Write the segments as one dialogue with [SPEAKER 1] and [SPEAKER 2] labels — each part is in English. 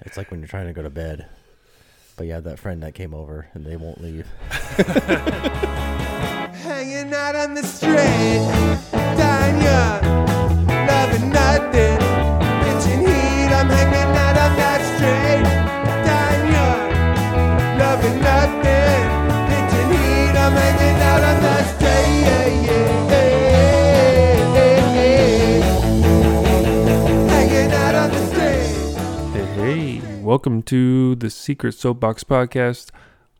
[SPEAKER 1] It's like when you're trying to go to bed, but you have that friend that came over and they won't leave.
[SPEAKER 2] Hanging out on the street, dying young, loving nothing, pitching heat. I'm hanging out on that street, dying young, loving nothing, pitching heat. I'm hanging out on that street. Hanging out on the street.
[SPEAKER 3] Hey, hey, welcome to the Secret Soapbox Podcast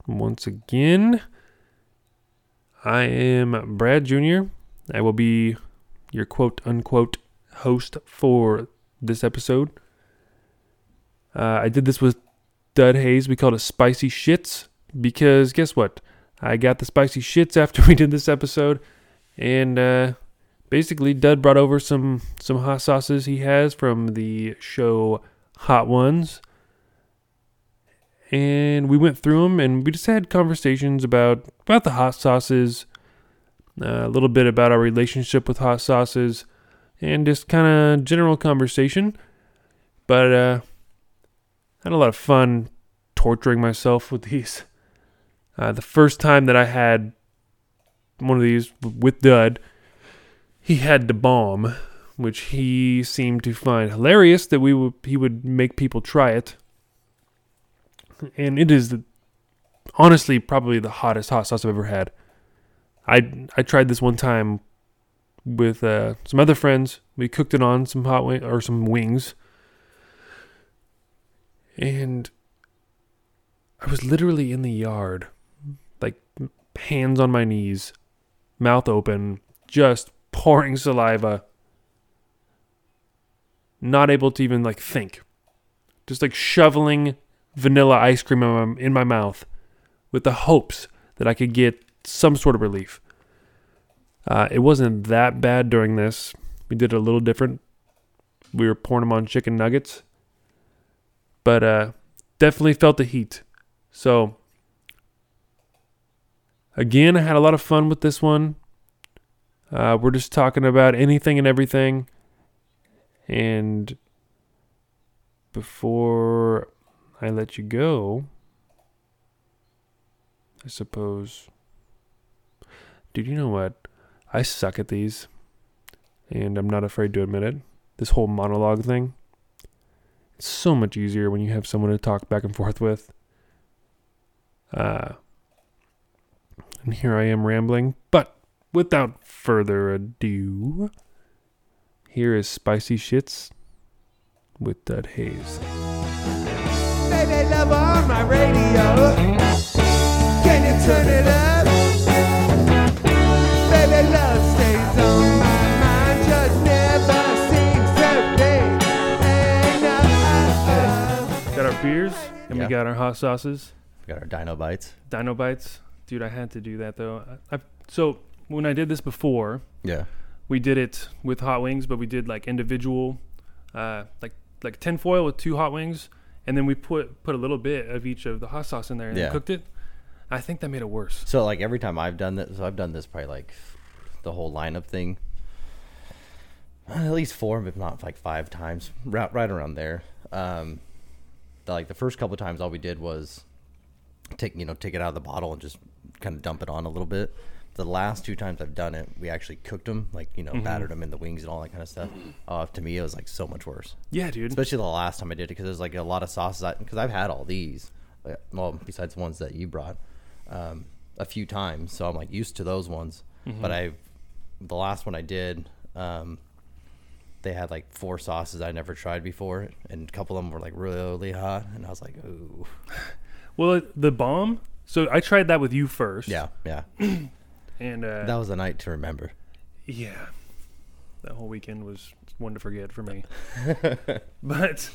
[SPEAKER 3] once again. I am Brad Jr. I will be your quote unquote host for this episode. Uh, I did this with Dud Hayes. We called it Spicy Shits because guess what? I got the spicy shits after we did this episode, and uh, basically Dud brought over some some hot sauces he has from the show hot ones. And we went through them and we just had conversations about, about the hot sauces, uh, a little bit about our relationship with hot sauces, and just kind of general conversation. But uh, I had a lot of fun torturing myself with these. Uh, the first time that I had one of these with Dud, he had the bomb which he seemed to find hilarious that we would he would make people try it. And it is the, honestly probably the hottest hot sauce I've ever had. I I tried this one time with uh, some other friends. We cooked it on some hot wing or some wings, and I was literally in the yard, like hands on my knees, mouth open, just pouring saliva not able to even like think. Just like shoveling vanilla ice cream in my, in my mouth with the hopes that I could get some sort of relief. Uh, it wasn't that bad during this. We did it a little different. We were pouring them on chicken nuggets, but uh, definitely felt the heat. So, again, I had a lot of fun with this one. Uh, we're just talking about anything and everything. And before I let you go, I suppose. Dude, you know what? I suck at these. And I'm not afraid to admit it. This whole monologue thing. It's so much easier when you have someone to talk back and forth with. Uh, and here I am rambling. But without further ado. Here is Spicy Shits with Dud Hayes.
[SPEAKER 2] Baby, love on my radio. Can you turn it up? Baby, love stays on my mind, just never seems to be enough.
[SPEAKER 3] Got our beers and
[SPEAKER 1] Yeah.
[SPEAKER 3] we got our hot sauces,
[SPEAKER 1] We got our dino bites.
[SPEAKER 3] Dino Bites. Dude, I had to do that though. I, I, so when I did this before,
[SPEAKER 1] Yeah.
[SPEAKER 3] we did it with hot wings, but we did like individual, uh, like like tinfoil with two hot wings, and then we put put a little bit of each of the hot sauce in there and
[SPEAKER 1] Yeah.
[SPEAKER 3] cooked it. I think that made it worse.
[SPEAKER 1] So like every time I've done this, so I've done this probably like the whole lineup thing. uh, At least four, if not like five times, right, right around there. Um, the- like the first couple of times, all we did was take you know take it out of the bottle and just kind of dump it on a little bit. The last two times I've done it, we actually cooked them, like you know, battered them in the wings and all that kind of stuff. Uh, to me, it was like so much worse
[SPEAKER 3] Yeah, dude.
[SPEAKER 1] especially the last time I did it because there's like a lot of sauces. Because I've had all these, like, well, besides the ones that you brought, um, a few times, so I'm like used to those ones. But I, the last one I did, um, they had like four sauces I never tried before, and a couple of them were like really hot, and I was like, ooh,
[SPEAKER 3] well, it- the bomb. So I tried that with you first.
[SPEAKER 1] yeah, yeah.
[SPEAKER 3] And uh,
[SPEAKER 1] That was a night to remember.
[SPEAKER 3] Yeah. That whole weekend was one to forget for me. but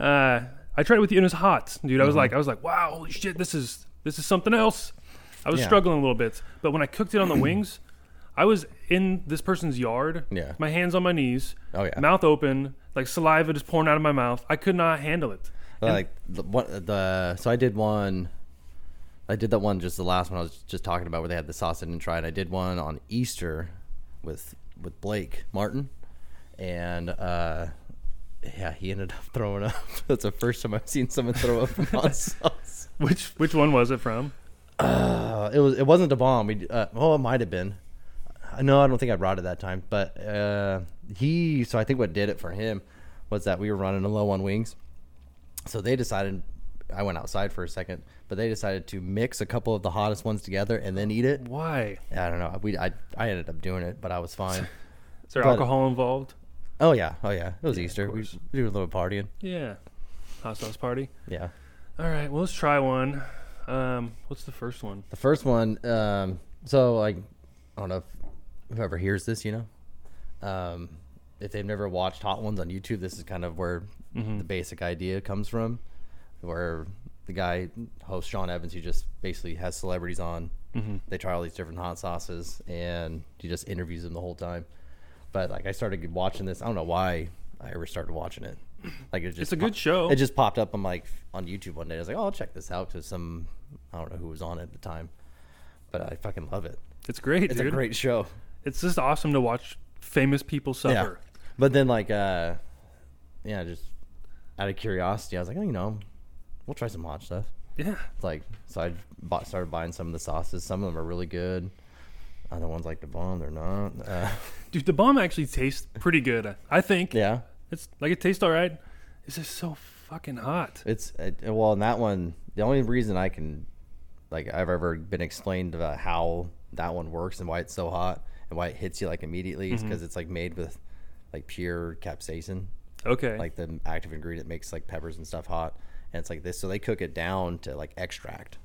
[SPEAKER 3] uh, I tried it with you and it was hot, dude.
[SPEAKER 1] Mm-hmm.
[SPEAKER 3] I was like I was like, wow, holy shit, this is this is something else. I was
[SPEAKER 1] Yeah.
[SPEAKER 3] struggling a little bit. But when I cooked it on the wings, I was in this person's yard,
[SPEAKER 1] Yeah.
[SPEAKER 3] my hands on my knees,
[SPEAKER 1] Oh, yeah.
[SPEAKER 3] mouth open, like saliva just pouring out of my mouth. I could not handle it.
[SPEAKER 1] like the, what the so I did one. I did that one just the last one I was just talking about where they had the sauce I didn't try it. I did one on Easter with with Blake Martin, and uh, yeah, he ended up throwing up. That's the first time I've seen someone throw up from hot sauce.
[SPEAKER 3] Which which one was it from?
[SPEAKER 1] Uh, it was. It wasn't the bomb. We. Uh, oh, it might have been. Uh, No, I don't think I brought it that time. But uh, he. So I think what did it for him was that we were running low on wings. So they decided. I went outside for a second, but they decided to mix a couple of the hottest ones together and then eat it.
[SPEAKER 3] Why?
[SPEAKER 1] I don't know. We. I. I ended up doing it, but I was fine.
[SPEAKER 3] Is there
[SPEAKER 1] But-
[SPEAKER 3] alcohol involved?
[SPEAKER 1] Oh yeah. Oh yeah. It was Easter. We,
[SPEAKER 3] course.
[SPEAKER 1] we were a little partying.
[SPEAKER 3] Yeah. Hot sauce party.
[SPEAKER 1] Yeah.
[SPEAKER 3] All right. Well, let's try one. Um, what's the first one?
[SPEAKER 1] The first one, um, so like, I don't know if whoever hears this, you know, um, if they've never watched Hot Ones on YouTube, this is kind of where
[SPEAKER 3] Mm-hmm.
[SPEAKER 1] the basic idea comes from, where the guy host Sean Evans, who just basically has celebrities on,
[SPEAKER 3] Mm-hmm.
[SPEAKER 1] they try all these different hot sauces, and he just interviews them the whole time. But like, I started watching this. I don't know why I ever started watching it. Like it just
[SPEAKER 3] It's a
[SPEAKER 1] pop-
[SPEAKER 3] good show.
[SPEAKER 1] it just popped up on like on YouTube one day. I was like, "Oh, I'll check this out." To some, I don't know who was on it at the time, but I fucking love it.
[SPEAKER 3] It's great,
[SPEAKER 1] It's
[SPEAKER 3] dude.
[SPEAKER 1] a great show.
[SPEAKER 3] It's just awesome to watch famous people suffer.
[SPEAKER 1] Yeah, but then like, uh yeah, just out of curiosity, I was like, "Oh, you know, we'll try some hot stuff."
[SPEAKER 3] Yeah.
[SPEAKER 1] It's like, so I bought, started buying some of the sauces. Some of them are really good. Other ones like the bomb, they're not. Uh,
[SPEAKER 3] Dude, the bomb actually tastes pretty good. I think.
[SPEAKER 1] yeah,
[SPEAKER 3] It's like it tastes all right. It's just so fucking hot.
[SPEAKER 1] It's it, well, in that one, the only reason I can, like, I've ever been explained about how that one works and why it's so hot and why it hits you like immediately is because it's like made with like pure capsaicin,
[SPEAKER 3] Okay.
[SPEAKER 1] like the active ingredient that makes like peppers and stuff hot, and it's like this. So they cook it down to like extract,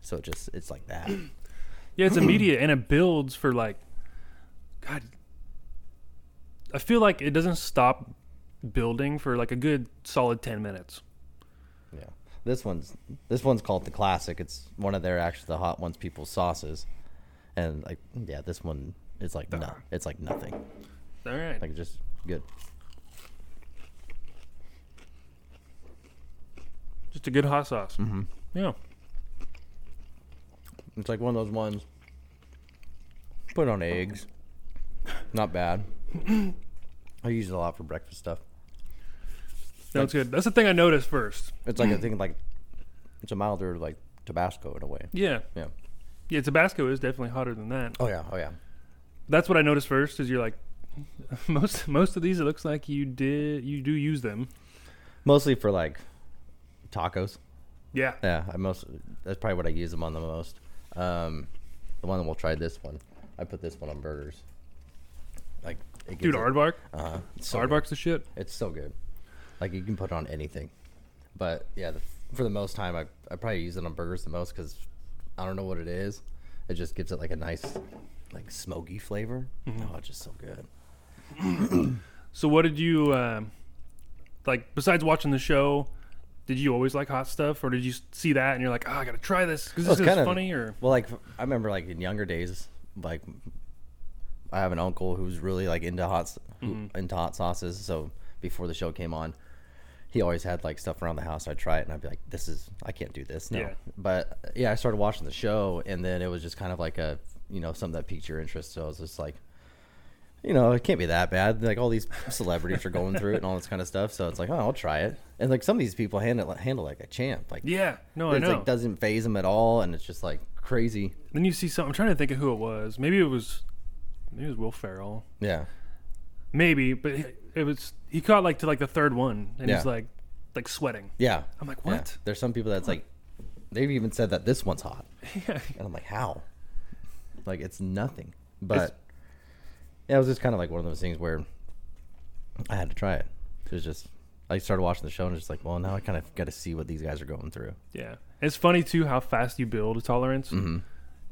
[SPEAKER 1] so it just it's like that.
[SPEAKER 3] yeah,
[SPEAKER 1] mm.
[SPEAKER 3] it's immediate and it builds for like God. I feel like it doesn't stop building for like a good solid 10 minutes.
[SPEAKER 1] Yeah. This one's this one's called the classic. It's one of their actually the hot ones people's sauces, and like yeah, this one is like no, it's like nothing.
[SPEAKER 3] All right.
[SPEAKER 1] Like just good.
[SPEAKER 3] just a good hot sauce. Mm-hmm. Yeah.
[SPEAKER 1] It's like one of those ones. Put on eggs. Not bad. I use it a lot for breakfast stuff.
[SPEAKER 3] That's good. That's the thing I noticed first.
[SPEAKER 1] It's like I think like it's a milder like Tabasco in a way.
[SPEAKER 3] Yeah.
[SPEAKER 1] Yeah.
[SPEAKER 3] Yeah, Tabasco is definitely hotter than that.
[SPEAKER 1] Oh yeah. Oh yeah.
[SPEAKER 3] That's what I noticed first is you're like most most of these it looks like you did you do use them.
[SPEAKER 1] Mostly for like tacos.
[SPEAKER 3] Yeah.
[SPEAKER 1] Yeah. I most that's probably what I use them on the most. Um, the one that we'll try this one. I put this one on burgers. Like it
[SPEAKER 3] Dude,
[SPEAKER 1] gives it-
[SPEAKER 3] aardvark.
[SPEAKER 1] Uh, it's so good.
[SPEAKER 3] Aardvark's the shit.
[SPEAKER 1] It's so good. Like you can put it on anything. But yeah, the, for the most time, I, I probably use it on burgers the most because I don't know what it is. It just gives it like a nice, like smoky flavor. Oh, it's just so good.
[SPEAKER 3] So what did you um, like besides watching the show? Did you always like hot stuff, or did you s- see that and you're like, oh, I gotta try this because this
[SPEAKER 1] it's
[SPEAKER 3] is
[SPEAKER 1] kinda-
[SPEAKER 3] funny? Or
[SPEAKER 1] Well, like I remember, like in younger days, like I have an uncle who's really like into hot s- who-
[SPEAKER 3] Mm-hmm.
[SPEAKER 1] into hot sauces. So before the show came on, he always had like stuff around the house. I'd try it and I'd be like, "This is I can't do this." No,
[SPEAKER 3] Yeah.
[SPEAKER 1] but yeah, I started watching the show, and then it was just kind of like a you know something that piqued your interest. So I was just like. You know, it can't be that bad. Like all these celebrities are going through it and all this kind of stuff. So it's like, oh, I'll try it. And like some of these people handle handle like a champ. Like
[SPEAKER 3] yeah, no, Oh, I
[SPEAKER 1] it's
[SPEAKER 3] know.
[SPEAKER 1] like doesn't phase him at all, and it's just like crazy.
[SPEAKER 3] then you see something. I'm trying to think of who it was. Maybe it was, maybe it was Will Ferrell.
[SPEAKER 1] Yeah,
[SPEAKER 3] Maybe, but it, it was he caught like to like the third one, and
[SPEAKER 1] Yeah.
[SPEAKER 3] he's like, like sweating.
[SPEAKER 1] yeah.
[SPEAKER 3] I'm like,
[SPEAKER 1] Yeah.
[SPEAKER 3] what?
[SPEAKER 1] There's some people that's like, they've even said that this one's hot,
[SPEAKER 3] Yeah.
[SPEAKER 1] and I'm like, how? Like it's nothing. But yeah, it was just kind of like one of those things where I had to try it. It was just I started watching the show and it's just like, well, now I kind of got to see what these guys are going through.
[SPEAKER 3] Yeah. It's funny too how fast you build a tolerance.
[SPEAKER 1] Mm-hmm.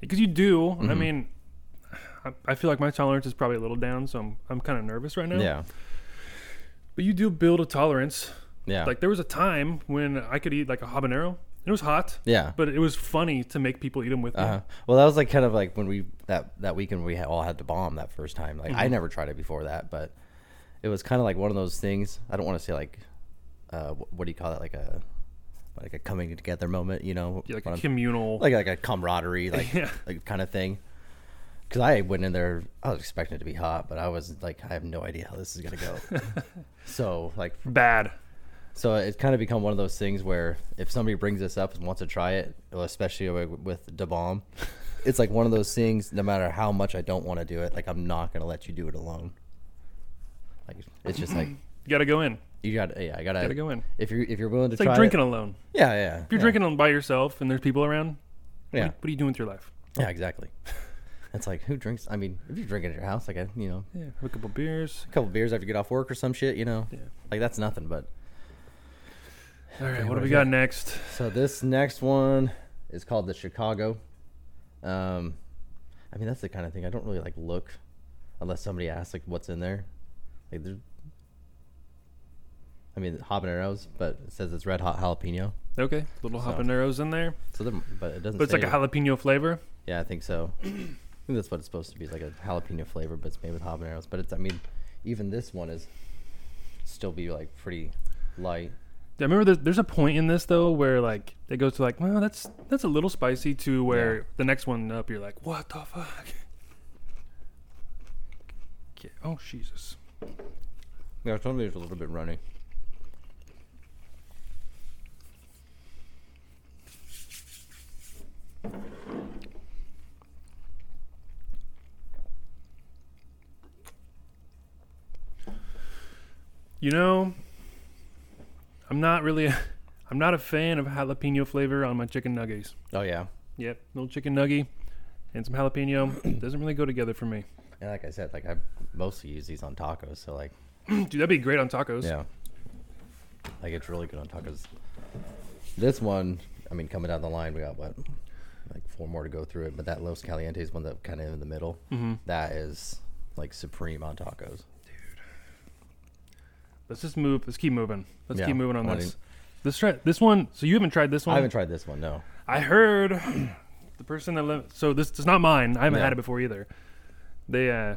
[SPEAKER 3] Because you do. I mean, I, I feel like my tolerance is probably a little down, so I'm, I'm kind of nervous right now.
[SPEAKER 1] Yeah,
[SPEAKER 3] But you do build a tolerance.
[SPEAKER 1] yeah,
[SPEAKER 3] Like there was a time when I could eat like a habanero. and It was hot.
[SPEAKER 1] yeah.
[SPEAKER 3] But it was funny to make people eat them with me.
[SPEAKER 1] Uh-huh. Well, that was like kind of like when we that that weekend we had, all had to bomb that first time. Like
[SPEAKER 3] Mm-hmm.
[SPEAKER 1] I never tried it before that, but it was kind of like one of those things. I don't want to say like, uh, wh- what do you call it? Like a like a coming together moment, you know?
[SPEAKER 3] Yeah, like
[SPEAKER 1] what
[SPEAKER 3] a
[SPEAKER 1] I'm-
[SPEAKER 3] communal.
[SPEAKER 1] like like a camaraderie, like
[SPEAKER 3] Yeah.
[SPEAKER 1] like kind of thing. because I went in there, I was expecting it to be hot, but I was like, I have no idea how this is gonna go. so like,
[SPEAKER 3] Bad.
[SPEAKER 1] so it's kind of become one of those things where if somebody brings this up and wants to try it, especially wi- with the bomb, it's like one of those things. No matter how much I don't want to do it, like I'm not gonna let you do it alone. Like it's just like
[SPEAKER 3] You gotta go in.
[SPEAKER 1] you got, yeah, I gotta,
[SPEAKER 3] Gotta go in.
[SPEAKER 1] If you're if you're willing to
[SPEAKER 3] It's
[SPEAKER 1] try
[SPEAKER 3] like drinking
[SPEAKER 1] it,
[SPEAKER 3] alone.
[SPEAKER 1] yeah, yeah.
[SPEAKER 3] If you're drinking alone by yourself and there's people around,
[SPEAKER 1] yeah,
[SPEAKER 3] what are you doing with your life?
[SPEAKER 1] yeah, exactly. It's like who drinks? I mean, if you're drinking at your house, like I, you know,
[SPEAKER 3] Yeah, have a couple beers.
[SPEAKER 1] a couple beers after you get off work or some shit, you know,
[SPEAKER 3] Yeah.
[SPEAKER 1] like that's nothing. But
[SPEAKER 3] All right, what
[SPEAKER 1] what
[SPEAKER 3] do we
[SPEAKER 1] is
[SPEAKER 3] got
[SPEAKER 1] that?
[SPEAKER 3] next?
[SPEAKER 1] So this next one is called the Chicago. Um, I mean that's the kind of thing I don't really like look unless somebody asks like what's in there. Like there's, I mean habaneros, but it says it's red hot jalapeno.
[SPEAKER 3] Okay, little
[SPEAKER 1] So-
[SPEAKER 3] habaneros in there,
[SPEAKER 1] So there, but it doesn't.
[SPEAKER 3] but it's
[SPEAKER 1] say
[SPEAKER 3] like a jalapeno flavor.
[SPEAKER 1] yeah, I think so. I think that's what it's supposed to be. It's like a jalapeno flavor, but it's made with habaneros. But it's I mean, even this one is still be like pretty light.
[SPEAKER 3] I remember there's, there's a point in this though where like it goes to like, well, that's that's a little spicy to where
[SPEAKER 1] Yeah.
[SPEAKER 3] the next one up, you're like, what the fuck? Okay. Oh Jesus!
[SPEAKER 1] Yeah, it's only a little bit runny.
[SPEAKER 3] You know, I'm not really, I'm not a fan of jalapeno flavor on my chicken nuggets.
[SPEAKER 1] Oh yeah.
[SPEAKER 3] Yep, little chicken nugget and some jalapeno doesn't really go together for me.
[SPEAKER 1] And like I said, like I mostly use these on tacos, so like
[SPEAKER 3] Dude, that'd be great on tacos.
[SPEAKER 1] yeah, like it's really good on tacos. This one, I mean, coming down the line, we got what like four more to go through it, but that Los Calientes one that kind of in the middle,
[SPEAKER 3] Mm-hmm.
[SPEAKER 1] that is like supreme on tacos.
[SPEAKER 3] Let's just move. Let's keep moving. Let's
[SPEAKER 1] Yeah,
[SPEAKER 3] keep moving on
[SPEAKER 1] I
[SPEAKER 3] this.
[SPEAKER 1] didn't-
[SPEAKER 3] Let's try this one. So you haven't tried this one.
[SPEAKER 1] I haven't tried this one, no.
[SPEAKER 3] I heard the person that let so this is not mine. I haven't
[SPEAKER 1] Yeah.
[SPEAKER 3] had it before either. They uh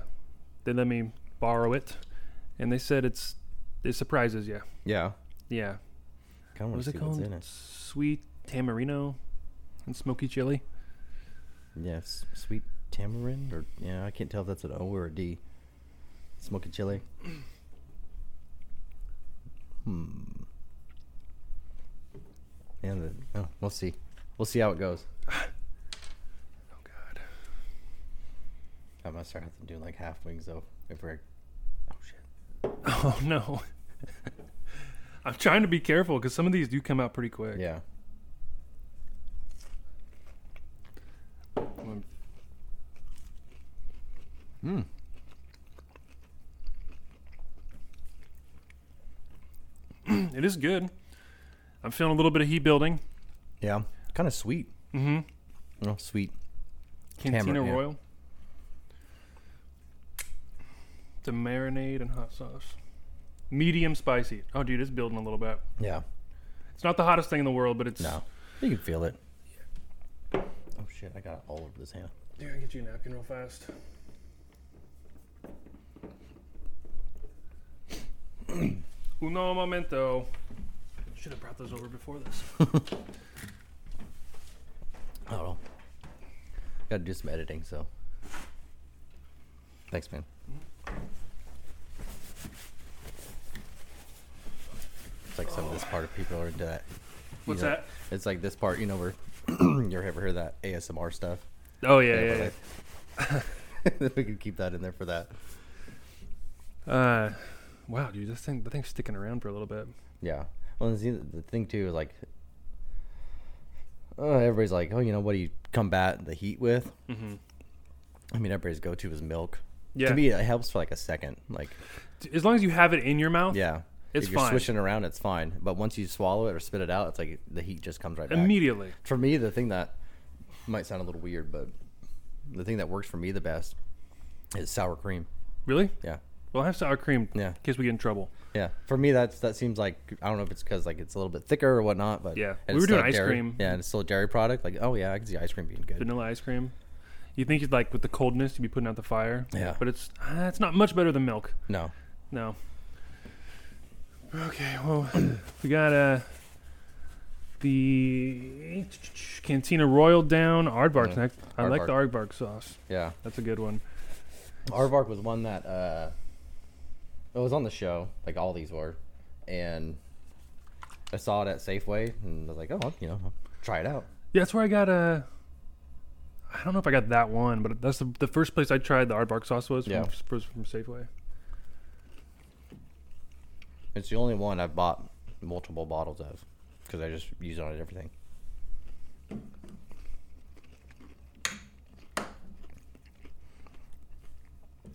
[SPEAKER 3] they let me borrow it, and they said it's it surprises you.
[SPEAKER 1] Yeah,
[SPEAKER 3] Yeah,
[SPEAKER 1] kind of
[SPEAKER 3] what
[SPEAKER 1] want
[SPEAKER 3] is
[SPEAKER 1] to see
[SPEAKER 3] it
[SPEAKER 1] what's
[SPEAKER 3] called?
[SPEAKER 1] in it.
[SPEAKER 3] Sweet tamarino and smoky chili.
[SPEAKER 1] Yeah, s- sweet tamarind, or yeah, I can't tell if that's an O or a D. Smoky chili. Hmm. And the, oh, we'll see. We'll see how it goes.
[SPEAKER 3] Oh God,
[SPEAKER 1] I'm gonna start having to do like half wings though. If we're oh shit,
[SPEAKER 3] oh no. I'm trying to be careful because some of these do come out pretty quick.
[SPEAKER 1] yeah,
[SPEAKER 3] Mm. it is good. I'm feeling a little bit of heat building.
[SPEAKER 1] yeah, kind of sweet.
[SPEAKER 3] Mm-hmm.
[SPEAKER 1] Oh, sweet.
[SPEAKER 3] Cantina
[SPEAKER 1] Tamarind, yeah.
[SPEAKER 3] Royal. The marinade and hot sauce. Medium spicy. Oh, dude, it's building a little bit.
[SPEAKER 1] Yeah,
[SPEAKER 3] It's not the hottest thing in the world, but it's.
[SPEAKER 1] no, you can feel it. Oh shit, I got it all over this hand.
[SPEAKER 3] Here, I can get you a napkin real fast. Uno momento. Should have brought those over before this.
[SPEAKER 1] I don't know. Got to Oh, do some editing, so thanks, man. It's like some of this part of people are into that. you
[SPEAKER 3] What's
[SPEAKER 1] know,
[SPEAKER 3] that?
[SPEAKER 1] It's like this part, you know, where you ever hear that ASMR stuff?
[SPEAKER 3] Oh yeah, yeah. yeah.
[SPEAKER 1] we could keep that in there for that.
[SPEAKER 3] Uh, wow, dude, this thing, the thing's sticking around for a little bit.
[SPEAKER 1] Yeah. Well, the, the thing too is like, uh, everybody's like, oh, you know, what do you combat the heat with?
[SPEAKER 3] Mm-hmm.
[SPEAKER 1] I mean, everybody's go-to is milk.
[SPEAKER 3] Yeah.
[SPEAKER 1] To me, it helps for like a second. Like,
[SPEAKER 3] As long as you have it in your mouth,
[SPEAKER 1] yeah,
[SPEAKER 3] It's
[SPEAKER 1] if you're
[SPEAKER 3] fine.
[SPEAKER 1] swishing around, it's fine. But once you swallow it or spit it out, it's like the heat just comes right back.
[SPEAKER 3] immediately.
[SPEAKER 1] for me, the thing that might sound a little weird, but the thing that works for me the best is sour cream.
[SPEAKER 3] Really?
[SPEAKER 1] Yeah.
[SPEAKER 3] Well, I have sour cream.
[SPEAKER 1] Yeah.
[SPEAKER 3] In case we get in trouble.
[SPEAKER 1] Yeah, for me that's that seems like I don't know if it's because like it's a little bit thicker or whatnot, but
[SPEAKER 3] Yeah.
[SPEAKER 1] and
[SPEAKER 3] We
[SPEAKER 1] it's
[SPEAKER 3] were
[SPEAKER 1] still
[SPEAKER 3] doing
[SPEAKER 1] a
[SPEAKER 3] ice
[SPEAKER 1] dairy-
[SPEAKER 3] cream.
[SPEAKER 1] Yeah, and it's still a dairy product. Like, oh yeah, I can see ice cream being good.
[SPEAKER 3] Vanilla ice cream. You think it's like with the coldness, you'd be putting out the fire.
[SPEAKER 1] Yeah.
[SPEAKER 3] But it's uh, it's not much better than milk.
[SPEAKER 1] No,
[SPEAKER 3] No. Okay, well, we got uh, the Cantina Royal down Aardvark.
[SPEAKER 1] Mm,
[SPEAKER 3] and I, I like the Aardvark sauce.
[SPEAKER 1] Yeah.
[SPEAKER 3] That's a good one.
[SPEAKER 1] Arvark was one that uh, it was on the show, like all these were, and I saw it at Safeway and I was like, oh, I'll, you know, I'll try it out.
[SPEAKER 3] Yeah, that's where I got uh I don't know if I got that one, but that's the, the first place I tried the Aardvark sauce was from,
[SPEAKER 1] Yeah.
[SPEAKER 3] was from Safeway.
[SPEAKER 1] It's the only one I've bought multiple bottles of because I just use it on everything.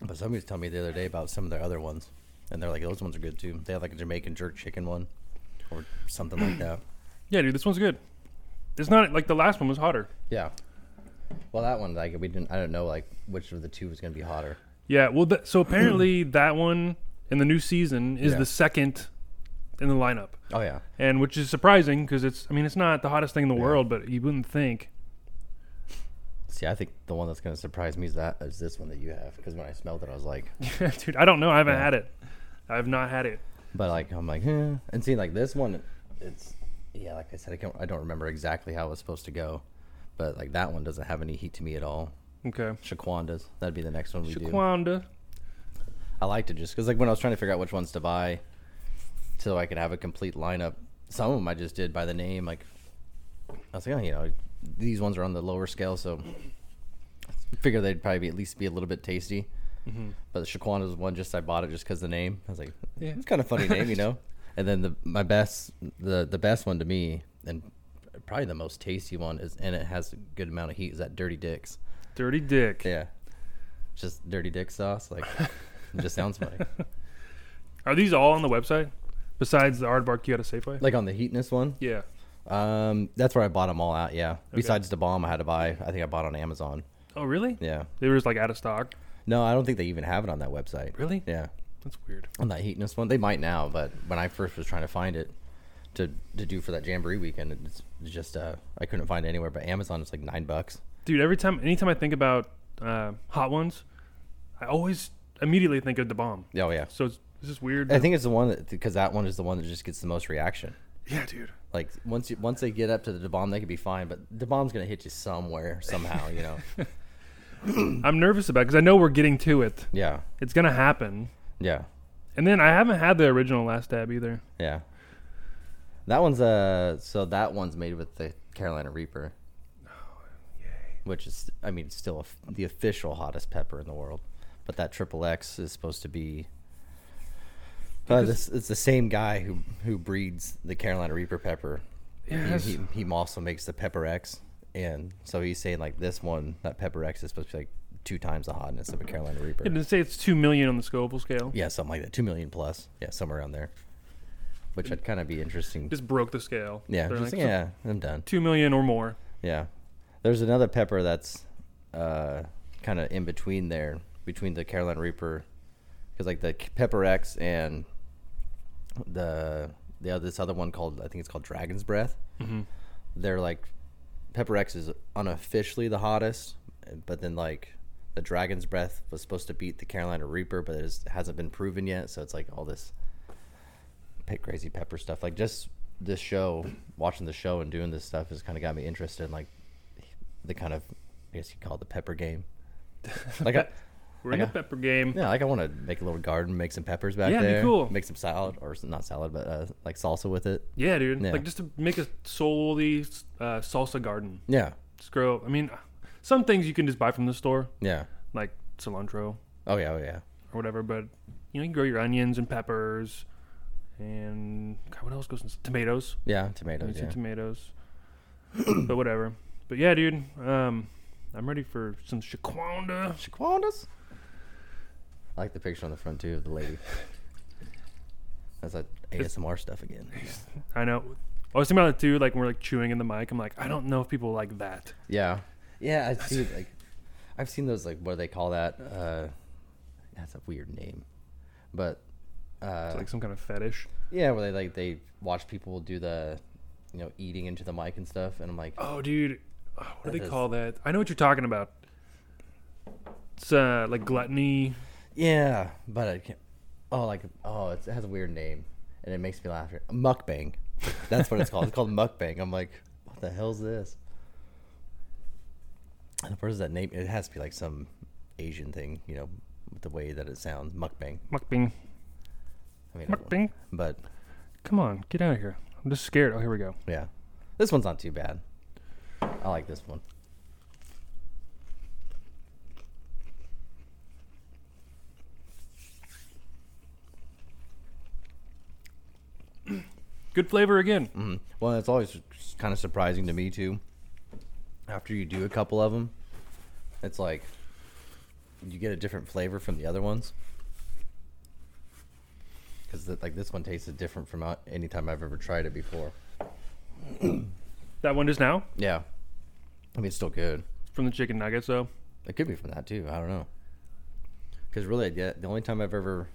[SPEAKER 1] But somebody was telling me the other day about some of their other ones, and they're like, those ones are good too. They have like a Jamaican jerk chicken one or something like that.
[SPEAKER 3] Yeah, dude, this one's good. It's not like the last one was hotter.
[SPEAKER 1] Yeah. Well, that one, like, we didn't, I don't know, like, which of the two was going to be hotter.
[SPEAKER 3] Yeah, well, th- so apparently that one in the new season is
[SPEAKER 1] Yeah.
[SPEAKER 3] the second in the lineup,
[SPEAKER 1] Oh, yeah.
[SPEAKER 3] and which is surprising because it's I mean it's not the hottest thing in the world, but you wouldn't think.
[SPEAKER 1] See, I think the one that's going to surprise me is that, is this one that you have. Because when I smelled it, I was like,
[SPEAKER 3] dude, I don't know. I haven't had it. I've not had it.
[SPEAKER 1] but like, I'm like, eh. And see, like, this one, it's, yeah, like I said, I, can't, I don't remember exactly how it was supposed to go. But like, that one doesn't have any heat to me at all.
[SPEAKER 3] Okay.
[SPEAKER 1] Shaquan does. That'd be the next one we do.
[SPEAKER 3] Shaquanda.
[SPEAKER 1] I liked it just because, like, when I was trying to figure out which ones to buy so I could have a complete lineup, some of them I just did by the name. Like, I was like, oh, you know, these ones are on the lower scale, so I figure they'd probably be, at least be a little bit tasty. But the Shaquan was one just I bought it just because the name. I was like, Mm-hmm. yeah, it's kind of funny name, you know. And then the my best the the best one to me and probably the most tasty one is and it has a good amount of heat is that Dirty Dicks.
[SPEAKER 3] Dirty Dick.
[SPEAKER 1] Yeah. Just dirty dick sauce. Like, it just sounds funny.
[SPEAKER 3] Are these all on the website? Besides the Aardvark you got a Safeway?
[SPEAKER 1] Like on the heatness one.
[SPEAKER 3] yeah.
[SPEAKER 1] Um, that's where I bought them all out. Yeah. Besides the bomb, I had to buy. I think I bought on Amazon.
[SPEAKER 3] Oh, really?
[SPEAKER 1] Yeah.
[SPEAKER 3] They were just like out of stock.
[SPEAKER 1] No, I don't think they even have it on that website.
[SPEAKER 3] Really?
[SPEAKER 1] Yeah.
[SPEAKER 3] That's weird.
[SPEAKER 1] On that heatness one, they might now, but when I first was trying to find it to to do for that jamboree weekend, it's just uh, I couldn't find it anywhere. But Amazon is like nine bucks.
[SPEAKER 3] Dude, every time, anytime I think about uh, hot ones, I always immediately think of the bomb.
[SPEAKER 1] Oh yeah.
[SPEAKER 3] So it's, it's just weird.
[SPEAKER 1] I think it's the one that because that one is the one that just gets the most reaction.
[SPEAKER 3] yeah, dude.
[SPEAKER 1] Like once you once they get up to the bomb, they could be fine, but the bomb's gonna hit you somewhere somehow. You know.
[SPEAKER 3] I'm nervous about because I know we're getting to it.
[SPEAKER 1] yeah.
[SPEAKER 3] It's gonna happen.
[SPEAKER 1] Yeah.
[SPEAKER 3] And then I haven't had the original last dab either.
[SPEAKER 1] Yeah. That one's uh so that one's made with the Carolina Reaper. Which is I mean it's still of- the official hottest pepper in the world. But that triple X is supposed to be uh, this, it's the same guy who who breeds the Carolina Reaper pepper.
[SPEAKER 3] Yeah,
[SPEAKER 1] He, he, he also makes the pepper X and so he's saying like this one that pepper X is supposed to be like two times the hotness of a Carolina Reaper.
[SPEAKER 3] Did it say it's two million on the Scoville scale?
[SPEAKER 1] Yeah, something like that. Two million plus. Yeah, somewhere around there. Which would kind of be interesting.
[SPEAKER 3] Just broke the scale.
[SPEAKER 1] Yeah,
[SPEAKER 3] They're
[SPEAKER 1] just,
[SPEAKER 3] like,
[SPEAKER 1] yeah, I'm done.
[SPEAKER 3] Two million or more.
[SPEAKER 1] Yeah, there's another pepper that's uh, kind of in between there, between the Carolina Reaper, because like the K- Pepper X and the the other, this other one called I think it's called Dragon's Breath.
[SPEAKER 3] Mm-hmm.
[SPEAKER 1] They're like Pepper X is unofficially the hottest, but then like the Dragon's Breath was supposed to beat the Carolina Reaper, but it is- hasn't been proven yet. So it's like all this pe- crazy pepper stuff. Like just this show, watching the show and doing this stuff has kind of got me interested in like the kind of I guess you call it the pepper game. Like I,
[SPEAKER 3] We're in
[SPEAKER 1] Like
[SPEAKER 3] the
[SPEAKER 1] a-
[SPEAKER 3] pepper game.
[SPEAKER 1] yeah, like I want to make a little garden, make some peppers back
[SPEAKER 3] Yeah, it'd be
[SPEAKER 1] there,
[SPEAKER 3] cool.
[SPEAKER 1] make some salad or s- not salad, but uh, like salsa with it.
[SPEAKER 3] Yeah, dude.
[SPEAKER 1] Yeah.
[SPEAKER 3] Like just to make a solely uh, salsa garden.
[SPEAKER 1] Yeah,
[SPEAKER 3] Just grow. I mean, some things you can just buy from the store,
[SPEAKER 1] yeah.
[SPEAKER 3] like cilantro or
[SPEAKER 1] Oh yeah, oh yeah.
[SPEAKER 3] whatever. But you know, you can grow your onions and peppers, and God, what else goes in tomatoes?
[SPEAKER 1] Yeah,
[SPEAKER 3] I
[SPEAKER 1] tomatoes.
[SPEAKER 3] see
[SPEAKER 1] Yeah.
[SPEAKER 3] tomatoes. but whatever. But yeah, dude. Um, I'm ready for some shaquanda.
[SPEAKER 1] Chiquandas. I like the picture on the front too of the lady. That's that ASMR stuff again.
[SPEAKER 3] I know. I was thinking about it too. Like when we're like chewing in the mic. I'm like, I don't know if people like that.
[SPEAKER 1] Yeah, yeah. I see. Like, I've seen those. Like, what do they call that? Uh, that's a weird name, but uh,
[SPEAKER 3] It's like some kind of fetish.
[SPEAKER 1] yeah, where they like they watch people do the, you know, eating into the mic and stuff, and I'm like,
[SPEAKER 3] Oh, dude, oh, what do
[SPEAKER 1] That
[SPEAKER 3] they
[SPEAKER 1] is-
[SPEAKER 3] call that? I know what you're talking about. It's uh, like gluttony.
[SPEAKER 1] yeah, but I can't. Oh, like, oh, it's, it has a weird name, and it makes me laugh. Mukbang. That's what it's called. It's called mukbang. I'm like, what the hell's this? And the person that named it has to be like some Asian thing, you know, with the way that it sounds. Mukbang.
[SPEAKER 3] Mukbang.
[SPEAKER 1] I mean,
[SPEAKER 3] Mukbang.
[SPEAKER 1] but
[SPEAKER 3] Come on, get out of here. I'm just scared. Oh, here we go.
[SPEAKER 1] yeah, this one's not too bad. I like this one.
[SPEAKER 3] Good flavor again.
[SPEAKER 1] Mm. Well, it's always kind of surprising to me too. After you do a couple of them, it's like you get a different flavor from the other ones. Because like this one tasted different from out- any time I've ever tried it before.
[SPEAKER 3] That one just now
[SPEAKER 1] Yeah, I mean it's still good.
[SPEAKER 3] from the chicken nuggets, though.
[SPEAKER 1] It could be from that too. I don't know. Because really, the the only time I've ever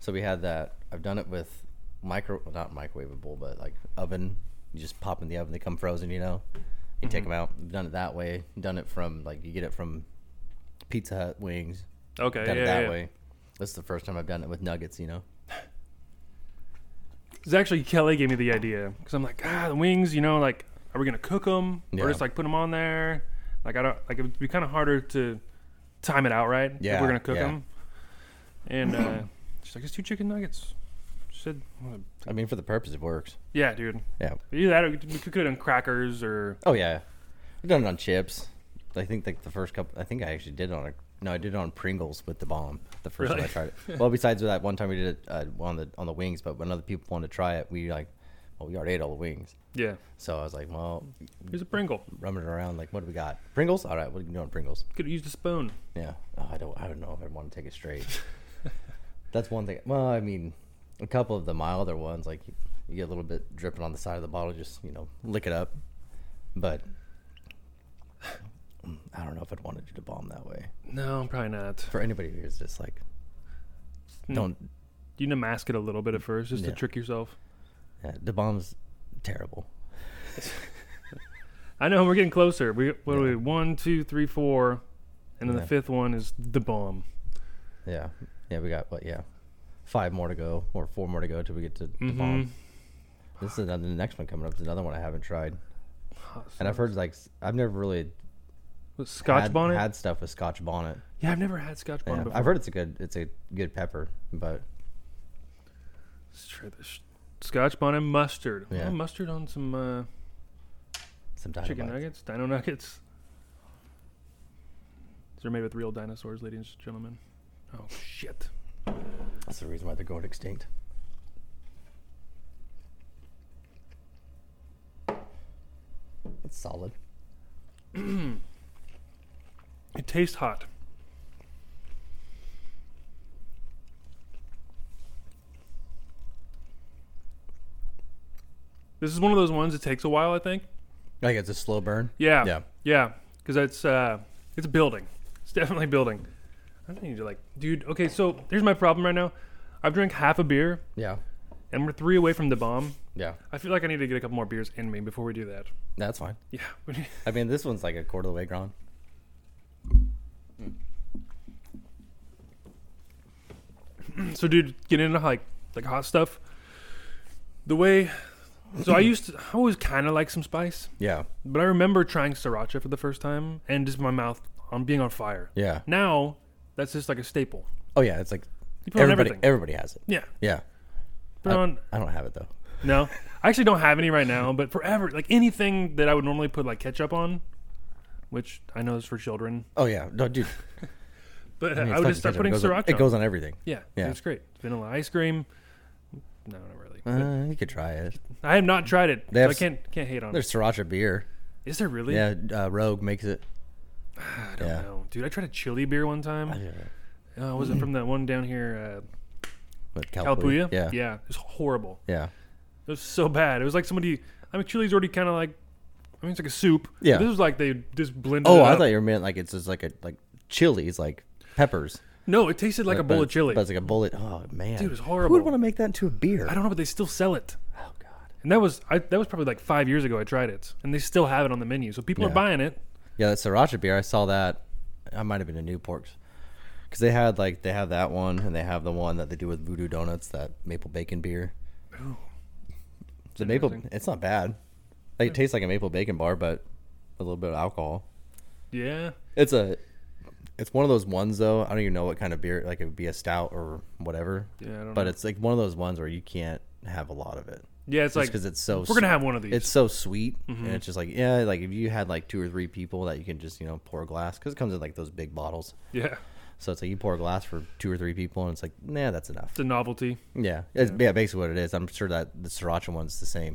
[SPEAKER 1] so we had that I've done it with micro well, not microwavable but like oven. You just pop in the oven, they come frozen. You know, you take
[SPEAKER 3] Mm-hmm.
[SPEAKER 1] them out. I've done it that way. Done it from like you get it from Pizza Hut wings.
[SPEAKER 3] Okay,
[SPEAKER 1] Done
[SPEAKER 3] yeah,
[SPEAKER 1] it that
[SPEAKER 3] yeah.
[SPEAKER 1] way. This is the first time I've done it with nuggets. You know.
[SPEAKER 3] It's actually Kelly gave me the idea because I'm like, ah, the wings. You know, like, are we gonna cook them
[SPEAKER 1] Yeah.
[SPEAKER 3] or just like put them on there? Like, I don't like. It'd be kind of harder to time it out, right? if
[SPEAKER 1] Yeah,
[SPEAKER 3] we're gonna cook
[SPEAKER 1] yeah.
[SPEAKER 3] them. And uh, she's like, it's two chicken nuggets. She said,
[SPEAKER 1] I mean, for the purpose, it works.
[SPEAKER 3] yeah, dude.
[SPEAKER 1] Yeah.
[SPEAKER 3] Either that or we could cook it on crackers or
[SPEAKER 1] Oh yeah, I've done it on chips. I think like the first couple. I think I actually did it on a no, I did it on Pringles with the bomb. The first time I
[SPEAKER 3] Really?
[SPEAKER 1] tried it. well, besides that one time we did it uh, on the on the wings, but when other people wanted to try it, we like, well, we already ate all the wings.
[SPEAKER 3] yeah.
[SPEAKER 1] So I was like, well,
[SPEAKER 3] Here's a Pringle.
[SPEAKER 1] rummaging around, like, what do we got? Pringles? All right, what do you do on Pringles?
[SPEAKER 3] Could have used a spoon.
[SPEAKER 1] Yeah. Oh, I don't. I don't know if I want to take it straight. That's one thing. Well, I mean, a couple of the milder ones, like you, you get a little bit dripping on the side of the bottle, just you know, lick it up. But mm, I don't know if I'd want to do the bomb that way.
[SPEAKER 3] No, probably not. Hmm.
[SPEAKER 1] For anybody who's just like, don't.
[SPEAKER 3] You need to mask it a little bit at first just
[SPEAKER 1] Yeah.
[SPEAKER 3] to trick yourself.
[SPEAKER 1] Yeah, the bomb's terrible.
[SPEAKER 3] I know we're getting closer. We what are
[SPEAKER 1] Yeah.
[SPEAKER 3] we? One, two, three, four, and then
[SPEAKER 1] Yeah.
[SPEAKER 3] the fifth one is the bomb.
[SPEAKER 1] Yeah. Yeah, we got what? Yeah, five more to go, or four more to go till we get to the bomb. This is another, the next one coming up. Is another one I haven't tried, and I've heard like s- I've never really
[SPEAKER 3] With Scotch
[SPEAKER 1] had,
[SPEAKER 3] bonnet.
[SPEAKER 1] had stuff with Scotch bonnet.
[SPEAKER 3] yeah, I've never had Scotch bonnet
[SPEAKER 1] Yeah,
[SPEAKER 3] before.
[SPEAKER 1] I've heard it's a good it's a good pepper, but
[SPEAKER 3] Let's try this. Scotch bonnet mustard.
[SPEAKER 1] Yeah.
[SPEAKER 3] Oh, mustard on some uh,
[SPEAKER 1] sometimes
[SPEAKER 3] chicken nuggets, dino nuggets. They're made with real dinosaurs, ladies and gentlemen. Oh shit!
[SPEAKER 1] that's the reason why they're going extinct. It's solid.
[SPEAKER 3] It tastes hot. This is one of those ones that takes a while, I think.
[SPEAKER 1] Like it's a slow burn.
[SPEAKER 3] Yeah.
[SPEAKER 1] Yeah.
[SPEAKER 3] Yeah. Because it's uh, it's building. It's definitely building. I don't need to like, dude. Okay, so here's my problem right now. I've drank half a beer,
[SPEAKER 1] Yeah,
[SPEAKER 3] and we're three away from the bomb.
[SPEAKER 1] yeah,
[SPEAKER 3] I feel like I need to get a couple more beers in me before we do that.
[SPEAKER 1] that's fine.
[SPEAKER 3] Yeah. we need-
[SPEAKER 1] I mean, this one's like a quarter of the way gone.
[SPEAKER 3] So, dude, get into like like hot stuff. The way, so I used to, I always kind of like some spice,
[SPEAKER 1] Yeah,
[SPEAKER 3] but I remember trying sriracha for the first time and just my mouth on being on fire.
[SPEAKER 1] yeah.
[SPEAKER 3] Now, that's just like a staple.
[SPEAKER 1] Oh yeah, it's like
[SPEAKER 3] You put it on
[SPEAKER 1] everybody
[SPEAKER 3] everything.
[SPEAKER 1] everybody has it.
[SPEAKER 3] yeah.
[SPEAKER 1] Yeah,
[SPEAKER 3] Put it on.
[SPEAKER 1] I don't have it though.
[SPEAKER 3] No, I actually don't have any right now. But forever, like anything that I would normally put like ketchup on, which I know is for children,
[SPEAKER 1] Oh yeah, no, dude.
[SPEAKER 3] but I,
[SPEAKER 1] I, mean, it's
[SPEAKER 3] would
[SPEAKER 1] fucking
[SPEAKER 3] just start
[SPEAKER 1] ketchup.
[SPEAKER 3] putting
[SPEAKER 1] it goes
[SPEAKER 3] sriracha.
[SPEAKER 1] On,
[SPEAKER 3] on.
[SPEAKER 1] it goes on everything.
[SPEAKER 3] Yeah,
[SPEAKER 1] Yeah.
[SPEAKER 3] it's great. Vanilla ice cream. No, not really.
[SPEAKER 1] Uh, you could try it.
[SPEAKER 3] I have not tried it.
[SPEAKER 1] They
[SPEAKER 3] so
[SPEAKER 1] have
[SPEAKER 3] I
[SPEAKER 1] s-
[SPEAKER 3] can't can't hate on it.
[SPEAKER 1] There's sriracha beer.
[SPEAKER 3] Is there really?
[SPEAKER 1] Yeah, uh, Rogue makes it.
[SPEAKER 3] I don't
[SPEAKER 1] yeah.
[SPEAKER 3] know, dude. I tried a chili beer one time. Uh, was it from that one down here,
[SPEAKER 1] With
[SPEAKER 3] uh,
[SPEAKER 1] Calpullia.
[SPEAKER 3] Calpullia?
[SPEAKER 1] Yeah,
[SPEAKER 3] yeah. It was horrible.
[SPEAKER 1] yeah.
[SPEAKER 3] It was so bad. It was like somebody. I mean, chili's already kind of like. I mean, it's like a soup.
[SPEAKER 1] Yeah.
[SPEAKER 3] This was like they just blended.
[SPEAKER 1] Oh,
[SPEAKER 3] it
[SPEAKER 1] I
[SPEAKER 3] up.
[SPEAKER 1] thought you were meant like it's just like a like chilies, like peppers.
[SPEAKER 3] No, it tasted like a
[SPEAKER 1] But-
[SPEAKER 3] bowl
[SPEAKER 1] but-
[SPEAKER 3] of chili.
[SPEAKER 1] But it's like a bullet. Oh man,
[SPEAKER 3] Dude, it's
[SPEAKER 1] Who
[SPEAKER 3] horrible.
[SPEAKER 1] would want to make that into a beer?
[SPEAKER 3] I don't know, but they still sell it.
[SPEAKER 1] Oh god.
[SPEAKER 3] And that was I, that was probably like five years ago. I tried it, and they still have it on the menu. So people are
[SPEAKER 1] Yeah.
[SPEAKER 3] buying it.
[SPEAKER 1] Yeah, that sriracha beer. I saw that. I might have been in Newport's because they had like they have that one and they have the one that they do with Voodoo Donuts, that maple bacon beer. The maple,
[SPEAKER 3] interesting.
[SPEAKER 1] it's not bad. Like, it tastes like a maple bacon bar, but a little bit of alcohol.
[SPEAKER 3] Yeah.
[SPEAKER 1] It's a, it's one of those ones though. I don't even know what kind of beer. Like it would be a stout or whatever.
[SPEAKER 3] Yeah, I don't
[SPEAKER 1] But
[SPEAKER 3] know.
[SPEAKER 1] it's like one of those ones where you can't have a lot of it.
[SPEAKER 3] Yeah, it's
[SPEAKER 1] Just
[SPEAKER 3] like
[SPEAKER 1] 'cause it's so
[SPEAKER 3] We're gonna
[SPEAKER 1] s-
[SPEAKER 3] have one of these. Mm-hmm.
[SPEAKER 1] It's so sweet, and it's just like yeah, like if you had like two or three people that you can just you know pour a glass because it comes in like those big bottles.
[SPEAKER 3] yeah,
[SPEAKER 1] So it's like you pour a glass for two or three people, and it's like nah, that's enough.
[SPEAKER 3] it's a novelty.
[SPEAKER 1] Yeah, it's, yeah, basically what it is. I'm sure that the sriracha one's the same.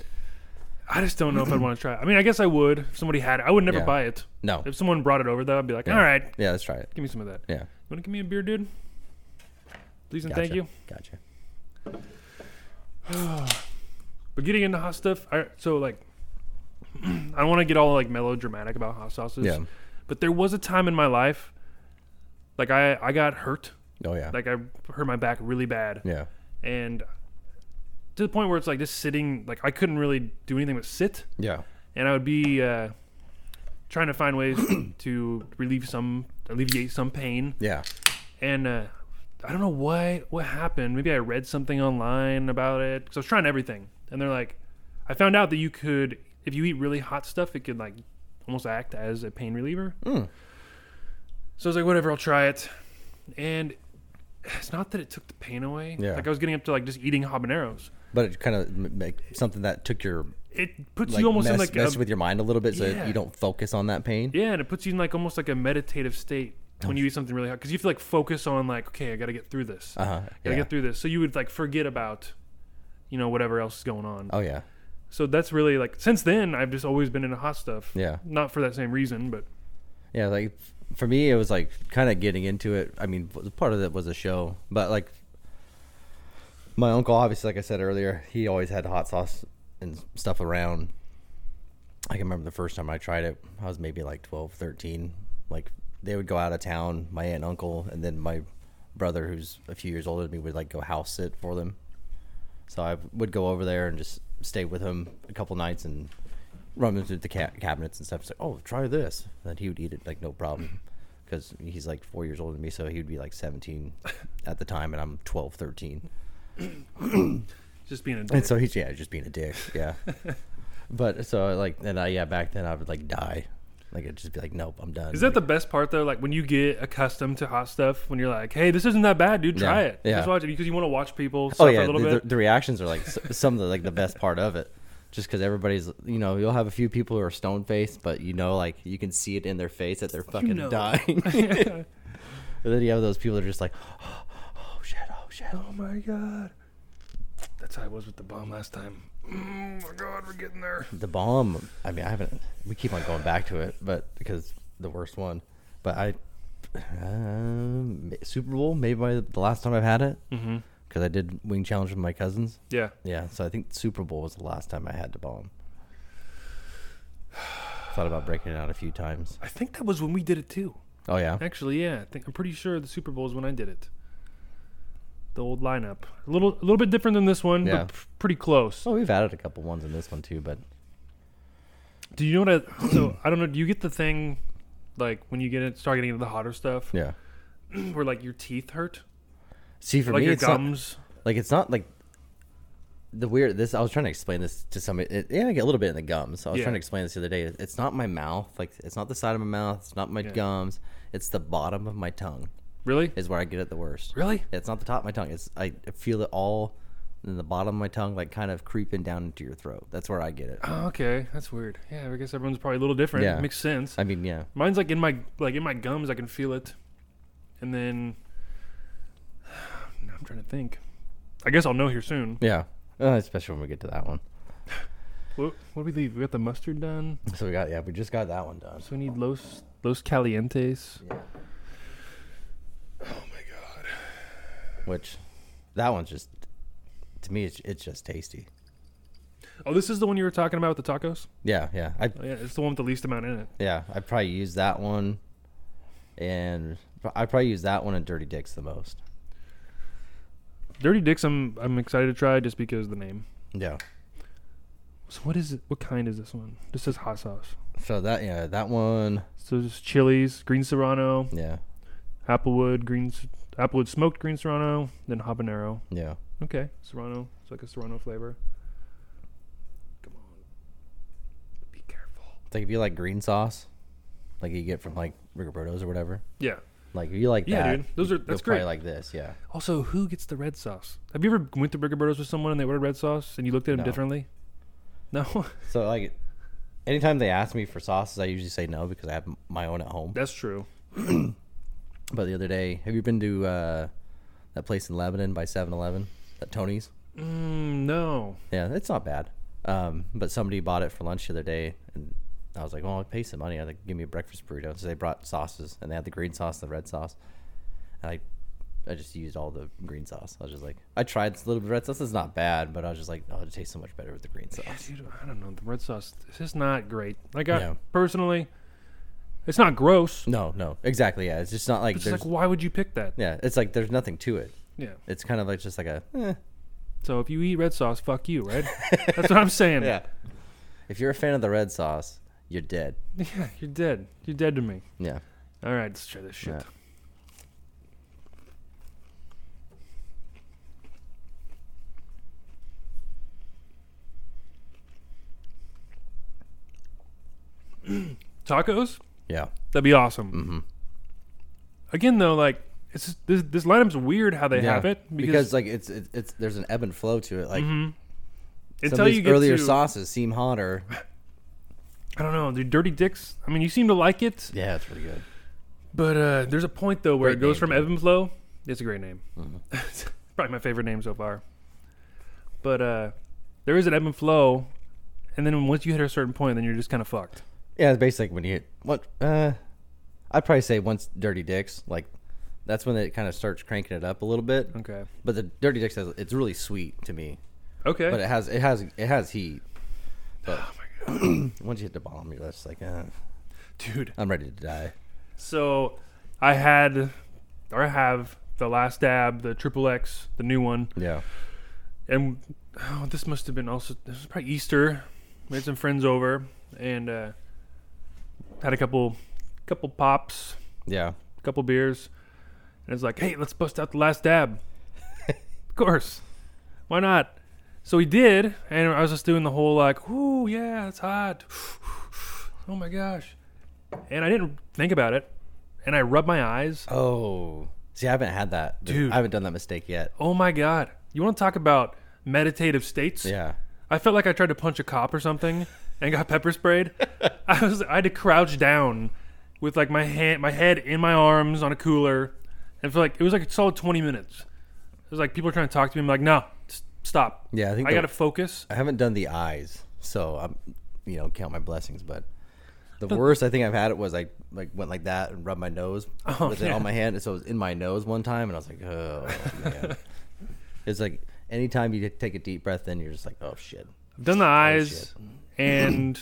[SPEAKER 3] I just don't know if I'd want to try it. I mean, I guess I would if somebody had it. I would never
[SPEAKER 1] Yeah.
[SPEAKER 3] buy it.
[SPEAKER 1] No,
[SPEAKER 3] If someone brought it over, though, I'd be like, all right,
[SPEAKER 1] yeah, let's try it.
[SPEAKER 3] give me some of that.
[SPEAKER 1] Yeah,
[SPEAKER 3] You want to give me a beer, dude? Please and thank
[SPEAKER 1] Gotcha.
[SPEAKER 3] you.
[SPEAKER 1] Gotcha.
[SPEAKER 3] But getting into hot stuff, I, so like, I don't want to get all like melodramatic about hot sauces.
[SPEAKER 1] Yeah.
[SPEAKER 3] But there was a time in my life, like I I got hurt,
[SPEAKER 1] Oh yeah.
[SPEAKER 3] like I hurt my back really bad,
[SPEAKER 1] yeah.
[SPEAKER 3] and to the point where it's like just sitting, like I couldn't really do anything but sit.
[SPEAKER 1] Yeah.
[SPEAKER 3] and I would be uh, trying to find ways to relieve some, alleviate some pain.
[SPEAKER 1] Yeah.
[SPEAKER 3] And uh, I don't know why, what happened. Maybe I read something online about it because I was trying everything, and they're like, I found out that you could, if you eat really hot stuff, it could like almost act as a pain reliever.
[SPEAKER 1] Hmm.
[SPEAKER 3] So I was like, whatever, I'll try it, and. It's not that it took the pain away.
[SPEAKER 1] Yeah.
[SPEAKER 3] Like I was getting up to like just eating habaneros.
[SPEAKER 1] But it kind of make something that took your
[SPEAKER 3] It puts
[SPEAKER 1] like
[SPEAKER 3] you almost
[SPEAKER 1] mess,
[SPEAKER 3] in like
[SPEAKER 1] mess
[SPEAKER 3] a,
[SPEAKER 1] with your mind a little bit so that
[SPEAKER 3] Yeah.
[SPEAKER 1] you don't focus on that pain.
[SPEAKER 3] Yeah, and it puts you in like almost like a meditative state when you eat something really hot because you have to like focus on like okay, I got to get through this.
[SPEAKER 1] Uh huh.
[SPEAKER 3] I gotta get through this. So you would like forget about, you know, whatever else is going on.
[SPEAKER 1] Oh yeah.
[SPEAKER 3] So that's really like since then I've just always been into hot stuff.
[SPEAKER 1] Yeah.
[SPEAKER 3] Not for that same reason, but
[SPEAKER 1] Yeah. Like for me, it was like kind of getting into it. I mean, part of it was a show, but like my uncle, obviously, like I said earlier, he always had hot sauce and stuff around. I can remember the first time I tried it. I was maybe like 12, 13. Like they would go out of town, my aunt and uncle, and then my brother, who's a few years older than me, would like go house sit for them. So I would go over there and just stay with him a couple nights and run him through the ca- cabinets and stuff. It's like, oh, try this. And then he would eat it like no problem because he's like four years older than me. So he would be like 17 at the time, and I'm 12, 13.
[SPEAKER 3] just being a
[SPEAKER 1] And
[SPEAKER 3] dick.
[SPEAKER 1] so he's yeah, just being a dick. Yeah. but so like and I yeah, back then I would like die. Like I'd just be like, Nope, I'm done.
[SPEAKER 3] is that the best part though? Like when you get accustomed to hot stuff, when you're like, "Hey, this isn't that bad, dude. Try
[SPEAKER 1] Yeah,
[SPEAKER 3] it.
[SPEAKER 1] yeah.
[SPEAKER 3] Just watch it because you want to watch people
[SPEAKER 1] Oh
[SPEAKER 3] suffer
[SPEAKER 1] yeah,
[SPEAKER 3] a
[SPEAKER 1] the,
[SPEAKER 3] little
[SPEAKER 1] the,
[SPEAKER 3] bit."
[SPEAKER 1] the reactions are like s- some of the like the best part of it, just because everybody's you know you'll have a few people who are stone faced, but you know like you can see it in their face that they're fucking
[SPEAKER 3] know.
[SPEAKER 1] dying. and then you have those people that are just like, oh shit, oh shit,
[SPEAKER 3] oh my god, that's how I was with the bomb last time. Mm, my god, we're getting there.
[SPEAKER 1] the bomb i mean i haven't we keep on going back to it but because the worst one but i um, super bowl maybe by the last time i've had it because
[SPEAKER 3] Mm-hmm.
[SPEAKER 1] i did wing challenge with my cousins
[SPEAKER 3] Yeah.
[SPEAKER 1] yeah so i think super bowl was the last time i had the bomb thought about breaking it out a few times
[SPEAKER 3] I think that was when we did it too.
[SPEAKER 1] oh yeah
[SPEAKER 3] Actually, yeah, I think I'm pretty sure the Super Bowl is when I did it. The old lineup, a little, a little bit different than this one,
[SPEAKER 1] Yeah.
[SPEAKER 3] but pr- pretty close.
[SPEAKER 1] oh we've added a couple ones in this one too but
[SPEAKER 3] Do you know what? I, so I don't know. Do you get the thing, like when you get it, start getting into the hotter stuff,
[SPEAKER 1] yeah
[SPEAKER 3] where like your teeth hurt,
[SPEAKER 1] see for
[SPEAKER 3] like
[SPEAKER 1] me
[SPEAKER 3] your
[SPEAKER 1] it's not-
[SPEAKER 3] gums?
[SPEAKER 1] like it's not like the weird this i was trying to explain this to somebody it, and i get a little bit in the gums i was
[SPEAKER 3] Yeah.
[SPEAKER 1] trying to explain this the other day it's not my mouth like it's not the side of my mouth it's not my
[SPEAKER 3] Yeah.
[SPEAKER 1] gums it's the bottom of my tongue
[SPEAKER 3] Really?
[SPEAKER 1] is where i get it the worst
[SPEAKER 3] Really?
[SPEAKER 1] it's not the top of my tongue it's i feel it all in the bottom of my tongue like kind of creeping down into your throat that's where i get it
[SPEAKER 3] Oh, okay, that's weird. Yeah, I guess everyone's probably a little different.
[SPEAKER 1] Yeah.
[SPEAKER 3] Makes sense.
[SPEAKER 1] i mean yeah
[SPEAKER 3] Mine's like in my like in my gums. I can feel it, and then now I'm trying to think. I guess I'll know here soon.
[SPEAKER 1] yeah uh, especially when we get to that one
[SPEAKER 3] What, what did we leave? We got the mustard done.
[SPEAKER 1] so we got yeah we just got that one done
[SPEAKER 3] So we need los los calientes. Oh
[SPEAKER 1] which that one's just to me it's, it's just tasty
[SPEAKER 3] Oh, this is the one you were talking about with the tacos.
[SPEAKER 1] yeah yeah i
[SPEAKER 3] Oh, yeah, it's the one with the least amount in it.
[SPEAKER 1] Yeah, I probably use that one, and I probably use that one and Dirty Dicks the most.
[SPEAKER 3] Dirty Dicks. I'm I'm excited to try just because of the name.
[SPEAKER 1] Yeah.
[SPEAKER 3] So what is it? What kind is this one? This is hot sauce.
[SPEAKER 1] So that yeah that one
[SPEAKER 3] So just chilies, green serrano,
[SPEAKER 1] yeah
[SPEAKER 3] applewood, green s- applewood smoked green serrano, then habanero.
[SPEAKER 1] yeah
[SPEAKER 3] Okay, serrano. It's like a serrano flavor.
[SPEAKER 1] Like if you like green sauce, like you get from like Rigoberto's or whatever.
[SPEAKER 3] Yeah.
[SPEAKER 1] Like if you like
[SPEAKER 3] Yeah,
[SPEAKER 1] that,
[SPEAKER 3] dude. Those are-
[SPEAKER 1] you'll
[SPEAKER 3] that's
[SPEAKER 1] probably
[SPEAKER 3] great.
[SPEAKER 1] like this. Yeah.
[SPEAKER 3] Also, who gets the red sauce? Have you ever went to Rigoberto's with someone and they ordered red sauce and you looked at them
[SPEAKER 1] No.
[SPEAKER 3] differently? No,
[SPEAKER 1] So like, anytime they ask me for sauces, I usually say no because I have m- my own at home.
[SPEAKER 3] that's true.
[SPEAKER 1] But the other day, have you been to uh, that place in Lebanon by 7-Eleven? That Tony's.
[SPEAKER 3] Mm, no,
[SPEAKER 1] Yeah, it's not bad. Um, but somebody bought it for lunch the other day, and I was like, "Well, I'll pay some money. I like give me a breakfast burrito." So they brought sauces, and they had the green sauce and the red sauce. And I, I just used all the green sauce. I was just like, I tried a little bit of red sauce. It's not bad, but I was just like, "Oh, it tastes so much better with the green sauce."
[SPEAKER 3] dude, I don't know. The red sauce is just not great. Like I
[SPEAKER 1] No.
[SPEAKER 3] personally, it's not gross.
[SPEAKER 1] No, no, exactly. Yeah, it's just not like
[SPEAKER 3] It's
[SPEAKER 1] there's.
[SPEAKER 3] just like, why would you pick that?
[SPEAKER 1] yeah, it's like there's nothing to it.
[SPEAKER 3] Yeah.
[SPEAKER 1] It's kind of like just like a eh,
[SPEAKER 3] So if you eat red sauce, fuck you, right? That's what I'm saying.
[SPEAKER 1] yeah. If you're a fan of the red sauce, you're dead.
[SPEAKER 3] Yeah, you're dead. You're dead to me.
[SPEAKER 1] Yeah.
[SPEAKER 3] All right, let's try this shit.
[SPEAKER 1] Yeah.
[SPEAKER 3] Tacos?
[SPEAKER 1] Yeah. Mm-hmm.
[SPEAKER 3] That'd be awesome.
[SPEAKER 1] Mm.
[SPEAKER 3] Again, though, like it's just- this this lineup's weird how they
[SPEAKER 1] Yeah.
[SPEAKER 3] have it
[SPEAKER 1] because,
[SPEAKER 3] because, mm-hmm.
[SPEAKER 1] like it's, it's it's there's an ebb and flow to it. Like some
[SPEAKER 3] until
[SPEAKER 1] of
[SPEAKER 3] you
[SPEAKER 1] these
[SPEAKER 3] get
[SPEAKER 1] earlier
[SPEAKER 3] to
[SPEAKER 1] sauces seem hotter.
[SPEAKER 3] I don't know the Dirty Dicks. I mean, you seem to like it,
[SPEAKER 1] Yeah, it's pretty good.
[SPEAKER 3] but uh, there's a point though where
[SPEAKER 1] Great
[SPEAKER 3] it goes
[SPEAKER 1] name, Mm-hmm.
[SPEAKER 3] from ebb and flow. It's a great name. It's Probably my favorite name so far. But uh, there is an ebb and flow, and then once you hit a certain point, then you're just kind of fucked.
[SPEAKER 1] Yeah, it's basically when you hit what uh, I'd probably say once Dirty Dicks like that's when it kind of starts cranking it up a little bit.
[SPEAKER 3] Okay.
[SPEAKER 1] But the Dirty Dicks has it's really sweet to me,
[SPEAKER 3] Okay. Oh
[SPEAKER 1] but uh, it has it has it has heat. But once you hit the bottom, you're just like, uh,
[SPEAKER 3] Dude.
[SPEAKER 1] I'm ready to die.
[SPEAKER 3] So I had, or I have, the last dab, the triple X, the new one.
[SPEAKER 1] Yeah.
[SPEAKER 3] and oh, this must have been also this was probably Easter. We had some friends over and uh, had a couple, couple pops,
[SPEAKER 1] Yeah.
[SPEAKER 3] a couple beers, and it's like, hey, let's bust out the last dab. of course, why not? So we did, and I was just doing the whole like, ooh, yeah, it's hot. oh my gosh, and I didn't think about it, and I rubbed my eyes.
[SPEAKER 1] Oh. See, I haven't had that.
[SPEAKER 3] Dude.
[SPEAKER 1] I haven't done that mistake yet.
[SPEAKER 3] Oh my god, you want to talk about meditative states?
[SPEAKER 1] Yeah.
[SPEAKER 3] I felt like I tried to punch a cop or something and got pepper sprayed. I was I had to crouch down with like my hand my head in my arms on a cooler and for like it was like a solid 20 minutes. It was like people were trying to talk to me. I'm like, "No, s- stop."
[SPEAKER 1] Yeah, I think Oh,
[SPEAKER 3] I
[SPEAKER 1] the-
[SPEAKER 3] got to focus.
[SPEAKER 1] I haven't done the eyes, so I'm, you know, count my blessings. But the worst I think I've had it was I like went like that and rubbed my nose with it
[SPEAKER 3] Oh, yeah.
[SPEAKER 1] on my hand, and so it was in my nose one time, and I was like, oh man. it's like anytime you take a deep breath in, you're just like, oh shit,
[SPEAKER 3] I've done the eyes and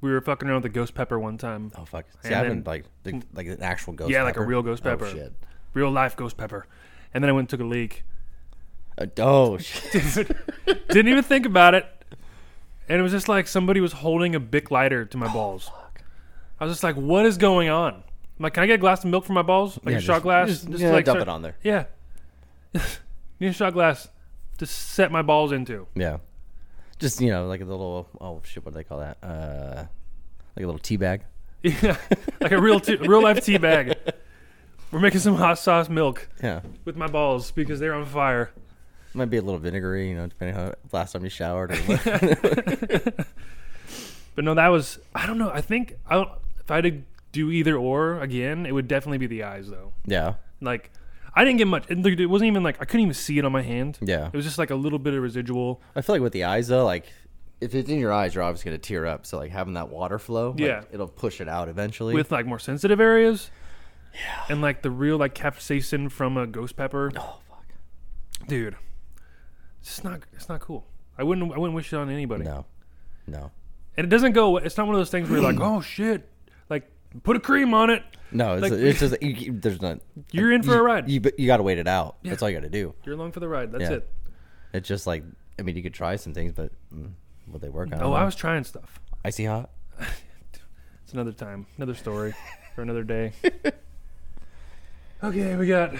[SPEAKER 3] we were fucking around with the ghost pepper one time.
[SPEAKER 1] oh fuck. See,
[SPEAKER 3] And
[SPEAKER 1] I haven't
[SPEAKER 3] then-
[SPEAKER 1] like the, like an actual ghost.
[SPEAKER 3] Yeah, like a
[SPEAKER 1] pepper.
[SPEAKER 3] real ghost pepper.
[SPEAKER 1] Oh shit.
[SPEAKER 3] Real life ghost pepper. And then I went and took a leak.
[SPEAKER 1] Uh, oh shit.
[SPEAKER 3] Didn't even think about it. And it was just like somebody was holding a Bic lighter to my
[SPEAKER 1] Oh,
[SPEAKER 3] balls. I was just like, what is going on? I'm like, can I get a glass of milk for my balls? Like
[SPEAKER 1] Yeah,
[SPEAKER 3] a shot
[SPEAKER 1] just-
[SPEAKER 3] glass?
[SPEAKER 1] just- yeah, dump
[SPEAKER 3] sir-
[SPEAKER 1] it on there.
[SPEAKER 3] Yeah. Need a shot glass to set my balls into.
[SPEAKER 1] yeah. Just you know, like a little oh shit, what do they call that? Uh, like a little tea bag.
[SPEAKER 3] Yeah. like a real, tea, real life tea bag. We're making some hot sauce milk
[SPEAKER 1] Yeah.
[SPEAKER 3] with my balls because they're on fire.
[SPEAKER 1] Might be a little vinegary, you know, depending on how last time you showered or what.
[SPEAKER 3] But no, that was, I don't know. I think I don't, if I had to do either or again, it would definitely be the eyes though.
[SPEAKER 1] Yeah.
[SPEAKER 3] Like, I didn't get much. It, it wasn't even like I couldn't even see it on my hand.
[SPEAKER 1] Yeah.
[SPEAKER 3] it was just like a little bit of residual.
[SPEAKER 1] I feel like with the eyes though, like if it's in your eyes, you're obviously gonna tear up. So like having that water flow, like,
[SPEAKER 3] Yeah.
[SPEAKER 1] it'll push it out eventually.
[SPEAKER 3] with like more sensitive areas. Yeah. And like the real like capsaicin from a ghost pepper.
[SPEAKER 1] oh fuck.
[SPEAKER 3] Dude. It's just not it's not cool. I wouldn't I wouldn't wish it on anybody.
[SPEAKER 1] No, no,
[SPEAKER 3] And it doesn't go it's not one of those things where you're like, "Oh shit, like put a cream on it.
[SPEAKER 1] no. It's,
[SPEAKER 3] Like-
[SPEAKER 1] it's just you, you- there's not.
[SPEAKER 3] You're in for a ride.
[SPEAKER 1] You you gotta wait it out. That's all you gotta do.
[SPEAKER 3] You're along for the ride. That's
[SPEAKER 1] Yeah.
[SPEAKER 3] it."
[SPEAKER 1] It's just like I mean, you could try some things, but mm, will they work? I don't
[SPEAKER 3] Oh, I
[SPEAKER 1] know.
[SPEAKER 3] was trying stuff.
[SPEAKER 1] icy hot.
[SPEAKER 3] It's another time, another story for another day. okay, we got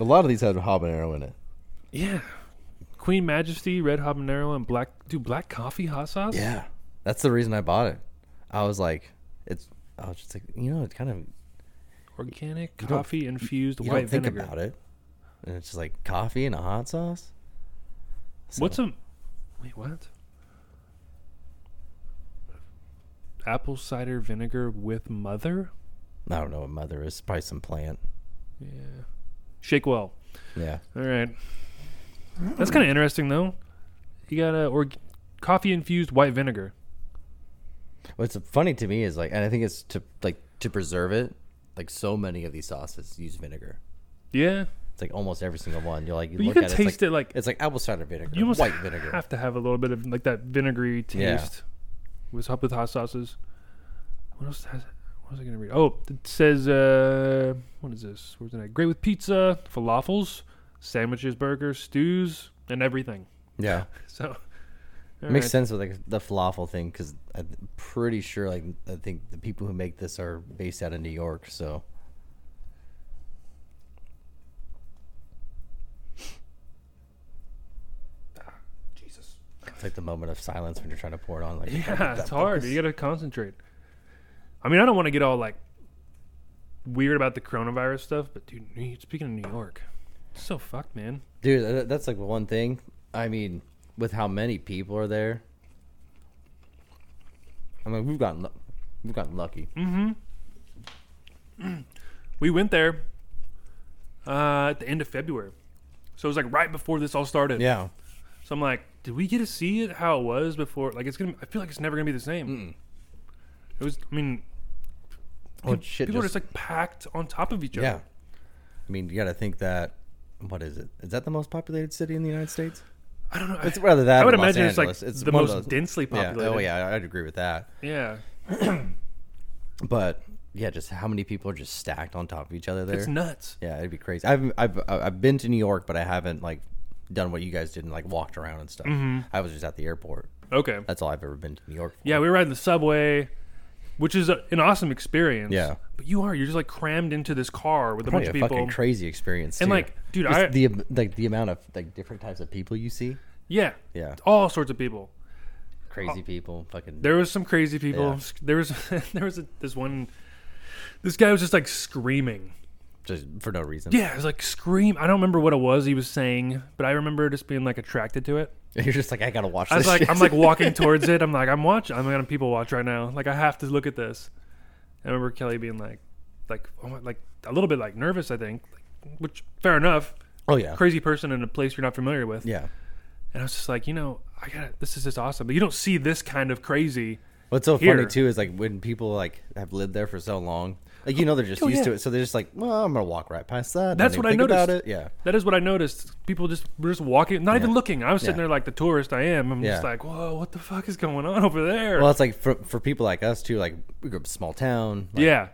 [SPEAKER 1] A lot of these have habanero in it.
[SPEAKER 3] yeah. Queen Majesty, Red Habanero, and Black. Do black coffee hot sauce?
[SPEAKER 1] Yeah, that's the reason I bought it. I was like, it's. I was just like, you know, it's kind of
[SPEAKER 3] Organic
[SPEAKER 1] don't-
[SPEAKER 3] coffee infused
[SPEAKER 1] you
[SPEAKER 3] white
[SPEAKER 1] don't think
[SPEAKER 3] vinegar.
[SPEAKER 1] about it, and it's just like coffee and a hot sauce.
[SPEAKER 3] What's a wait? What? Apple cider vinegar with mother?
[SPEAKER 1] I don't know what mother is. Probably some plant.
[SPEAKER 3] Yeah. Shake well.
[SPEAKER 1] Yeah.
[SPEAKER 3] All right. That's
[SPEAKER 1] Hmm.
[SPEAKER 3] kind of interesting though. You got a or coffee infused white vinegar.
[SPEAKER 1] What's funny to me is like, and I think it's to like to preserve it. Like so many of these sauces use vinegar.
[SPEAKER 3] Yeah.
[SPEAKER 1] It's like almost every single one. You're like, you
[SPEAKER 3] But you
[SPEAKER 1] look
[SPEAKER 3] can
[SPEAKER 1] at it,
[SPEAKER 3] taste
[SPEAKER 1] it's like,
[SPEAKER 3] it like
[SPEAKER 1] It's like apple cider vinegar,
[SPEAKER 3] you almost
[SPEAKER 1] white vinegar.
[SPEAKER 3] have to have a little bit of like that vinegary taste.
[SPEAKER 1] Yeah.
[SPEAKER 3] Was up with hot sauces. What else has? What was I gonna read? Oh, it says uh, what is this? Where's the next? Great with pizza, falafels, sandwiches, burgers, stews, and everything.
[SPEAKER 1] yeah,
[SPEAKER 3] So all
[SPEAKER 1] makes
[SPEAKER 3] right.
[SPEAKER 1] sense with like the falafel thing because I'm pretty sure like I think the people who make this are based out of New York. So
[SPEAKER 3] Jesus.
[SPEAKER 1] it's like the moment of silence when you're trying to pour it on. Like,
[SPEAKER 3] Yeah, it's hard. You gotta concentrate. I mean, I don't want to get all like weird about the coronavirus stuff, but dude, New- speaking of New York, it's so fucked, man.
[SPEAKER 1] dude, tha- that's like one thing. I mean, with how many people are there, I mean, we've gotten lu- we've gotten lucky.
[SPEAKER 3] Mm. We went there uh, at the end of February, so it was like right before this all started.
[SPEAKER 1] Yeah,
[SPEAKER 3] So I'm like, did we get to see it how it was before? Like, it's gonna. I feel like it's never gonna be the same. It was. I mean,
[SPEAKER 1] well, shit,
[SPEAKER 3] people are
[SPEAKER 1] just-
[SPEAKER 3] just like packed on top of each other.
[SPEAKER 1] Yeah. I mean, you got to think that. What is it? Is that the most populated city in the United States?
[SPEAKER 3] I don't know.
[SPEAKER 1] It's rather that.
[SPEAKER 3] I would
[SPEAKER 1] or Los
[SPEAKER 3] imagine it's, like,
[SPEAKER 1] Angeles.
[SPEAKER 3] the
[SPEAKER 1] one of
[SPEAKER 3] most densely
[SPEAKER 1] Yeah. Oh
[SPEAKER 3] populated.
[SPEAKER 1] yeah, I'd agree with that.
[SPEAKER 3] yeah.
[SPEAKER 1] But yeah, just how many people are just stacked on top of each other there?
[SPEAKER 3] It's nuts.
[SPEAKER 1] yeah, it'd be crazy. I've I've uh, I've been to New York, but I haven't like done what you guys did and like walked around and stuff. I was just at the airport.
[SPEAKER 3] Okay.
[SPEAKER 1] That's all I've ever been to New York. For.
[SPEAKER 3] Mm-hmm. Yeah, we were riding the subway, which is a, an awesome experience.
[SPEAKER 1] Yeah.
[SPEAKER 3] But you are you're just like crammed into this car with a
[SPEAKER 1] Probably
[SPEAKER 3] bunch
[SPEAKER 1] a
[SPEAKER 3] of people.
[SPEAKER 1] fucking crazy experience.
[SPEAKER 3] And,
[SPEAKER 1] too.
[SPEAKER 3] like, dude,
[SPEAKER 1] Just
[SPEAKER 3] I-
[SPEAKER 1] the am- like the amount of like different types of people you see,
[SPEAKER 3] yeah.
[SPEAKER 1] Yeah.
[SPEAKER 3] All sorts of people.
[SPEAKER 1] crazy people, fucking
[SPEAKER 3] Oh. There was some crazy people.
[SPEAKER 1] Yeah.
[SPEAKER 3] There was there was a, this one. This guy was just like screaming.
[SPEAKER 1] just for no reason.
[SPEAKER 3] Yeah, it was like scream. I don't remember what it was he was saying, but I remember just being like attracted to it.
[SPEAKER 1] you're just like I gotta watch.
[SPEAKER 3] I was
[SPEAKER 1] this
[SPEAKER 3] like,
[SPEAKER 1] shit.
[SPEAKER 3] I'm like walking towards it. I'm like, I'm watching. I'm gonna people watch right now. Like, I have to look at this. I remember Kelly being like, like, oh my- like a little bit like nervous. I think, like, which fair enough.
[SPEAKER 1] oh yeah,
[SPEAKER 3] Crazy person in a place you're not familiar with.
[SPEAKER 1] yeah.
[SPEAKER 3] And I was just like, you know, I got this is just awesome. But you don't see this kind of crazy.
[SPEAKER 1] What's so
[SPEAKER 3] here.
[SPEAKER 1] funny too is like when people like have lived there for so long, like you know they're just
[SPEAKER 3] Oh,
[SPEAKER 1] used to
[SPEAKER 3] yeah.
[SPEAKER 1] it, so they're just like, well, I'm gonna walk right past that.
[SPEAKER 3] That's
[SPEAKER 1] even
[SPEAKER 3] what I
[SPEAKER 1] think about
[SPEAKER 3] noticed.
[SPEAKER 1] it. Yeah,
[SPEAKER 3] That is what I noticed. People just were just walking, not even looking. I was sitting
[SPEAKER 1] Yeah.
[SPEAKER 3] there like the tourist I am. I'm just
[SPEAKER 1] Yeah.
[SPEAKER 3] like, whoa, what the fuck is going on over there?
[SPEAKER 1] well, it's like for for people like us too, like we grew up in a small town, like,
[SPEAKER 3] yeah,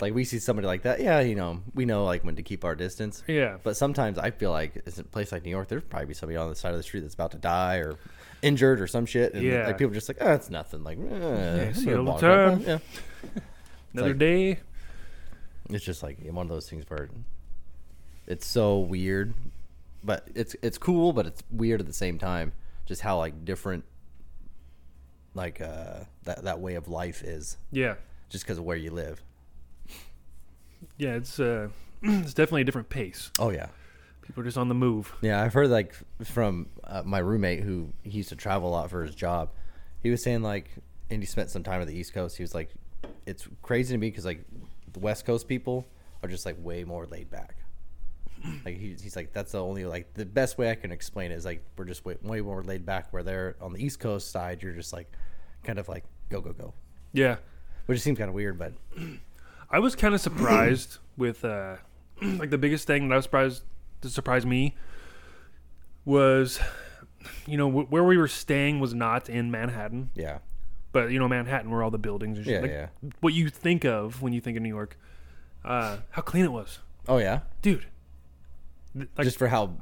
[SPEAKER 1] like we see somebody like that, yeah, you know, we know like when to keep our distance.
[SPEAKER 3] yeah.
[SPEAKER 1] But sometimes I feel like it's a place like New York, there'd probably be somebody on the side of the street that's about to die or injured or some shit, and
[SPEAKER 3] Yeah.
[SPEAKER 1] like people are just like, oh, it's nothing. Like, eh, I'm
[SPEAKER 3] see
[SPEAKER 1] gonna
[SPEAKER 3] you all the
[SPEAKER 1] walk right
[SPEAKER 3] time.
[SPEAKER 1] by. Yeah,
[SPEAKER 3] Another
[SPEAKER 1] like-
[SPEAKER 3] day.
[SPEAKER 1] it's just like one of those things where it's so weird but it's it's cool but it's weird at the same time just how like different like uh that that way of life is
[SPEAKER 3] Yeah.
[SPEAKER 1] just because of where you live
[SPEAKER 3] Yeah, it's uh, it's definitely a different pace.
[SPEAKER 1] oh yeah
[SPEAKER 3] People are just on the move.
[SPEAKER 1] yeah i've heard like from uh, my roommate who he used to travel a lot for his job he was saying like and he spent some time on the east coast he was like it's crazy to me because like the west coast people are just like way more laid back Like he, he's like, that's the only like the best way I can explain it is like we're just way, way more laid back. Where they're on the East Coast side, you're just like, kind of like go go go,
[SPEAKER 3] Yeah,
[SPEAKER 1] which seems kind of weird, but
[SPEAKER 3] I was kind of surprised with uh, like the biggest thing that I was surprised to surprise me was, you know, wh- where we were staying was not in Manhattan,
[SPEAKER 1] yeah,
[SPEAKER 3] but you know, Manhattan where all the buildings and shit,
[SPEAKER 1] yeah,
[SPEAKER 3] like,
[SPEAKER 1] yeah.
[SPEAKER 3] what you think of when you think of New York. Uh, how clean it was,
[SPEAKER 1] Oh yeah,
[SPEAKER 3] dude. Th- Like,
[SPEAKER 1] just for how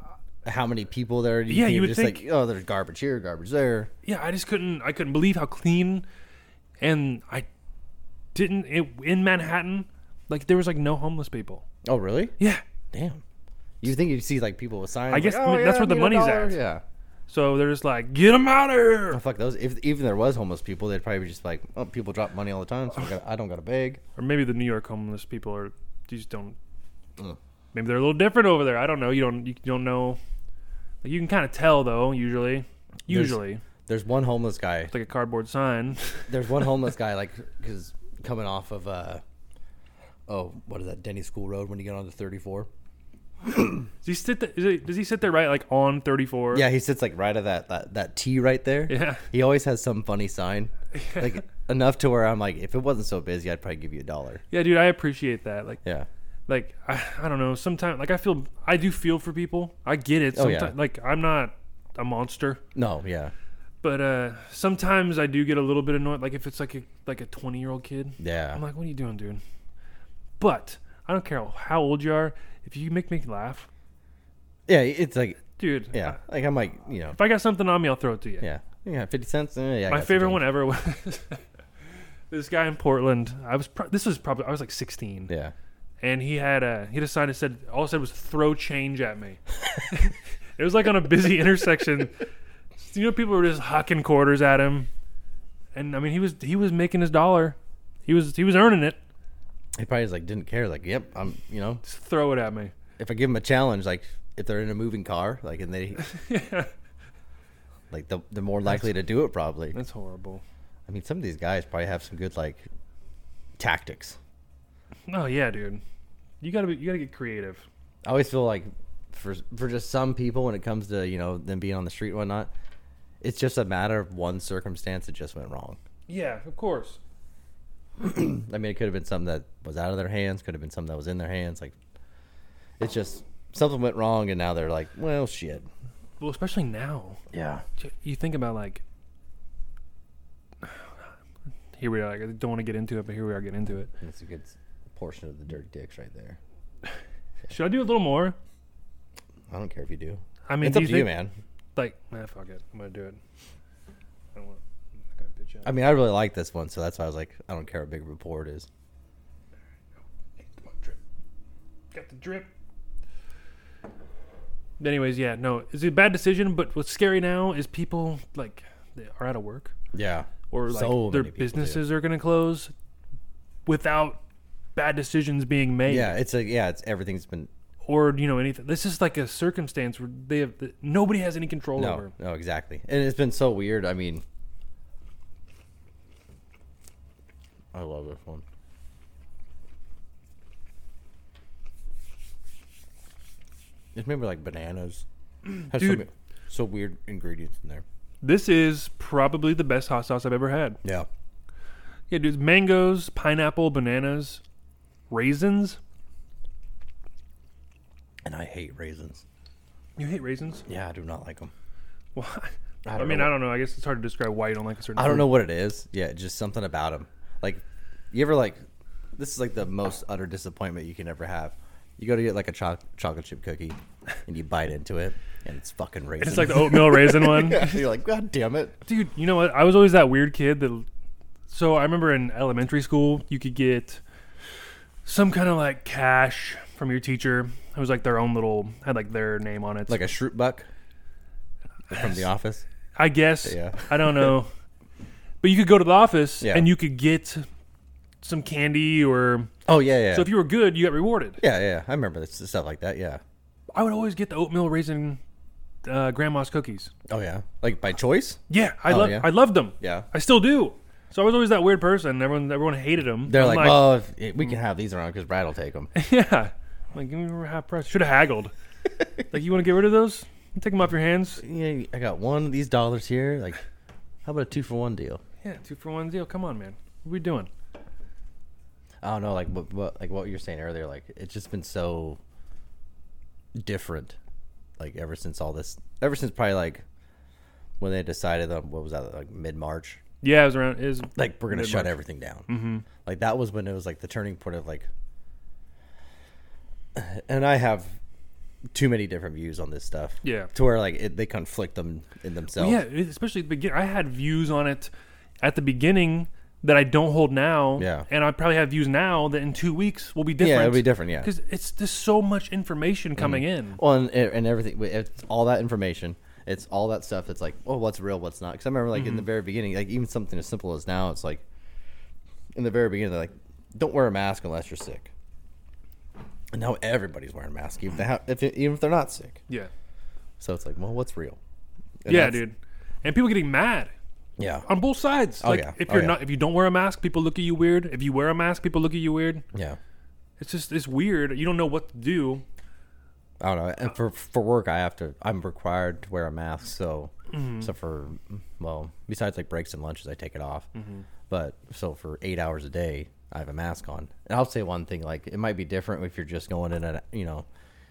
[SPEAKER 1] how many people there? You
[SPEAKER 3] Yeah, you would
[SPEAKER 1] just
[SPEAKER 3] think-
[SPEAKER 1] like, oh, there's garbage here, garbage there.
[SPEAKER 3] yeah, I just couldn't. I couldn't believe how clean, and I didn't it, in Manhattan. Like there was like no homeless people.
[SPEAKER 1] Oh really?
[SPEAKER 3] Yeah,
[SPEAKER 1] Damn. You think you'd see like people with signs?
[SPEAKER 3] I guess
[SPEAKER 1] like,
[SPEAKER 3] I mean,
[SPEAKER 1] "Oh,
[SPEAKER 3] that's
[SPEAKER 1] yeah,
[SPEAKER 3] where the
[SPEAKER 1] need a
[SPEAKER 3] money's
[SPEAKER 1] dollar."
[SPEAKER 3] at.
[SPEAKER 1] Yeah,
[SPEAKER 3] So they're just like, get them out of
[SPEAKER 1] Oh,
[SPEAKER 3] here.
[SPEAKER 1] fuck those. If even there was homeless people, they'd probably be just like, oh, people drop money all the time, so I, gotta, I don't got to beg.
[SPEAKER 3] Or maybe the New York homeless people are they just don't.
[SPEAKER 1] Mm.
[SPEAKER 3] Maybe they're a little different over there. I don't know. You don't. You don't know. Like you can kind of tell though. Usually, usually
[SPEAKER 1] There's one homeless guy.
[SPEAKER 3] it's like a cardboard sign.
[SPEAKER 1] There's one homeless guy like because coming off of uh, oh, what is that? Denny School Road when you get onto 34.
[SPEAKER 3] Does he sit? There, is it, does he sit there right like on thirty four?
[SPEAKER 1] Yeah, he sits like right at that that that T right there.
[SPEAKER 3] Yeah.
[SPEAKER 1] He always has some funny sign, like enough to where I'm like, if it wasn't so busy, I'd probably give you a dollar.
[SPEAKER 3] Yeah, dude, I appreciate that. Like,
[SPEAKER 1] Yeah.
[SPEAKER 3] like I, I don't know. Sometimes, like, I feel, I do feel for people. I get it.
[SPEAKER 1] Oh, yeah.
[SPEAKER 3] Sometimes, like, I'm not a monster,
[SPEAKER 1] No. Yeah.
[SPEAKER 3] but uh sometimes I do get a little bit annoyed. Like, if it's like a like a 20 year old kid,
[SPEAKER 1] Yeah.
[SPEAKER 3] I'm like, what are you doing, dude? But I don't care how old you are. If you make me laugh,
[SPEAKER 1] yeah. It's like
[SPEAKER 3] dude.
[SPEAKER 1] yeah.
[SPEAKER 3] I-
[SPEAKER 1] Like I'm like you know
[SPEAKER 3] if I got something on me, I'll throw it to you.
[SPEAKER 1] yeah yeah fifty cents. eh, yeah, I
[SPEAKER 3] My
[SPEAKER 1] got some
[SPEAKER 3] favorite
[SPEAKER 1] change.
[SPEAKER 3] one ever was this guy in Portland. I was pro- this was probably I was like 16.
[SPEAKER 1] Yeah.
[SPEAKER 3] and he had a he had a sign that said all it said was throw change at me. it was like on a busy intersection. You know, people were just hucking quarters at him, and I mean, he was he was making his dollar. He was he was earning it.
[SPEAKER 1] He probably just like didn't care. Like yep, I'm you know
[SPEAKER 3] Just throw it at me.
[SPEAKER 1] if I give them a challenge, like if they're in a moving car, like and they, like the they're more likely to do it. Probably.
[SPEAKER 3] That's horrible.
[SPEAKER 1] I mean, some of these guys probably have some good like tactics.
[SPEAKER 3] Oh yeah, dude. You gotta be, you gotta get creative.
[SPEAKER 1] I always feel like for for just some people when it comes to you know them being on the street and whatnot, it's just a matter of one circumstance that just went wrong.
[SPEAKER 3] Yeah, of course.
[SPEAKER 1] I mean, it could have been something that was out of their hands, could have been something that was in their hands. Like, it's just something went wrong, and now they're like, well, shit.
[SPEAKER 3] Well, especially now.
[SPEAKER 1] Yeah.
[SPEAKER 3] you think about like here we are. Like, I don't want to get into it, but here we are getting into it.
[SPEAKER 1] That's a good s- portion of the dirty dicks right there.
[SPEAKER 3] Should I do a little more?
[SPEAKER 1] I don't care if you do.
[SPEAKER 3] I mean,
[SPEAKER 1] it's
[SPEAKER 3] do
[SPEAKER 1] up
[SPEAKER 3] you
[SPEAKER 1] to
[SPEAKER 3] think,
[SPEAKER 1] you, man.
[SPEAKER 3] like, nah, fuck it. I'm gonna do it. I don't want. I'm not gonna bitch out.
[SPEAKER 1] I mean, I really like this one, so that's why I was like, I don't care how big of a pour it is.
[SPEAKER 3] Come on, drip. Got the drip. Anyways, yeah, no, it's a bad decision. But what's scary now is people like they are out of work
[SPEAKER 1] Yeah.
[SPEAKER 3] or like
[SPEAKER 1] So
[SPEAKER 3] their
[SPEAKER 1] many people do.
[SPEAKER 3] businesses are gonna close without bad decisions being made.
[SPEAKER 1] Yeah, it's like yeah, it's everything's been
[SPEAKER 3] Or you know anything. This is like a circumstance where they have nobody has any control
[SPEAKER 1] no,
[SPEAKER 3] over.
[SPEAKER 1] no, exactly, and it's been so weird. I mean, I love this one. It's maybe like bananas, Has so,
[SPEAKER 3] Dude.
[SPEAKER 1] many- so weird ingredients in there.
[SPEAKER 3] This is probably the best hot sauce I've ever had.
[SPEAKER 1] Yeah,
[SPEAKER 3] Yeah, dude, mangoes, pineapple, bananas, raisins.
[SPEAKER 1] and I hate raisins.
[SPEAKER 3] You hate raisins?
[SPEAKER 1] Yeah, I do not like them.
[SPEAKER 3] Why? I,
[SPEAKER 1] don't
[SPEAKER 3] mean,
[SPEAKER 1] know.
[SPEAKER 3] I don't know. I guess it's hard to describe why you don't like a certain.
[SPEAKER 1] I don't
[SPEAKER 3] food.
[SPEAKER 1] know what it is. Yeah, just something about them. Like, you ever like, this is like the most utter disappointment you can ever have. You go to get like a cho- chocolate chip cookie, and you bite into it, and it's fucking raisin.
[SPEAKER 3] It's like the oatmeal raisin one,
[SPEAKER 1] you're like, God damn it!
[SPEAKER 3] dude. You know what? I was always that weird kid that. So I remember in elementary school, you could get some kind of like cash from your teacher. It was like their own little had like their name on it.
[SPEAKER 1] Like a shroot buck from the office.
[SPEAKER 3] I guess.
[SPEAKER 1] Yeah.
[SPEAKER 3] I don't know. but you could go to the office
[SPEAKER 1] Yeah.
[SPEAKER 3] and you could get some candy or
[SPEAKER 1] Oh yeah, yeah.
[SPEAKER 3] so if you were good, you got rewarded.
[SPEAKER 1] yeah, yeah. I remember this stuff like that. Yeah.
[SPEAKER 3] I would always get the oatmeal raisin uh, grandma's cookies.
[SPEAKER 1] Oh yeah. Like by choice.
[SPEAKER 3] Yeah, I
[SPEAKER 1] Oh,
[SPEAKER 3] love
[SPEAKER 1] yeah?
[SPEAKER 3] I loved them.
[SPEAKER 1] Yeah.
[SPEAKER 3] I still do. So I was always that weird person. Everyone everyone hated them.
[SPEAKER 1] They're like, oh, if-
[SPEAKER 3] Mm.
[SPEAKER 1] we can have these around because Brad will take them.
[SPEAKER 3] yeah. I'm like, give me half price. Should have haggled. like, you want to get rid of those? Take them off your hands.
[SPEAKER 1] yeah, I got one of these dollars here. Like, how about a two for one deal?
[SPEAKER 3] Yeah, two for one deal. Come on, man. What are we doing?
[SPEAKER 1] I don't know, like what, what like what you were saying earlier, like it's just been so different, like ever since all this, ever since probably like when they decided on what was that like mid March,
[SPEAKER 3] Yeah, it was around. It was
[SPEAKER 1] like we're gonna shut
[SPEAKER 3] Mid-March.
[SPEAKER 1] everything down. Mm-hmm. Like that was when it was like the turning point of like, and I have too many different views on this stuff.
[SPEAKER 3] Yeah.
[SPEAKER 1] to where like it, they conflict them in themselves.
[SPEAKER 3] Oh, Yeah, it- especially at the beginning. I had views on it at the beginning that I don't hold now.
[SPEAKER 1] Yeah.
[SPEAKER 3] And I probably have views now that in two weeks will be different.
[SPEAKER 1] yeah, it'll be different. Yeah, Mm-hmm.
[SPEAKER 3] Because it's just so much information coming in.
[SPEAKER 1] e, Well, and, and everything, with- it's all that information, It's all that stuff that's like, oh, what's real, what's not. Because I remember, like,
[SPEAKER 3] Mm-hmm.
[SPEAKER 1] in the very beginning, like, even something as simple as now, it's like, in the very beginning, they're like, don't wear a mask unless you're sick. And now everybody's wearing a mask, even if, they have, if, even if they're not sick.
[SPEAKER 3] Yeah.
[SPEAKER 1] So it's like, well, what's real? And
[SPEAKER 3] Yeah,
[SPEAKER 1] that's-
[SPEAKER 3] dude. And people getting mad
[SPEAKER 1] Yeah.
[SPEAKER 3] on both sides.
[SPEAKER 1] Oh,
[SPEAKER 3] like
[SPEAKER 1] yeah.
[SPEAKER 3] if
[SPEAKER 1] Oh,
[SPEAKER 3] you're
[SPEAKER 1] yeah.
[SPEAKER 3] not if you don't wear a mask, people look at you weird. If you wear a mask, people look at you weird.
[SPEAKER 1] yeah.
[SPEAKER 3] It's just it's weird. You don't know what to do.
[SPEAKER 1] I don't know. And for for work, I have to. I'm required to wear a mask. So,
[SPEAKER 3] Mm-hmm.
[SPEAKER 1] so for well, besides like breaks and lunches, I take it off.
[SPEAKER 3] Mm-hmm.
[SPEAKER 1] But so for eight hours a day, I have a mask on. And I'll say one thing: like it might be different if you're just going in and you know,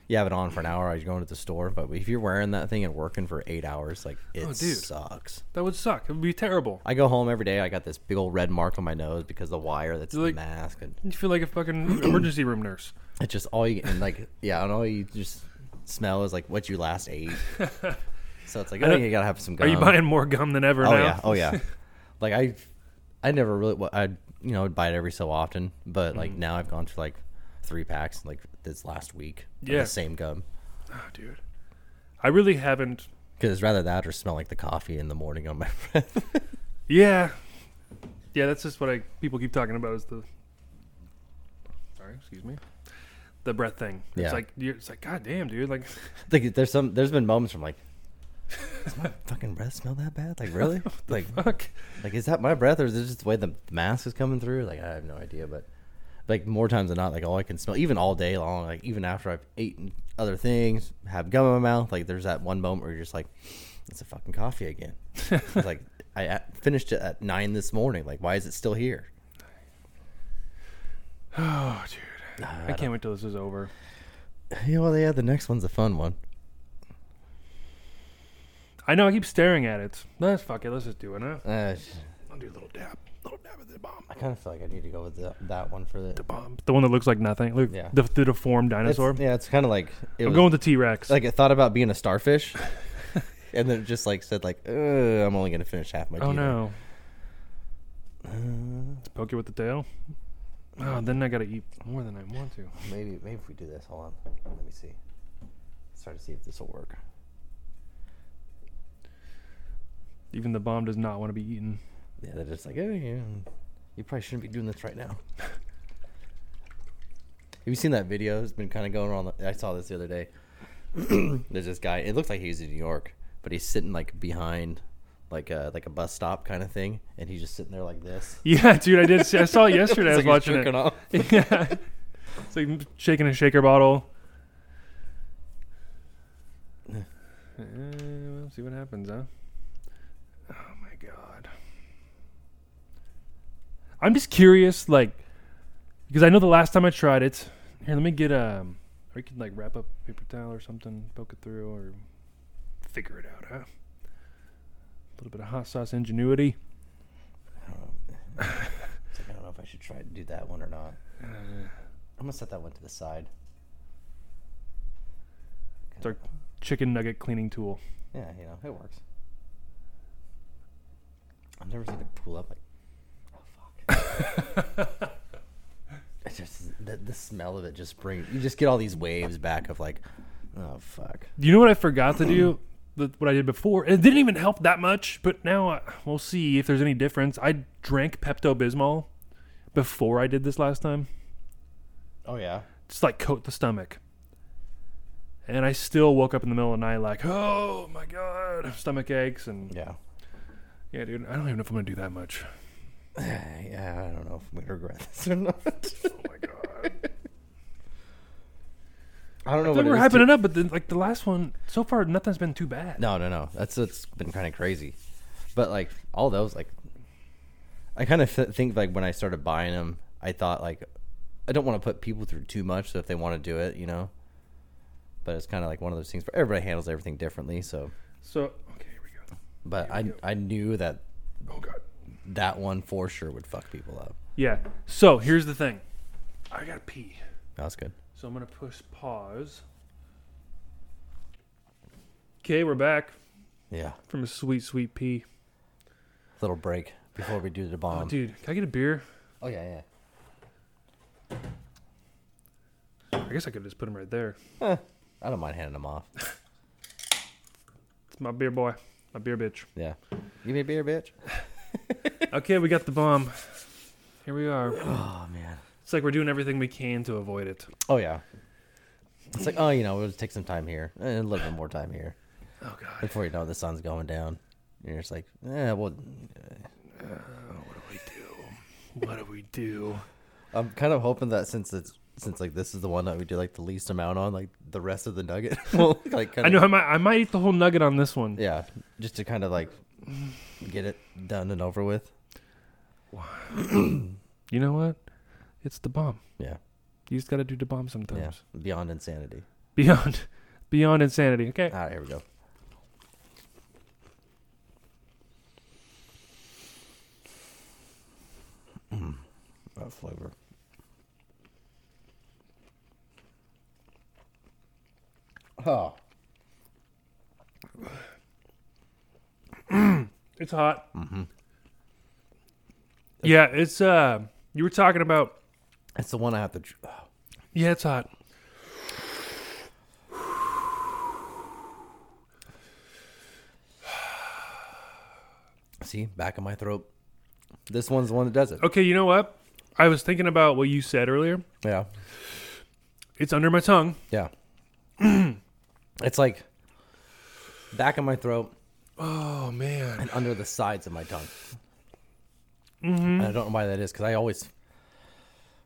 [SPEAKER 1] you have it on for an hour. Or you're going to the store, but if you're wearing that thing and working for eight hours, like it
[SPEAKER 3] Oh, dude.
[SPEAKER 1] sucks.
[SPEAKER 3] That would suck. It would be terrible.
[SPEAKER 1] I go home every day. I got this big old red mark on my nose because the wire that's
[SPEAKER 3] Like-
[SPEAKER 1] the mask, and
[SPEAKER 3] You feel like a fucking emergency room nurse.
[SPEAKER 1] it's just all you and like yeah, and all you just smell is like what you last ate. so it's like I
[SPEAKER 3] don't-
[SPEAKER 1] think you gotta have some. Gum.
[SPEAKER 3] Are you buying more gum than ever
[SPEAKER 1] Um, Oh
[SPEAKER 3] now?
[SPEAKER 1] yeah, oh yeah. like I, I never really wa- I you know I'd buy it every so often, but
[SPEAKER 3] Mm-hmm.
[SPEAKER 1] like now I've gone through like three packs like this last week. of
[SPEAKER 3] Yeah.
[SPEAKER 1] the same gum.
[SPEAKER 3] Oh, dude. I really haven't.
[SPEAKER 1] Because rather that or smell like the coffee in the morning on my breath.
[SPEAKER 3] Yeah. Yeah, that's just what I people keep talking about is the. Sorry, excuse me. The breath thing.
[SPEAKER 1] Yeah.
[SPEAKER 3] It's like you're, it's like God damn, dude. Like
[SPEAKER 1] like there's some there's been moments from like. Does my fucking breath smell that bad? Like really? like
[SPEAKER 3] fuck.
[SPEAKER 1] Like, is that my breath, or is it just the way the mask is coming through? Like, I have no idea, but like more times than not, like all I can smell, even all day long, like even after I've eaten other things, have gum in my mouth, like there's that one moment where you're just like, it's a fucking coffee again. It's like I at, finished it at nine this morning. Like, why is it still here?
[SPEAKER 3] Oh, dude. I, can't wait till this is over.
[SPEAKER 1] Yeah, well, yeah, the next one's a fun one.
[SPEAKER 3] I know. I keep staring at it. Let's fuck it. Let's just do it. Huh?
[SPEAKER 1] Uh,
[SPEAKER 3] I'll do a little dab. Little dab of the bomb.
[SPEAKER 1] I kind of feel like I need to go with that, that one for the.
[SPEAKER 3] Bomb. The one that looks like nothing. Look,
[SPEAKER 1] Yeah.
[SPEAKER 3] the, the deformed
[SPEAKER 1] It's,
[SPEAKER 3] dinosaur.
[SPEAKER 1] yeah, it's kind of like it
[SPEAKER 3] I'm
[SPEAKER 1] was,
[SPEAKER 3] going with the T Rex.
[SPEAKER 1] like I thought about being a starfish, and then it just like said like, "Ugh, I'm only gonna finish half my.
[SPEAKER 3] oh
[SPEAKER 1] dinner."
[SPEAKER 3] no.
[SPEAKER 1] Uh,
[SPEAKER 3] Let's poke it with the tail. Oh, then I gotta eat more than I want to.
[SPEAKER 1] Maybe maybe if we do this, hold on. Let me see. Let's try to see if this will work.
[SPEAKER 3] Even the bomb does not want to be eaten.
[SPEAKER 1] Yeah, they're just like, oh yeah. You probably shouldn't be doing this right now. Have you seen that video? It's been kind of going on. I saw this the other day. There's this guy. It looks like he's in New York, but he's sitting like behind, like a like a bus stop kind of thing, and he's just sitting there like this.
[SPEAKER 3] Yeah, dude, I did. See, I saw it yesterday. I
[SPEAKER 1] It's
[SPEAKER 3] was
[SPEAKER 1] like he's
[SPEAKER 3] watching
[SPEAKER 1] jerking
[SPEAKER 3] it.
[SPEAKER 1] off.
[SPEAKER 3] yeah, it's like shaking a shaker bottle. Uh, we'll see what happens, huh? Oh my god. I'm just curious, like, because I know the last time I tried it. Here, let me get um, or you can like wrap up paper towel or something, poke it through, or figure it out, huh? A little bit of hot sauce ingenuity.
[SPEAKER 1] Um, I don't know. It's like, I don't know if I should try to do that one or not. I'm gonna set that one to the side.
[SPEAKER 3] It's our chicken nugget cleaning tool.
[SPEAKER 1] Yeah, you know, it works. I've never seen it pull up like, oh fuck. it's just the, the smell of it just brings you just get all these waves back of like, oh fuck.
[SPEAKER 3] You know what I forgot to do? The, what I did before, it didn't even help that much. But now I, we'll see if there's any difference. I drank Pepto Bismol before I did this last time,
[SPEAKER 1] Oh yeah.
[SPEAKER 3] just like coat the stomach. And I still woke up in the middle of the night like, oh my god, stomach aches and
[SPEAKER 1] Yeah.
[SPEAKER 3] yeah, dude. I don't even know if I'm gonna do that much.
[SPEAKER 1] Yeah, I don't know if we regret this or not.
[SPEAKER 3] Oh my god,
[SPEAKER 1] I don't know
[SPEAKER 3] I
[SPEAKER 1] what
[SPEAKER 3] think
[SPEAKER 1] it
[SPEAKER 3] we're
[SPEAKER 1] is
[SPEAKER 3] hyping
[SPEAKER 1] to-
[SPEAKER 3] it up, but then, like the last one, so far nothing's been too bad.
[SPEAKER 1] No, no, no. That's that's been kind of crazy, but like all those, like I kind of th- think like when I started buying them, I thought like I don't want to put people through too much. So if they want to do it, you know. But it's kind of like one of those things where everybody handles everything differently. So,
[SPEAKER 3] So okay, here we go.
[SPEAKER 1] but I I knew that
[SPEAKER 3] Oh god.
[SPEAKER 1] that one for sure would fuck people up.
[SPEAKER 3] Yeah. So here's the thing. I gotta pee.
[SPEAKER 1] That's good.
[SPEAKER 3] So I'm gonna push pause. Okay, we're back
[SPEAKER 1] Yeah,
[SPEAKER 3] from a sweet, sweet pee.
[SPEAKER 1] little break before we do the
[SPEAKER 3] Oh,
[SPEAKER 1] bomb.
[SPEAKER 3] dude, can I get a beer?
[SPEAKER 1] oh yeah, yeah.
[SPEAKER 3] I guess I could just put him right there.
[SPEAKER 1] I don't mind handing them off.
[SPEAKER 3] It's my beer boy. My beer bitch.
[SPEAKER 1] Yeah. Give me a beer, bitch.
[SPEAKER 3] Okay, we got the bomb. Here we are.
[SPEAKER 1] Oh man.
[SPEAKER 3] It's like we're doing everything we can to avoid it.
[SPEAKER 1] Oh yeah. It's like, oh, you know, we'll just take some time here and a little bit more time here
[SPEAKER 3] Oh god.
[SPEAKER 1] before you know the sun's going down. And you're just like, yeah, well,
[SPEAKER 3] What do we do? What do we do?
[SPEAKER 1] I'm kind of hoping that since it's since like this is the one that we do like the least amount on, like the rest of the nugget will like kind
[SPEAKER 3] I know I might I might eat the whole nugget on this one.
[SPEAKER 1] yeah, just to kind of like get it done and over with.
[SPEAKER 3] You know what? It's the bomb.
[SPEAKER 1] Yeah,
[SPEAKER 3] You just gotta do the bomb
[SPEAKER 1] yeah,
[SPEAKER 3] sometimes.
[SPEAKER 1] beyond insanity.
[SPEAKER 3] Beyond beyond insanity. Okay.
[SPEAKER 1] All right, Ah, here we go. Mm, that flavor. Oh,
[SPEAKER 3] It's hot. Yeah, it's uh you were talking about
[SPEAKER 1] it's the one I have to. tr- Oh,
[SPEAKER 3] yeah, it's hot.
[SPEAKER 1] see, back of my throat. This one's the one that does it.
[SPEAKER 3] Okay, you know what? I was thinking about what you said earlier.
[SPEAKER 1] Yeah,
[SPEAKER 3] It's under my tongue.
[SPEAKER 1] yeah. it's like back of my throat
[SPEAKER 3] Oh man.
[SPEAKER 1] and under the sides of my tongue. And I don't know why that is because I always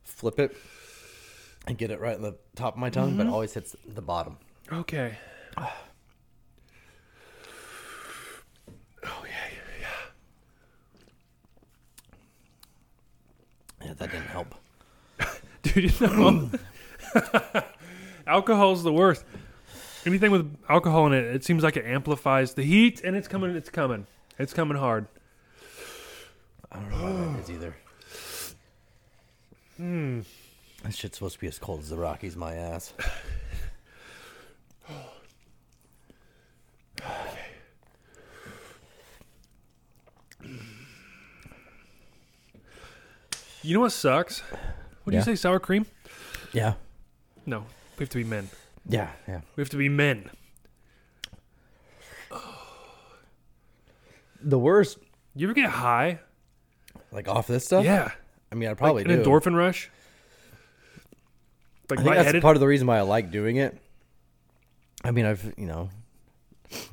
[SPEAKER 1] flip it and get it right on the top of my tongue, but it always hits the bottom.
[SPEAKER 3] Okay.
[SPEAKER 1] Yeah, that didn't help.
[SPEAKER 3] Dude, you know, alcohol's the worst. Anything with alcohol in it, it seems like it amplifies the heat, and it's coming. It's coming. It's coming hard.
[SPEAKER 1] I don't know why that is either. This shit's supposed to be as cold as the Rockies, my ass.
[SPEAKER 3] You know what sucks? What do
[SPEAKER 1] Yeah.
[SPEAKER 3] you say, sour cream?
[SPEAKER 1] Yeah,
[SPEAKER 3] No, we have to be men.
[SPEAKER 1] yeah, yeah.
[SPEAKER 3] We have to be men.
[SPEAKER 1] The worst,
[SPEAKER 3] You ever get high?
[SPEAKER 1] like off this stuff.
[SPEAKER 3] Yeah,
[SPEAKER 1] I mean, I Uh-huh. probably
[SPEAKER 3] an
[SPEAKER 1] do.
[SPEAKER 3] endorphin rush. Like
[SPEAKER 1] I think that's
[SPEAKER 3] lightheaded.
[SPEAKER 1] part of the reason why I like doing it. I mean, I've you know,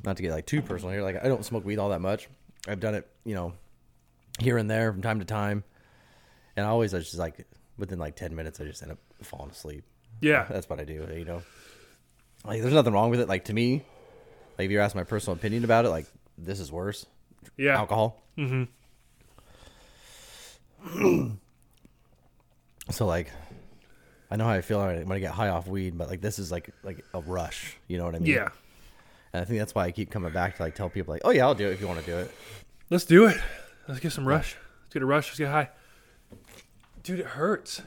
[SPEAKER 1] not to get like too personal here. Like I don't smoke weed all that much. I've done it, you know, here and there from time to time, and I always I just like within like ten minutes I just end up falling asleep.
[SPEAKER 3] yeah,
[SPEAKER 1] That's what I do. You know, like there's nothing wrong with it. Like to me, like if you're asking my personal opinion about it, like this is worse.
[SPEAKER 3] yeah.
[SPEAKER 1] Alcohol. Mm-hmm. so like, I know how I feel when I get high off weed, but like this is like like a rush. You know what I mean?
[SPEAKER 3] Yeah.
[SPEAKER 1] And I think that's why I keep coming back to like tell people like, oh yeah, I'll do it if you want to do it.
[SPEAKER 3] Let's do it. Let's get some rush. Let's get a rush. Let's get high. Dude, it hurts.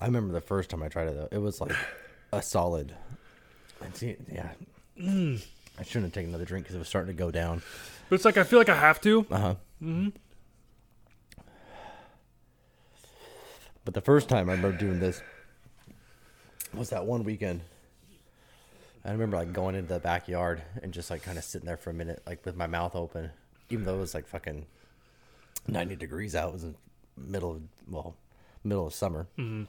[SPEAKER 1] I remember the first time I tried it though, it was like a solid. I'd see- yeah.
[SPEAKER 3] Mm.
[SPEAKER 1] I shouldn't have taken another drink because it was starting to go down.
[SPEAKER 3] But it's like I feel like I have to.
[SPEAKER 1] Uh huh. But the first time I remember doing this was that one weekend. I remember like going into the backyard and just like kind of sitting there for a minute, like with my mouth open, even though it was like fucking ninety degrees out. It was in middle of well, middle of summer. Mm-hmm.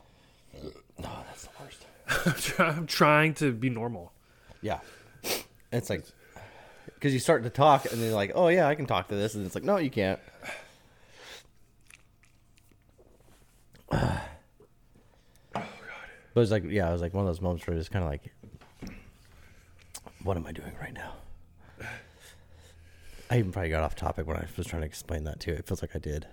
[SPEAKER 1] Oh, that's the worst.
[SPEAKER 3] I'm, try- I'm trying to be normal.
[SPEAKER 1] Yeah. And it's like, because you start to talk and they're like, oh, yeah, I can talk to this. And it's like, no, you can't. But it's like, yeah, it was like one of those moments where it's kind of like, what am I doing right now? I even probably got off topic when I was trying to explain that too. It feels like I did.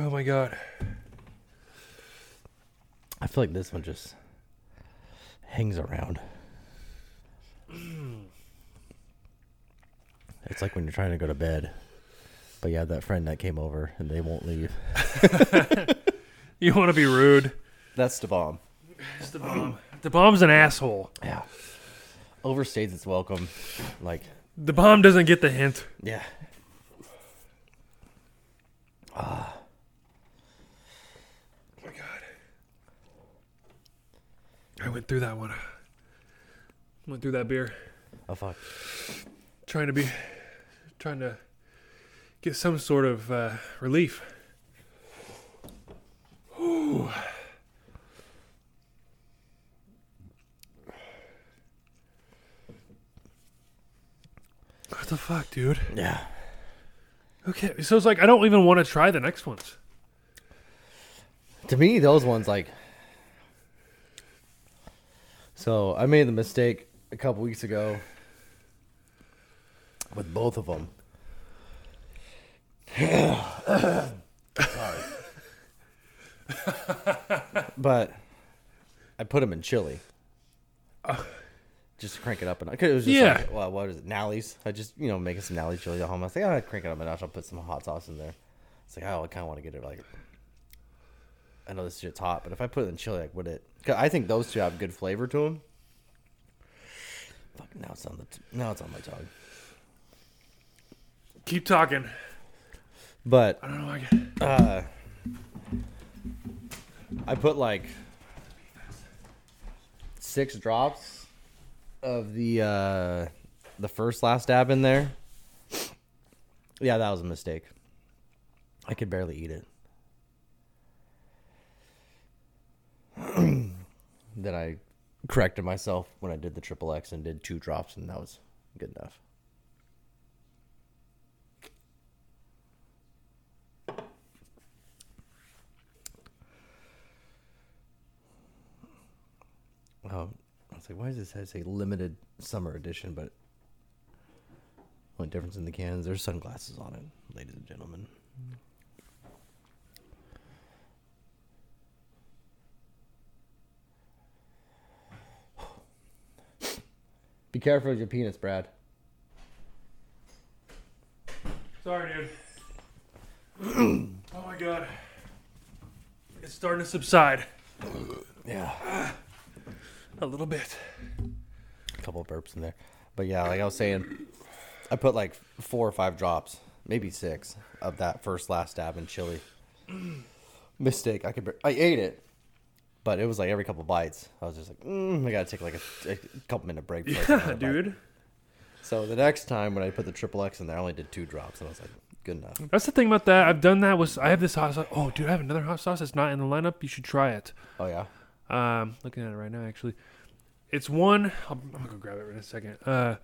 [SPEAKER 3] Oh my god.
[SPEAKER 1] feel like this one just hangs around. It's like when you're trying to go to bed, but you have that friend that came over and they won't leave.
[SPEAKER 3] You want to be rude.
[SPEAKER 1] That's the bomb.
[SPEAKER 3] It's the bomb. The bomb's an asshole.
[SPEAKER 1] Yeah. Overstays its welcome. Like,
[SPEAKER 3] The bomb doesn't get the hint.
[SPEAKER 1] yeah.
[SPEAKER 3] Oh my god. I went through that one. Went through that beer.
[SPEAKER 1] Oh, fuck.
[SPEAKER 3] Trying to be trying to get some sort of uh, relief. Ooh. What the fuck, dude?
[SPEAKER 1] Yeah.
[SPEAKER 3] Okay, so it's like I don't even want to try the next ones.
[SPEAKER 1] to me those ones like so i made the mistake a couple weeks ago with both of them Sorry. but i put them in chili just to crank it up and I could it was just
[SPEAKER 3] Yeah.
[SPEAKER 1] like, well, what is it? Nally's. I just you know making some Nally chili at home. I was like, oh, I crank it up a notch. I'll put some hot sauce in there. It's like, oh, I kind of want to get it like I know this shit's hot, but if I put it in chili, like, would it? Cause I think those two have good flavor to them. Fuck, now it's on the t- now it's on my tongue.
[SPEAKER 3] Keep talking.
[SPEAKER 1] But
[SPEAKER 3] I don't know. I get...
[SPEAKER 1] I put like six drops of the uh the first last dab in there. Yeah, that was a mistake. I could barely eat it. then I corrected myself when I did the triple X and did two drops, and that was good enough. Oh, I was like, why does this have- say limited summer edition? But only difference in the cans, there's sunglasses on it, ladies and gentlemen. Be careful with your penis, Brad.
[SPEAKER 3] Sorry, dude. oh my god. It's starting to subside
[SPEAKER 1] Yeah.
[SPEAKER 3] a little bit.
[SPEAKER 1] A couple burps in there. But yeah, like I was saying, I put like four or five drops, maybe six, of that first last dab in chili. Mistake. I could. bar- I ate it, but it was like every couple bites, I was just like, mm, I gotta take like a, a couple minute break. before I take another
[SPEAKER 3] Yeah,
[SPEAKER 1] bite."
[SPEAKER 3] dude.
[SPEAKER 1] So the next time when I put the triple X in there, I only did two drops, and I was like, good enough.
[SPEAKER 3] That's the thing about that. I've done that with. I have this hot sauce. Oh, dude, I have another hot sauce that's not in the lineup. You should try it.
[SPEAKER 1] Oh yeah.
[SPEAKER 3] Um, looking at it right now, actually, it's one. I'm, I'm gonna go grab it in a second. Uh,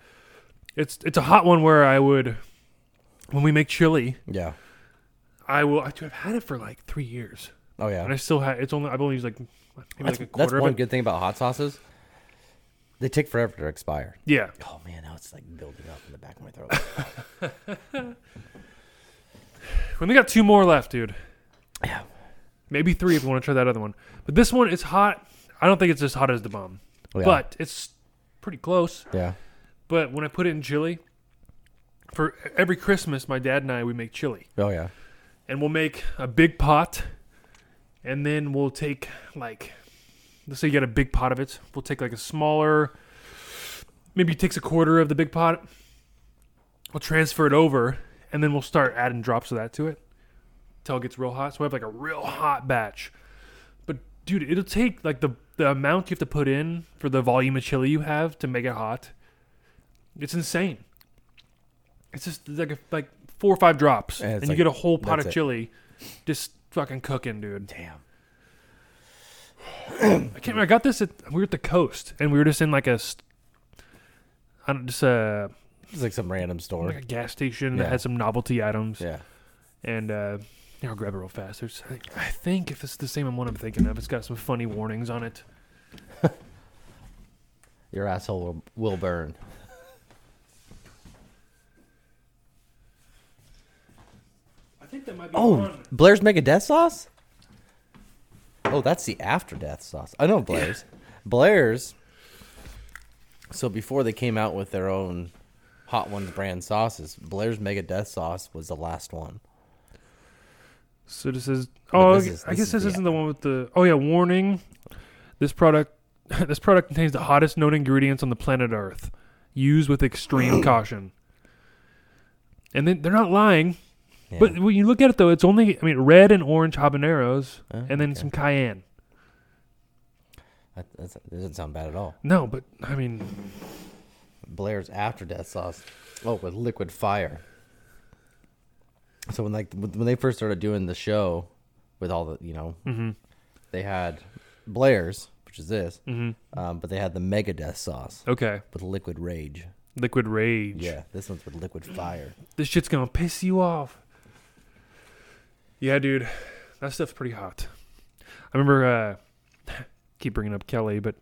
[SPEAKER 3] it's it's a hot one where I would, when we make chili,
[SPEAKER 1] Yeah.
[SPEAKER 3] I will. I, dude, I've had it for like three years,
[SPEAKER 1] Oh yeah.
[SPEAKER 3] and I still have. It's only I've only used like maybe
[SPEAKER 1] That's,
[SPEAKER 3] like a
[SPEAKER 1] that's
[SPEAKER 3] quarter
[SPEAKER 1] one
[SPEAKER 3] of it.
[SPEAKER 1] good thing about hot sauces. They take forever to expire.
[SPEAKER 3] yeah,
[SPEAKER 1] Oh man, now it's like building up in the back of my throat.
[SPEAKER 3] we only got two more left, dude.
[SPEAKER 1] yeah.
[SPEAKER 3] Maybe three if you want to try that other one. But this one is hot. I don't think it's as hot as the bomb,
[SPEAKER 1] Oh, Yeah.
[SPEAKER 3] but it's pretty close.
[SPEAKER 1] Yeah.
[SPEAKER 3] But when I put it in chili, for every Christmas, my dad and I we make chili,
[SPEAKER 1] Oh yeah.
[SPEAKER 3] and we'll make a big pot, and then we'll take like, let's say you got a big pot of it. We'll take like a smaller, maybe it takes a quarter of the big pot. We'll transfer it over, and then we'll start adding drops of that to it till it gets real hot. So we have like a real hot batch. But dude, it'll take like the the amount you have to put in for the volume of chili you have to make it hot. It's insane. It's just like a, like four or five drops,
[SPEAKER 1] And
[SPEAKER 3] and,
[SPEAKER 1] it's
[SPEAKER 3] you
[SPEAKER 1] like-
[SPEAKER 3] get a whole pot
[SPEAKER 1] that's
[SPEAKER 3] of
[SPEAKER 1] it.
[SPEAKER 3] chili, just fucking cooking, dude.
[SPEAKER 1] Damn.
[SPEAKER 3] I can't. remember. I got this. At, we were at the coast, and we were just in like a, st- I don't just a
[SPEAKER 1] It's like some random store.
[SPEAKER 3] like a gas station
[SPEAKER 1] Yeah.
[SPEAKER 3] that had some novelty items.
[SPEAKER 1] Yeah.
[SPEAKER 3] and uh, here, I'll grab it real fast. There's, I, think, I think if it's the same one I'm thinking of, it's got some funny warnings on it.
[SPEAKER 1] Your asshole will, will burn.
[SPEAKER 3] I think that might be
[SPEAKER 1] Oh, Blair's Mega Death Sauce? Oh, that's the after death sauce. I know Blair's. Blair's. So before they came out with their own Hot Ones brand sauces, Blair's Mega Death Sauce was the last one.
[SPEAKER 3] So this is.
[SPEAKER 1] But
[SPEAKER 3] Oh,
[SPEAKER 1] this
[SPEAKER 3] I-
[SPEAKER 1] is-
[SPEAKER 3] I
[SPEAKER 1] this
[SPEAKER 3] guess
[SPEAKER 1] is
[SPEAKER 3] this
[SPEAKER 1] the-
[SPEAKER 3] isn't the one with the. Oh yeah, warning. This product, this product contains the hottest known ingredients on the planet Earth. Use with extreme caution. And then they're not lying,
[SPEAKER 1] Yeah.
[SPEAKER 3] but when you look at it though, it's only I mean red and orange habaneros,
[SPEAKER 1] Oh,
[SPEAKER 3] and then
[SPEAKER 1] okay.
[SPEAKER 3] some cayenne.
[SPEAKER 1] that, that's, that doesn't sound bad at all.
[SPEAKER 3] No, but I mean,
[SPEAKER 1] Blair's after death sauce. Oh, with liquid fire. So when like when when they first started doing the show, with all the you know, they had Blair's, which is this, um, but they had the Mega Death sauce
[SPEAKER 3] okay,
[SPEAKER 1] with liquid rage.
[SPEAKER 3] liquid rage.
[SPEAKER 1] Yeah, this one's with liquid fire.
[SPEAKER 3] this shit's gonna piss you off. Yeah, dude, that stuff's pretty hot. I remember, uh, keep bringing up Kelly, but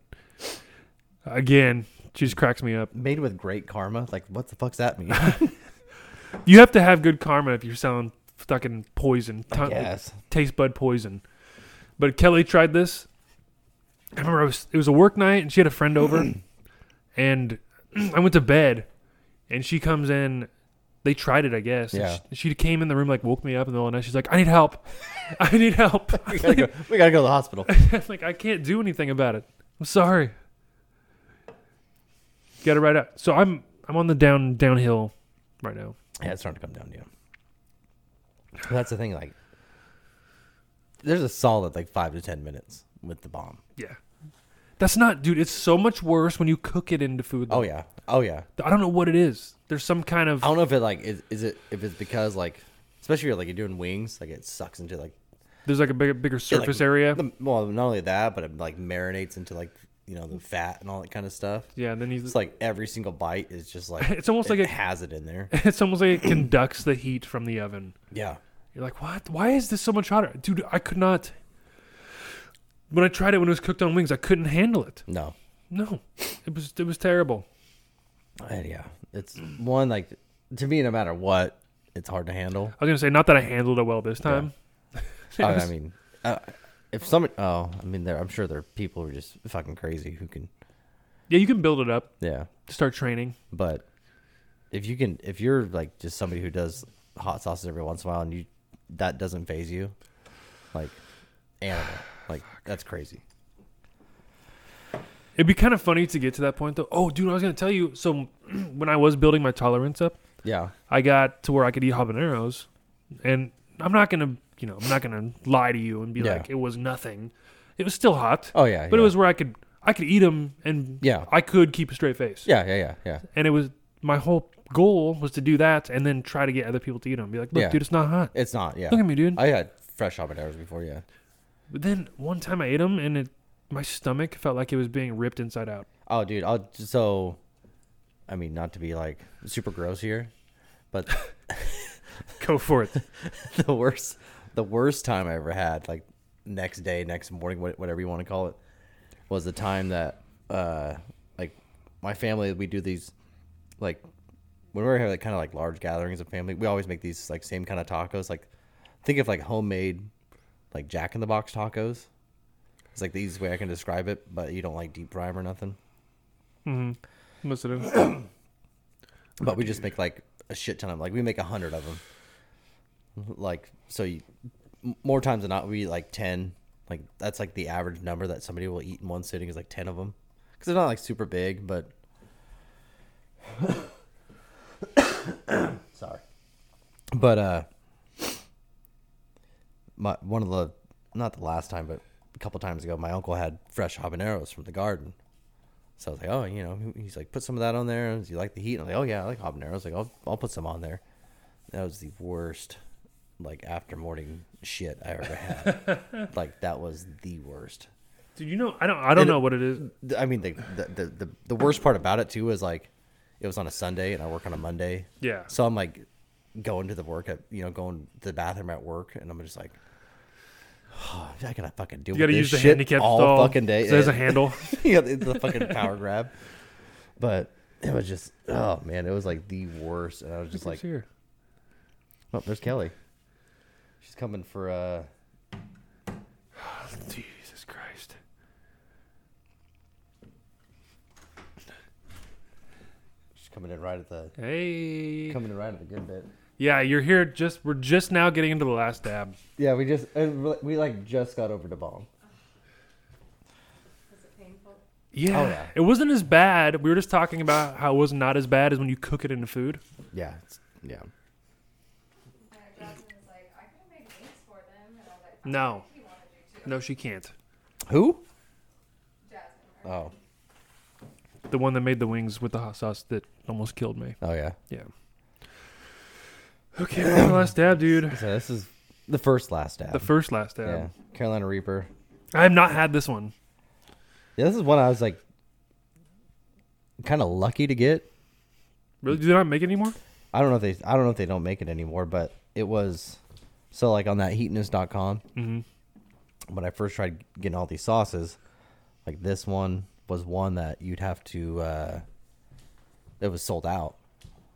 [SPEAKER 3] again, she just cracks me up.
[SPEAKER 1] Made with great karma. Like what the fuck's that mean?
[SPEAKER 3] You have to have good karma if you're selling fucking poison, ton-
[SPEAKER 1] yes.
[SPEAKER 3] taste bud poison. But Kelly tried this. I remember I was, it was a work night, and she had a friend over, and I went to bed, and she comes in. They tried it, I guess. and
[SPEAKER 1] Yeah.
[SPEAKER 3] She, she came in the room, like woke me up in the middle of the night. She's like, "I need help. I need help."
[SPEAKER 1] We gotta go. We gotta go to the hospital.
[SPEAKER 3] I'm like, I can't do anything about it. I'm sorry. Got it right out. So I'm I'm on the down downhill right now.
[SPEAKER 1] Yeah, it's starting to come down to you. But That's the thing. Like, there's a solid like five to ten minutes with the bomb.
[SPEAKER 3] Yeah. That's not, dude. It's so much worse when you cook it into food.
[SPEAKER 1] Oh yeah. Oh yeah.
[SPEAKER 3] I don't know what it is. There's some kind of
[SPEAKER 1] I don't know if it like is, is it if it's because like especially if, like you're doing wings like it sucks into like
[SPEAKER 3] there's like a bigger bigger
[SPEAKER 1] it, like,
[SPEAKER 3] surface area.
[SPEAKER 1] the- well, not only that, but it like marinates into like you know the fat and all that kind of stuff.
[SPEAKER 3] yeah, and then he's
[SPEAKER 1] It's like every single bite is just like
[SPEAKER 3] It's almost
[SPEAKER 1] it
[SPEAKER 3] like a-
[SPEAKER 1] has it in there.
[SPEAKER 3] it's almost like it conducts the heat from the oven.
[SPEAKER 1] Yeah.
[SPEAKER 3] You're like, what? Why is this so much hotter, dude? I could not. When I tried it when it was cooked on wings, I couldn't handle it.
[SPEAKER 1] No.
[SPEAKER 3] No, it was it was terrible.
[SPEAKER 1] And, yeah. It's one like to me no matter what it's hard to handle.
[SPEAKER 3] I was gonna say not that I handled it well this time.
[SPEAKER 1] I, I mean, uh, if some oh I mean there I'm sure there are people who are just fucking crazy who can
[SPEAKER 3] Yeah, you can build it up,
[SPEAKER 1] yeah
[SPEAKER 3] start training.
[SPEAKER 1] But if you can, if you're like just somebody who does hot sauces every once in a while, and you that doesn't phase you, like animal, like that's crazy.
[SPEAKER 3] It'd be kind of funny to get to that point though. Oh, dude, I was gonna tell you. So when I was building my tolerance up,
[SPEAKER 1] Yeah,
[SPEAKER 3] I got to where I could eat habaneros, and I'm not gonna, you know, I'm not gonna lie to you and be
[SPEAKER 1] Yeah.
[SPEAKER 3] like it was nothing. It was still hot.
[SPEAKER 1] Oh, yeah,
[SPEAKER 3] but
[SPEAKER 1] yeah.
[SPEAKER 3] it was where I could, I could eat them, and
[SPEAKER 1] Yeah.
[SPEAKER 3] I could keep a straight face.
[SPEAKER 1] yeah, yeah, yeah, yeah.
[SPEAKER 3] and it was my whole goal was to do that, and then try to get other people to eat them. Be like, look,
[SPEAKER 1] Yeah.
[SPEAKER 3] dude, it's not hot.
[SPEAKER 1] It's not. Yeah,
[SPEAKER 3] Look at me, dude.
[SPEAKER 1] I had fresh habaneros before. Yeah.
[SPEAKER 3] But then one time I ate them, and it, my stomach felt like it was being ripped inside out.
[SPEAKER 1] Oh, dude. I'll, so, I mean, not to be like super gross here, but
[SPEAKER 3] Go for it.
[SPEAKER 1] the worst, the worst time I ever had, like next day, next morning, wha- whatever you want to call it, was the time that, uh, like my family, we do these, like, when we have like kind of like large gatherings of family, we always make these like same kind of tacos. Like, think of like homemade, like Jack in the Box tacos. It's like the easiest way I can describe it, but you don't like deep fry 'em or nothing.
[SPEAKER 3] Must have.
[SPEAKER 1] But we just make like a shit ton of 'em. like we make a hundred of them. Like so, you, m- more times than not, we eat like ten. Like that's like the average number that somebody will eat in one sitting is like ten of them, because they're not like super big, but. Sorry, but uh, my one of the not the last time, but a couple times ago, my uncle had fresh habaneros from the garden. So I was like, oh, you know, he's like, put some of that on there. Do you like the heat? And I'm like, oh yeah, I like habaneros. Like, I'll, I'll put some on there. That was the worst, like after morning shit I ever had. like that was the worst.
[SPEAKER 3] Dude, you know, I don't, I don't
[SPEAKER 1] And-
[SPEAKER 3] know what it is.
[SPEAKER 1] Th- I mean, the the, the the the worst part about it too is like, it was on a Sunday and I work on a Monday.
[SPEAKER 3] Yeah.
[SPEAKER 1] So I'm like, going to the work at you know going to the bathroom at work, and I'm just like. I gotta fucking do.
[SPEAKER 3] You got to use the handicap
[SPEAKER 1] all
[SPEAKER 3] stall.
[SPEAKER 1] fucking day.
[SPEAKER 3] So there's a
[SPEAKER 1] Yeah
[SPEAKER 3] handle.
[SPEAKER 1] yeah, the, the fucking power grab. But it was just, oh man, it was like the worst. And I was just like,
[SPEAKER 3] here.
[SPEAKER 1] oh, there's Kelly. She's coming for uh,
[SPEAKER 3] Jeez.
[SPEAKER 1] coming in right at the
[SPEAKER 3] Hey.
[SPEAKER 1] coming in right at the good bit.
[SPEAKER 3] Yeah, you're here. Just we're just now getting into the last dab.
[SPEAKER 1] Yeah, we just and we like just got over to bomb.
[SPEAKER 4] Was it painful?
[SPEAKER 3] Yeah.
[SPEAKER 1] Oh, yeah.
[SPEAKER 3] It wasn't as bad. We were just talking about how it was not as bad as when you cook it into food.
[SPEAKER 1] Yeah, it's, yeah.
[SPEAKER 4] And Jasmine was like, I can make wings for them. And I was like, "I
[SPEAKER 3] No.
[SPEAKER 4] think you want to do too.
[SPEAKER 3] No, she can't.
[SPEAKER 1] Who?
[SPEAKER 4] Jasmine. right?
[SPEAKER 1] Oh,
[SPEAKER 3] The one that made the wings with the hot sauce that almost killed me.
[SPEAKER 1] oh yeah.
[SPEAKER 3] Yeah. Okay, we're on the last dab, dude.
[SPEAKER 1] So this is the um, first last dab.
[SPEAKER 3] The first last
[SPEAKER 1] yeah.
[SPEAKER 3] dab.
[SPEAKER 1] Carolina Reaper.
[SPEAKER 3] I have not had this one.
[SPEAKER 1] Yeah, this is one I was like kind of lucky to get.
[SPEAKER 3] Really? Do they not make it anymore?
[SPEAKER 1] I don't know if they I don't know if they don't make it anymore, but it was so like on that heatness.com when I first tried getting all these sauces, like this one was one that you'd have to uh it was sold out.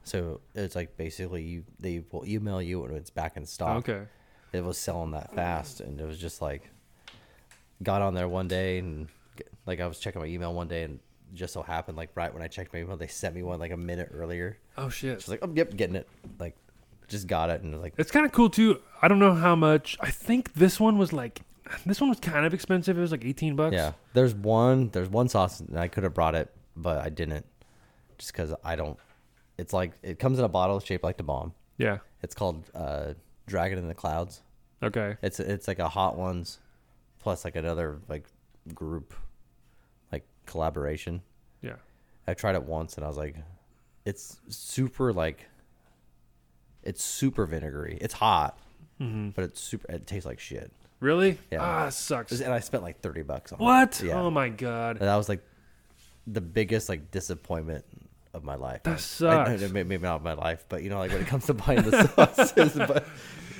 [SPEAKER 1] So it's like basically you they will email you and it's back in stock.
[SPEAKER 3] Okay.
[SPEAKER 1] It was selling that fast and it was just like got on there one day and like I was checking my email one day and just so happened like right when I checked my email they sent me one like a minute earlier.
[SPEAKER 3] Oh shit.
[SPEAKER 1] She's like, oh, yep, getting it. Like, just got it. And like,
[SPEAKER 3] It's kind of cool too. I don't know how much. I think this one was like, this one was kind of expensive. It was like eighteen bucks.
[SPEAKER 1] yeah, there's one, there's one sauce, and I could have brought it, but I didn't, just because I don't. It's like it comes in a bottle shaped like the bomb.
[SPEAKER 3] Yeah.
[SPEAKER 1] It's called uh, Dragon in the Clouds.
[SPEAKER 3] Okay.
[SPEAKER 1] It's it's like a hot ones, plus like another like group, like collaboration.
[SPEAKER 3] Yeah.
[SPEAKER 1] I tried it once and I was like, it's super like, it's super vinegary. It's hot, but it's super. It tastes like shit.
[SPEAKER 3] Really?
[SPEAKER 1] Yeah.
[SPEAKER 3] Ah, sucks.
[SPEAKER 1] and I spent like thirty bucks on it.
[SPEAKER 3] What?
[SPEAKER 1] Yeah, Uh,
[SPEAKER 3] Oh my god.
[SPEAKER 1] and that was like the biggest like disappointment of my life.
[SPEAKER 3] That
[SPEAKER 1] I- I-
[SPEAKER 3] sucks.
[SPEAKER 1] may- maybe not my life, but you know, like when it comes to buying the sauces. But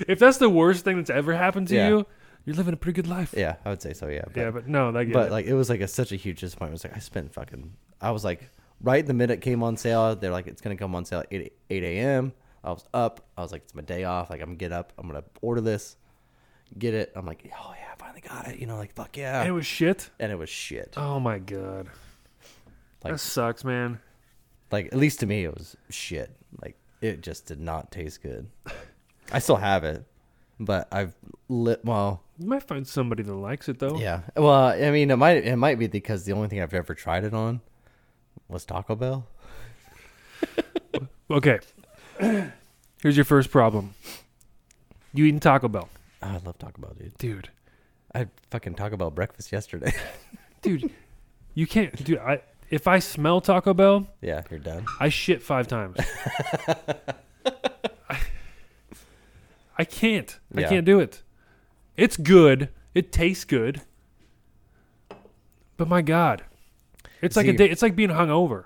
[SPEAKER 3] If that's the worst thing that's ever happened to
[SPEAKER 1] Yeah.
[SPEAKER 3] you, you're living a pretty good life.
[SPEAKER 1] yeah, I would say so. Yeah, but,
[SPEAKER 3] Yeah, but no, that.
[SPEAKER 1] but like it was like a, such a huge disappointment. It's like I spent fucking. I was like right the minute it came on sale. They're like it's gonna come on sale at eight eight a.m. I was up. I was like it's my day off. Like I'm gonna get up. I'm gonna order this, get it. I'm like oh yeah, I finally got it. You know, like fuck yeah.
[SPEAKER 3] it was shit.
[SPEAKER 1] and it was shit.
[SPEAKER 3] Oh my god.
[SPEAKER 1] Like-
[SPEAKER 3] that sucks, man.
[SPEAKER 1] like at least to me it was shit like it just did not taste good i still have it but i've lit well
[SPEAKER 3] You might find somebody that likes it though.
[SPEAKER 1] yeah well i mean it might it might be because the only thing i've ever tried it on was taco bell
[SPEAKER 3] Okay. Here's your first problem. You eating Taco Bell,
[SPEAKER 1] oh, i love taco bell dude
[SPEAKER 3] dude.
[SPEAKER 1] i had fucking taco bell breakfast yesterday
[SPEAKER 3] Dude, you can't. Dude, I if I smell Taco Bell,
[SPEAKER 1] yeah you're done
[SPEAKER 3] I shit five times. I, I can't. I
[SPEAKER 1] Yeah.
[SPEAKER 3] can't do it. It's good. It tastes good. But my God, it's like
[SPEAKER 1] See-
[SPEAKER 3] a day. It's like being hungover.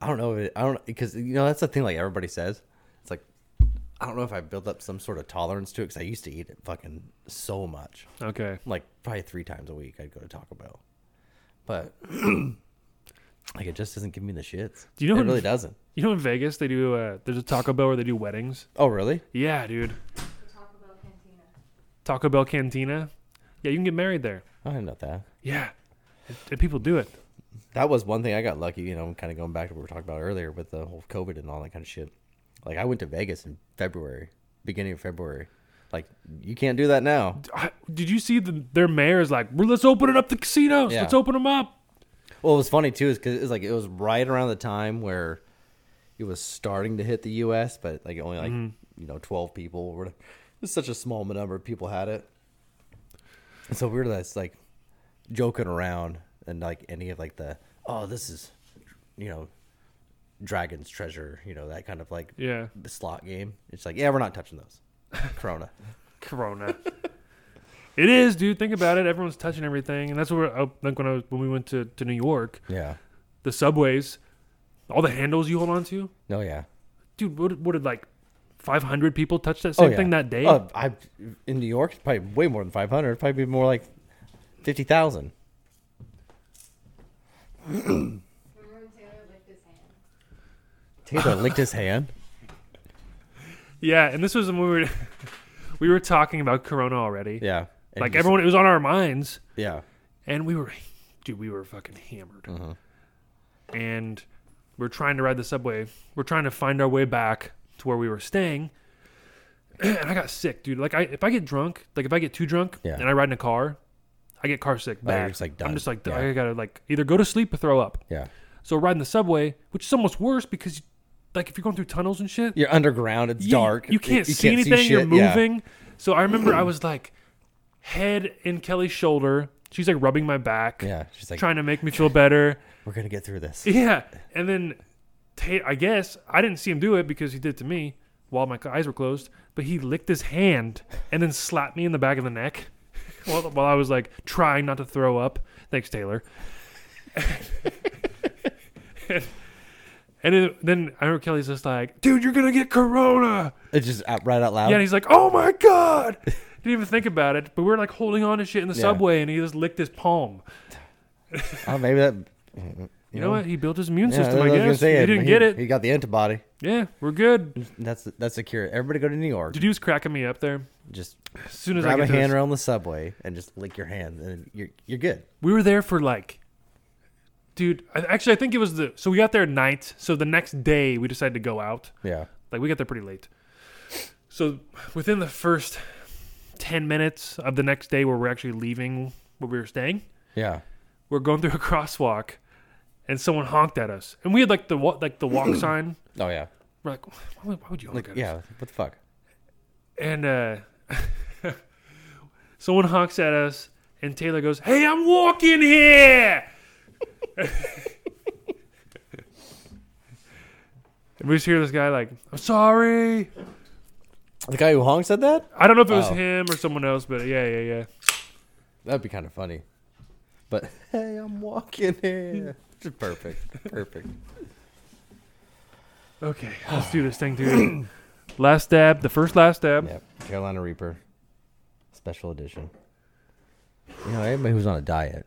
[SPEAKER 1] i don't know if it, i don't because you know that's the thing like everybody says it's like i don't know if i built up some sort of tolerance to it because i used to eat it fucking so much
[SPEAKER 3] Okay.
[SPEAKER 1] like probably three times a week I'd go to Taco Bell. But like it just doesn't give me the shits.
[SPEAKER 3] Do you know
[SPEAKER 1] it
[SPEAKER 3] who-
[SPEAKER 1] really doesn't.
[SPEAKER 3] You know in Vegas they do. Uh, there's a Taco Bell where they do weddings.
[SPEAKER 1] Oh really?
[SPEAKER 3] Yeah, dude.
[SPEAKER 4] The Taco Bell Cantina.
[SPEAKER 3] Taco Bell Cantina. Yeah, you can get married there.
[SPEAKER 1] I didn't know that.
[SPEAKER 3] Yeah, And- and people do it.
[SPEAKER 1] That was one thing I got lucky, you know, I'm kinda going back to what we were talking about earlier with the whole COVID and all that kind of shit. Like I went to Vegas in February, beginning of February. Like you can't do that now.
[SPEAKER 3] I, did you see the, their mayor is like, "Well, let's open it up the casinos.
[SPEAKER 1] Yeah.
[SPEAKER 3] Let's open them up.
[SPEAKER 1] Well, it was funny too, is because it was like it was right around the time where it was starting to hit the U.S., but like only like you know twelve people or whatever. It was such a small number of people had it. And so we were just like joking around and like any of like the oh this is you know dragon's treasure you know that kind of like
[SPEAKER 3] Yeah,
[SPEAKER 1] slot game. It's like yeah we're not touching those. Corona.
[SPEAKER 3] Corona. it is, dude. Think about it. Everyone's touching everything, and that's what we're, I, like when I was, when we went to, to New York,
[SPEAKER 1] Yeah.
[SPEAKER 3] the subways, all the handles you hold on to,
[SPEAKER 1] No. Yeah.
[SPEAKER 3] dude. What what did like five hundred people touch that same
[SPEAKER 1] yeah.
[SPEAKER 3] thing that day?
[SPEAKER 1] Oh, I in New York, probably way more than five hundred. Probably more like fifty thousand.
[SPEAKER 4] Remember when Taylor licked his hand?
[SPEAKER 1] Taylor licked his hand.
[SPEAKER 3] Yeah, and this was when we were we were talking about Corona already.
[SPEAKER 1] Yeah, And
[SPEAKER 3] like
[SPEAKER 1] just-
[SPEAKER 3] everyone, it was on our minds.
[SPEAKER 1] Yeah, Mm-hmm.
[SPEAKER 3] and we were dude we were fucking hammered and We're trying to ride the subway. We're trying to find our way back to where we were staying. and I got sick, dude. Like I if I get drunk, like if I get too drunk
[SPEAKER 1] Yeah.
[SPEAKER 3] and I ride in a car, I get car sick.
[SPEAKER 1] Oh, you're
[SPEAKER 3] bad.
[SPEAKER 1] just, like,
[SPEAKER 3] I'm
[SPEAKER 1] done.
[SPEAKER 3] just like
[SPEAKER 1] Yeah.
[SPEAKER 3] I gotta like either go to sleep or throw up.
[SPEAKER 1] Yeah.
[SPEAKER 3] So riding the subway, which is almost worse because like if you're going through tunnels and shit,
[SPEAKER 1] You're underground. It's
[SPEAKER 3] yeah,
[SPEAKER 1] dark.
[SPEAKER 3] You can't see anything. you're moving. So I remember I was like, head in Kelly's shoulder. She's like rubbing my back,
[SPEAKER 1] Yeah. yeah. She's like,
[SPEAKER 3] trying to make me feel better.
[SPEAKER 1] we're gonna get through this.
[SPEAKER 3] Yeah, and then Ta- I guess I didn't see him do it because he did it to me while my eyes were closed. But he licked his hand and then slapped me in the back of the neck while, while I was like trying not to throw up. Thanks, Taylor. and then, then I remember Kelly's just like, "Dude, you're gonna get corona."
[SPEAKER 1] It's just out, right out loud.
[SPEAKER 3] Yeah, and he's like, "Oh my god!" Didn't even think about it, but we were like holding on to shit in the
[SPEAKER 1] Yeah.
[SPEAKER 3] subway, and he just licked his palm.
[SPEAKER 1] oh, maybe that.
[SPEAKER 3] You know what? He built his immune
[SPEAKER 1] Yeah, that's
[SPEAKER 3] system.
[SPEAKER 1] what
[SPEAKER 3] I
[SPEAKER 1] was gonna
[SPEAKER 3] guess
[SPEAKER 1] say.
[SPEAKER 3] he didn't get it.
[SPEAKER 1] He got the antibody.
[SPEAKER 3] yeah, we're good.
[SPEAKER 1] That's that's the cure. Everybody go to New York.
[SPEAKER 3] Dude, he was cracking me up there.
[SPEAKER 1] Just
[SPEAKER 3] As soon as I
[SPEAKER 1] grab
[SPEAKER 3] get
[SPEAKER 1] a
[SPEAKER 3] to this-
[SPEAKER 1] hand around the subway and just lick your hand, and you're you're good.
[SPEAKER 3] we were there for like, dude. I, actually, I think it was the. So we got there at night. So the next day, we decided to go out.
[SPEAKER 1] Yeah.
[SPEAKER 3] Like we got there pretty late. So within the first ten minutes of the next day, where we're actually leaving where we were staying,
[SPEAKER 1] Yeah.
[SPEAKER 3] we're going through a crosswalk and someone honked at us and we had like the wa- like the walk sign
[SPEAKER 1] Oh yeah.
[SPEAKER 3] we're like why would, why would you honk
[SPEAKER 1] Like
[SPEAKER 3] at
[SPEAKER 1] yeah.
[SPEAKER 3] us
[SPEAKER 1] What the fuck?
[SPEAKER 3] and uh someone honks at us and taylor goes hey i'm walking here and we just hear this guy like i'm sorry
[SPEAKER 1] The guy who honked said that.
[SPEAKER 3] i don't know if it was
[SPEAKER 1] Oh.
[SPEAKER 3] him or someone else but yeah yeah yeah
[SPEAKER 1] That'd be kind of funny. But hey, I'm walking here. Just perfect. Perfect.
[SPEAKER 3] okay let's do this thing dude last stab the first last stab
[SPEAKER 1] Yep. Carolina Reaper, special edition. You know, anybody who's on a diet,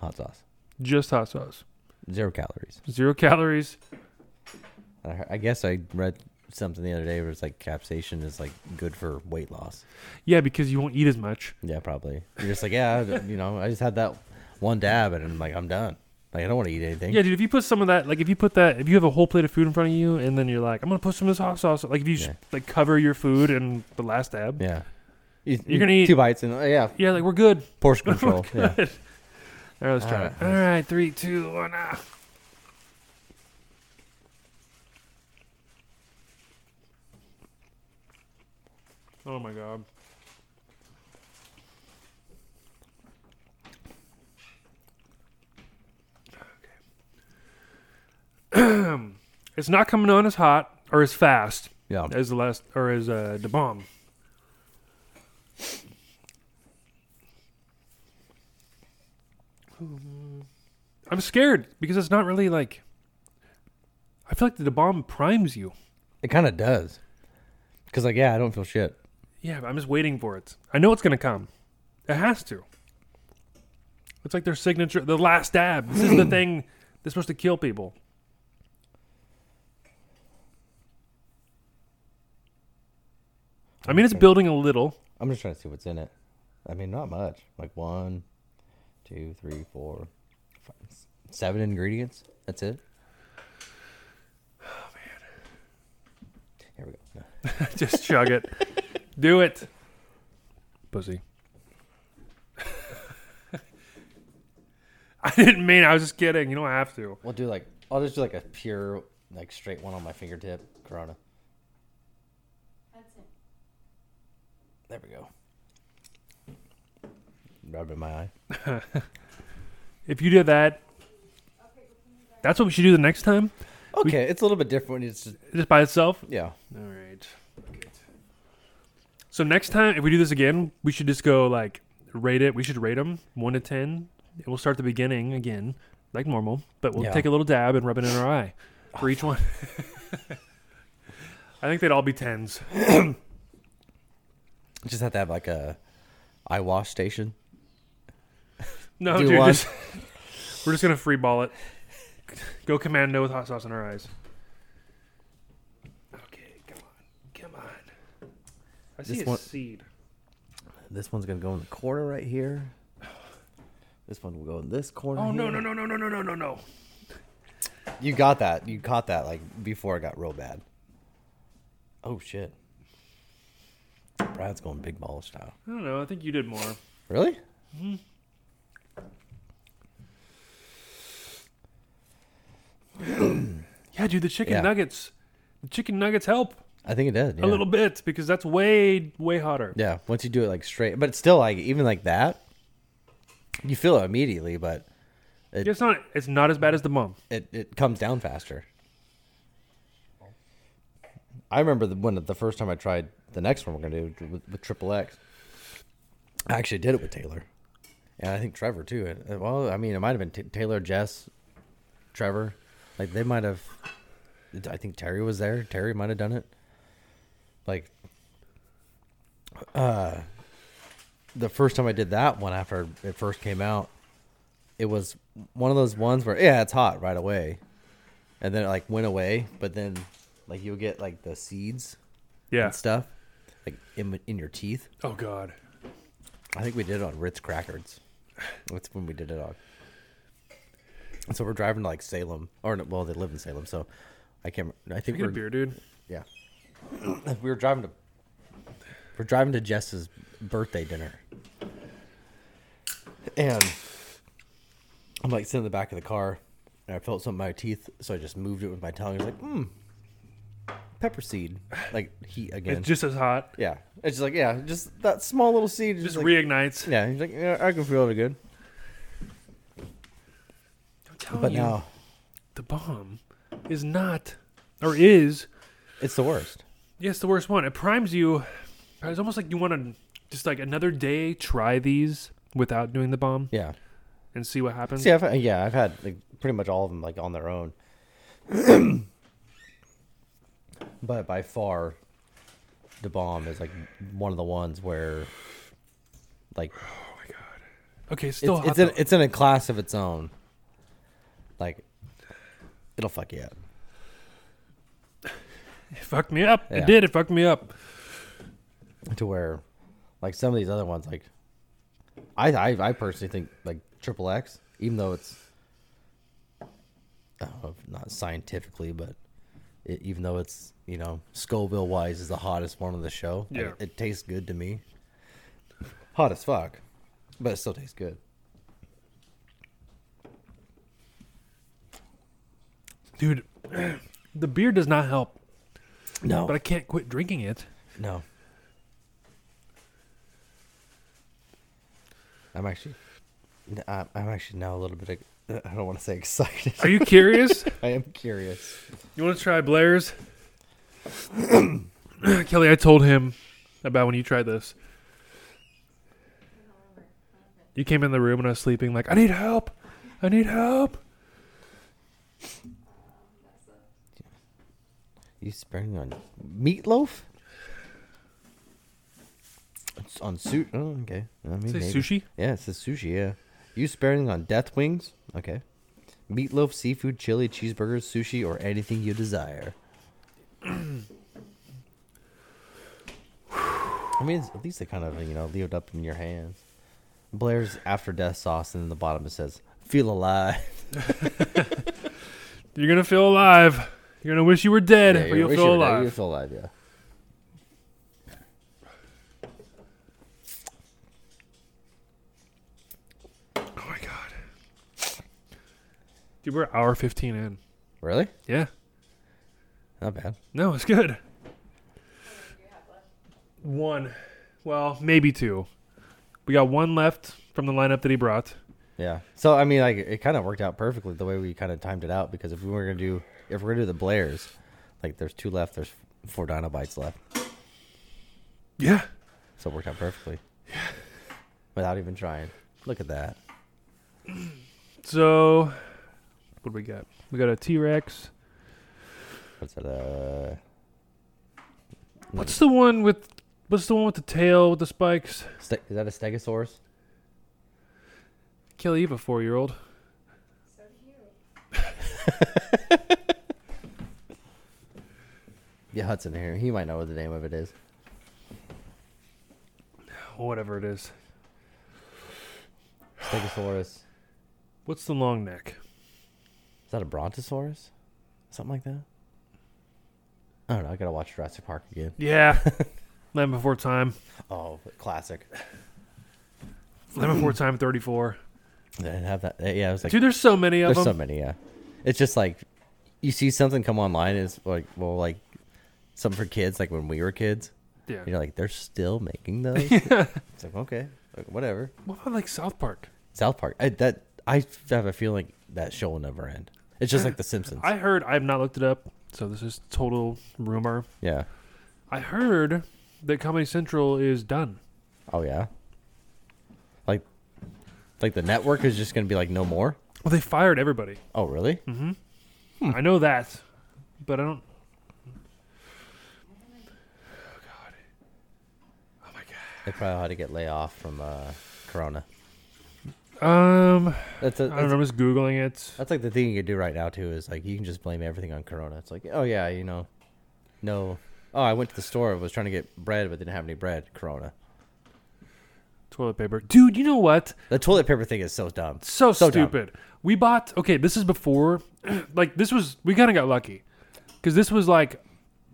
[SPEAKER 1] hot sauce,
[SPEAKER 3] just hot sauce
[SPEAKER 1] zero calories.
[SPEAKER 3] zero calories
[SPEAKER 1] I, he- I guess I read something the other day where it's like capsaicin is like good for weight loss.
[SPEAKER 3] yeah because you won't eat as much
[SPEAKER 1] Yeah, probably. You're just like, yeah, I- you know, I just had that one dab and I'm like, I'm done. Like, I don't want to eat anything.
[SPEAKER 3] Yeah, dude, if you put some of that, like if you put that, if you have a whole plate of food in front of you and then you're like, I'm going to put some of this hot sauce, like if you s-
[SPEAKER 1] Yeah.
[SPEAKER 3] like cover your food and the last dab. Yeah,
[SPEAKER 1] Yeah. You,
[SPEAKER 3] You're gonna eat- Oh
[SPEAKER 1] two bites and oh, yeah,
[SPEAKER 3] like we're good.
[SPEAKER 1] portion control.
[SPEAKER 3] We're
[SPEAKER 1] yeah.
[SPEAKER 3] good. All right, let's try
[SPEAKER 1] All
[SPEAKER 3] it. All right, three, two, one. Ah. Oh my god. it's not coming on as hot or as fast
[SPEAKER 1] Yeah.
[SPEAKER 3] as the last or as uh, the bomb. I'm scared because it's not really like. I feel like the bomb primes you.
[SPEAKER 1] It kind of does. Cause like, yeah, I don't feel shit.
[SPEAKER 3] Yeah, but I'm just waiting for it. I know it's gonna come. It has to. It's like their signature, the last dab. This is the thing that's supposed to kill people. I mean, it's building a little.
[SPEAKER 1] I'm just trying to see what's in it. I mean, not much. Like one, two, three, four, five, s- seven ingredients. That's it. Oh man. Here we go. No.
[SPEAKER 3] just chug it. Do it, pussy. I didn't mean. I was just kidding. You don't have to.
[SPEAKER 1] We'll do like I'll just do like a pure like straight one on my fingertip. Corona.
[SPEAKER 4] That's it.
[SPEAKER 1] There we go. Rub it in my eye.
[SPEAKER 3] If you did that, that's what we should do the next time.
[SPEAKER 1] Okay, it's a little bit different. It's just,
[SPEAKER 3] Just by itself.
[SPEAKER 1] yeah.
[SPEAKER 3] All right. So next time, if we do this again, we should just go like rate it. We should rate them one to ten. And We'll start at the beginning again, like normal, but we'll
[SPEAKER 1] Yeah.
[SPEAKER 3] take a little dab and rub it in our eye for each one. I think they'd all be tens.
[SPEAKER 1] Just have to have like a eye wash station.
[SPEAKER 3] No,
[SPEAKER 1] Do
[SPEAKER 3] dude,
[SPEAKER 1] one.
[SPEAKER 3] just- we're just gonna free ball it. Go commando with hot sauce in our eyes. Okay, come on, come on. I see
[SPEAKER 1] This
[SPEAKER 3] a
[SPEAKER 1] one-
[SPEAKER 3] seed.
[SPEAKER 1] This one's gonna go in the corner right here. This one will go in this corner.
[SPEAKER 3] Oh no
[SPEAKER 1] here.
[SPEAKER 3] no no no no no no no no!
[SPEAKER 1] You got that. You caught that like before it got real bad. Oh shit. Brad's going big ball style.
[SPEAKER 3] I don't know. I think you did more.
[SPEAKER 1] Really?
[SPEAKER 3] Yeah, dude. The chicken
[SPEAKER 1] Yeah.
[SPEAKER 3] nuggets, the chicken nuggets help
[SPEAKER 1] I think it did. Yeah.
[SPEAKER 3] a little bit because that's way way hotter.
[SPEAKER 1] Yeah. Once you do it like straight, but it's still like even like that, you feel it immediately, but
[SPEAKER 3] It's not. It's not as bad as the mom.
[SPEAKER 1] it, it comes down faster. I remember the when the first time I tried the next one we're gonna do with, with triple X. I actually did it with Taylor, and I think Trevor too. And- and, Well, I mean, it might have been T- Taylor, Jess, Trevor, like they might have. I think Terry was there. Terry might have done it. Like, uh, the first time I did that one after it first came out, it was one of those ones where yeah, it's hot right away, and then it like went away, but then like you'll get like the seeds
[SPEAKER 3] Yeah.
[SPEAKER 1] and stuff like in in your teeth.
[SPEAKER 3] Oh God.
[SPEAKER 1] I think we did it on Ritz Crackers. That's when we did it on. And so we're driving to like Salem, or no, well, they live in Salem, so I can't. I think
[SPEAKER 3] Get a
[SPEAKER 1] we're
[SPEAKER 3] beer, dude.
[SPEAKER 1] yeah. we were driving to. We're driving to Jess's birthday dinner. And I'm like sitting in the back of the car, and I felt something in my teeth, so I just moved it with my tongue. I was like, hmm, pepper seed, like heat again.
[SPEAKER 3] It's just as hot.
[SPEAKER 1] yeah, it's just like yeah, just that small little seed.
[SPEAKER 3] Just
[SPEAKER 1] like,
[SPEAKER 3] reignites.
[SPEAKER 1] yeah, he's like, yeah, I can feel it good.
[SPEAKER 3] I'm telling
[SPEAKER 1] But
[SPEAKER 3] you,
[SPEAKER 1] now
[SPEAKER 3] the bomb is not, or is.
[SPEAKER 1] it's the worst.
[SPEAKER 3] Yes, the worst one. It primes you. It's almost like you want to just like another day try these without doing the bomb
[SPEAKER 1] Yeah.
[SPEAKER 3] and see what happens.
[SPEAKER 1] See, I've, uh, yeah, I've had like pretty much all of them like on their own. but by far, the bomb is like one of the ones where, like,
[SPEAKER 3] Okay, it's still
[SPEAKER 1] it's it's
[SPEAKER 3] hot.
[SPEAKER 1] in, it's in a class of its own. Like, it'll fuck you up.
[SPEAKER 3] though. it fucked me up.
[SPEAKER 1] Yeah.
[SPEAKER 3] It did. It fucked me up.
[SPEAKER 1] to where like some of these other ones like I I, I personally think like triple X even though it's I don't know, if not scientifically but it, even though it's you know Scoville wise is the hottest one of the show like,
[SPEAKER 3] Yeah.
[SPEAKER 1] it, tastes good to me hot as fuck but it still tastes good
[SPEAKER 3] Dude, the beer does not help,
[SPEAKER 1] no
[SPEAKER 3] but I can't quit drinking it.
[SPEAKER 1] no I'm actually I- I'm actually now a little bit ex- I don't want to say excited
[SPEAKER 3] Are you curious?
[SPEAKER 1] I am curious.
[SPEAKER 3] you want to try Blair's? Kelly, I told him about when you tried this. You came in the room and I was sleeping, like, I need help. I need help.
[SPEAKER 1] You sprang on meatloaf? It's on suit. Oh, okay. I mean,
[SPEAKER 3] Say
[SPEAKER 1] maybe.
[SPEAKER 3] sushi?
[SPEAKER 1] Yeah, it says sushi. Yeah. You sparing on death wings? Okay. Meatloaf, seafood, chili, cheeseburgers, sushi, or anything you desire. I mean, it's- at least they kind of you know leave it up in your hands. Blair's after death sauce, and in the bottom it says "Feel alive."
[SPEAKER 3] You're gonna feel alive. You're gonna wish you were dead, but you'll
[SPEAKER 1] wish
[SPEAKER 3] feel
[SPEAKER 1] you were dead. You'll
[SPEAKER 3] alive.
[SPEAKER 1] feel alive. Yeah.
[SPEAKER 3] Oh my god, dude, we're hour fifteen in.
[SPEAKER 1] Really?
[SPEAKER 3] Yeah,
[SPEAKER 1] Not bad.
[SPEAKER 3] no, it's good. One, well, maybe two. We got one left from the lineup that he brought.
[SPEAKER 1] Yeah. So I mean, like it kind of worked out perfectly the way we kind of timed it out because if we were gonna do if we're gonna do the Blairs, like there's two left, there's four Dinobites left,
[SPEAKER 3] Yeah,
[SPEAKER 1] so it worked out perfectly. Without even trying. Look at that.
[SPEAKER 3] so what do we got? We got a T Rex.
[SPEAKER 1] What's that? Uh,
[SPEAKER 3] What's the one with? What's the one with the tail with the spikes?
[SPEAKER 1] ste- is that a Stegosaurus?
[SPEAKER 3] Kill Eva, four year old.
[SPEAKER 4] So cute.
[SPEAKER 1] Yeah, Hudson here. He might know what the name of it is.
[SPEAKER 3] Whatever it is.
[SPEAKER 1] Stegosaurus.
[SPEAKER 3] What's the long neck?
[SPEAKER 1] Is that a brontosaurus? Something like that. I don't know. I gotta watch Jurassic Park again.
[SPEAKER 3] Yeah. Land Before Time.
[SPEAKER 1] Oh, classic.
[SPEAKER 3] Land Before Time 34.
[SPEAKER 1] They didn't have that. Yeah, it was like
[SPEAKER 3] Dude, there's so many of
[SPEAKER 1] there's so
[SPEAKER 3] them.
[SPEAKER 1] many. Yeah, it's just like you see something come online. It's like well, like something for kids. Like when we were kids,
[SPEAKER 3] yeah.
[SPEAKER 1] you're like they're still making those. It's like okay, like, whatever.
[SPEAKER 3] What about like South Park?
[SPEAKER 1] South Park. I, that I have a feeling that show will never end. It's just like The Simpsons.
[SPEAKER 3] I heard, I've not looked it up, so this is total rumor.
[SPEAKER 1] yeah.
[SPEAKER 3] I heard that Comedy Central is done.
[SPEAKER 1] Oh yeah. Like, like the network is just gonna be like no more.
[SPEAKER 3] Well, they fired everybody.
[SPEAKER 1] Oh really?
[SPEAKER 3] Mm-hmm. I know that, but I don't. Oh, God. Oh, my God.
[SPEAKER 1] They probably had to get laid off from uh, Corona.
[SPEAKER 3] Um,
[SPEAKER 1] That's a,
[SPEAKER 3] I don't
[SPEAKER 1] that's,
[SPEAKER 3] know. I'm just googling it.
[SPEAKER 1] that's like the thing you could do right now too. Is like you can just blame everything on Corona. It's like oh yeah, you know, no. Oh, I went to the store. I was trying to get bread, but didn't have any bread. Corona.
[SPEAKER 3] Toilet paper, dude. You know what?
[SPEAKER 1] The toilet paper thing is so dumb.
[SPEAKER 3] So,
[SPEAKER 1] So dumb.
[SPEAKER 3] stupid. We bought. Okay, this is before. like this was. We kind of got lucky, because this was like,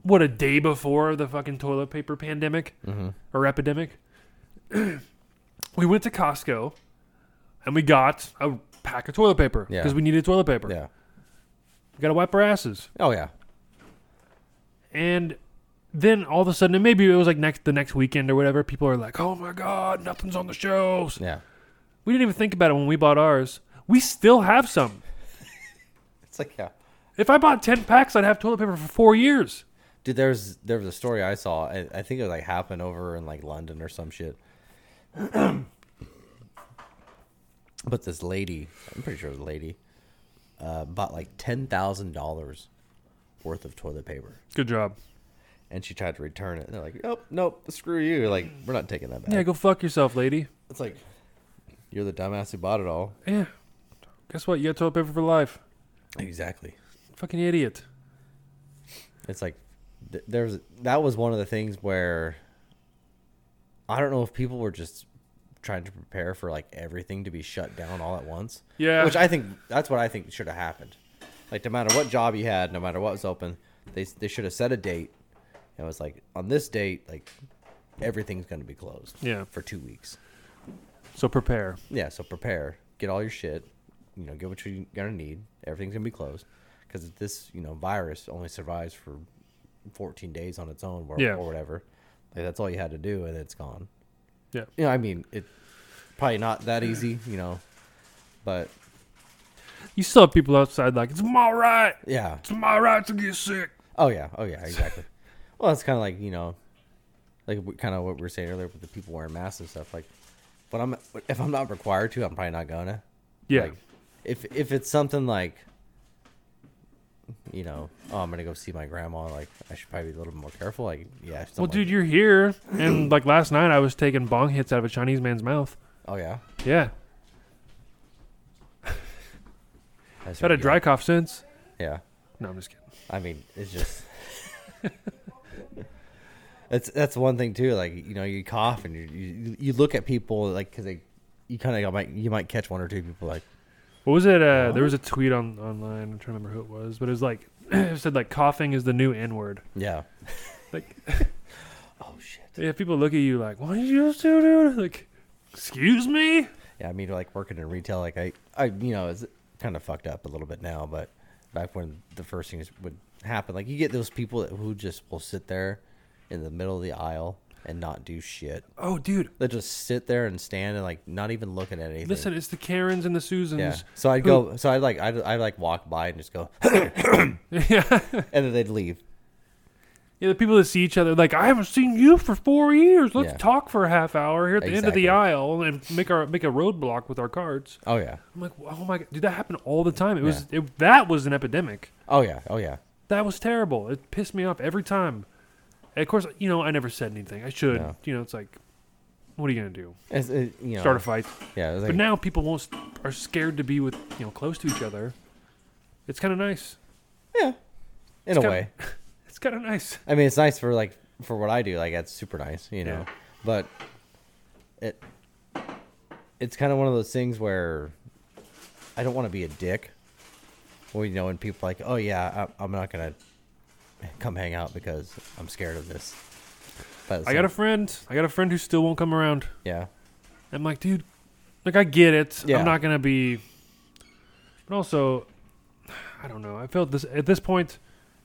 [SPEAKER 3] what a day before the fucking toilet paper pandemic
[SPEAKER 1] Mm-hmm.
[SPEAKER 3] or epidemic. we went to Costco, and we got a pack of toilet paper
[SPEAKER 1] Yeah.
[SPEAKER 3] because we needed toilet paper.
[SPEAKER 1] Yeah.
[SPEAKER 3] We got to wipe our asses.
[SPEAKER 1] Oh yeah.
[SPEAKER 3] and then all of a sudden, and maybe it was like next the next weekend or whatever. People are like, "Oh my god, nothing's on the shelves."
[SPEAKER 1] Yeah.
[SPEAKER 3] We didn't even think about it when we bought ours. We still have some.
[SPEAKER 1] It's like yeah.
[SPEAKER 3] If I bought ten packs, I'd have toilet paper for four years.
[SPEAKER 1] Dude, there was there was a story I saw. I, I think it like happened over in like London or some shit. but this lady, I'm pretty sure it was a lady, uh, bought like ten thousand dollars worth of toilet paper,
[SPEAKER 3] Good job.
[SPEAKER 1] and she tried to return it. And they're like, "Nope, nope, screw you! Like, we're not taking that back."
[SPEAKER 3] Yeah, go fuck yourself, lady.
[SPEAKER 1] it's like you're the dumbass who bought it all.
[SPEAKER 3] Yeah. Guess what? You got toilet paper for life.
[SPEAKER 1] Exactly.
[SPEAKER 3] Fucking idiot.
[SPEAKER 1] It's like th- there's that was one of the things where I don't know if people were just trying to prepare for like everything to be shut down all at once.
[SPEAKER 3] Yeah.
[SPEAKER 1] Which I think that's what I think should have happened. Like no matter what job you had, no matter what was open, they they should have set a date. And it was like on this date, like everything's going to be closed.
[SPEAKER 3] Yeah.
[SPEAKER 1] For 2 weeks.
[SPEAKER 3] So prepare.
[SPEAKER 1] Yeah, so prepare, get all your shit, you know, get what you're gonna need. Everything's gonna be closed because this, you know, virus only survives for 14 days on its own, or,
[SPEAKER 3] Yeah.
[SPEAKER 1] or whatever. Like that's all you had to do, and it's gone.
[SPEAKER 3] Yeah.
[SPEAKER 1] You know, I mean, it probably not that easy, you know, but
[SPEAKER 3] You still have people outside like, it's my right.
[SPEAKER 1] yeah.
[SPEAKER 3] It's my right to get sick.
[SPEAKER 1] Oh yeah, oh yeah, exactly. well, it's kind of like you know, like kind of what we were saying earlier with the people wearing masks and stuff. Like, when I'm if I'm not required to, I'm probably not gonna.
[SPEAKER 3] Yeah.
[SPEAKER 1] Like, if if it's something like, you know, oh, I'm gonna go see my grandma. Like, I should probably be a little bit more careful. Like, yeah.
[SPEAKER 3] well,
[SPEAKER 1] something
[SPEAKER 3] dude, you're here. And like last night, I was taking bong hits out of a Chinese man's mouth.
[SPEAKER 1] like- Oh yeah.
[SPEAKER 3] Yeah.
[SPEAKER 1] That's
[SPEAKER 3] Had a dry cough since.
[SPEAKER 1] Yeah.
[SPEAKER 3] No, I'm just kidding.
[SPEAKER 1] I mean, it's just. That's that's one thing too. Like you know, you cough and you you, you look at people like because they, you kind of might you might catch one or two people like
[SPEAKER 3] What was it? Uh, there was a tweet on online. I'm trying to remember who it was, but it was like it said like coughing is the new N word.
[SPEAKER 1] yeah
[SPEAKER 3] Like
[SPEAKER 1] oh shit
[SPEAKER 3] if people look at you like, what did you just do, dude? Like, excuse me.
[SPEAKER 1] yeah I mean like working in retail like I I you know it's kind of fucked up a little bit now but back when the first things would happen like you get those people that, who just will sit there in the middle of the aisle and not do shit
[SPEAKER 3] Oh, dude.
[SPEAKER 1] they just sit there and stand and like not even looking at anything
[SPEAKER 3] Listen, it's the Karens and the Susans.
[SPEAKER 1] Yeah. So I'd go. So I'd like. I'd, I'd like walk by and just go, and
[SPEAKER 3] yeah.
[SPEAKER 1] then they'd leave.
[SPEAKER 3] yeah, the people that see each other like, I haven't seen you for four years. Let's
[SPEAKER 1] Yeah.
[SPEAKER 3] talk for a half hour here at the end of
[SPEAKER 1] Exactly.
[SPEAKER 3] the aisle and make our make a roadblock with our cards.
[SPEAKER 1] Oh yeah.
[SPEAKER 3] I'm like, oh my god, dude, that happened all the time. It was it, that was an epidemic.
[SPEAKER 1] Oh yeah. Oh yeah.
[SPEAKER 3] That was terrible. It pissed me off every time. And of course, you know, I never said anything. I should.
[SPEAKER 1] No.
[SPEAKER 3] You know, it's like, what are you gonna do?
[SPEAKER 1] It's, it, you know,
[SPEAKER 3] Start a fight?
[SPEAKER 1] Yeah. It was
[SPEAKER 3] But
[SPEAKER 1] like,
[SPEAKER 3] now people won't are scared to be with you know close to each other. It's kind of nice.
[SPEAKER 1] yeah. In a
[SPEAKER 3] kinda-
[SPEAKER 1] way.
[SPEAKER 3] It's kind of nice.
[SPEAKER 1] I mean, it's nice for like for what I do. Like that's super nice, you know.
[SPEAKER 3] Yeah.
[SPEAKER 1] But it it's kind of one of those things where I don't want to be a dick, Well, you know, when people like, oh yeah, I, I'm not gonna come hang out because I'm scared of this. But
[SPEAKER 3] I got a friend. I got a friend who still won't come around.
[SPEAKER 1] yeah,
[SPEAKER 3] I'm like, dude, like I get it.
[SPEAKER 1] Yeah.
[SPEAKER 3] I'm not gonna be. But also, I don't know. I felt this at this point.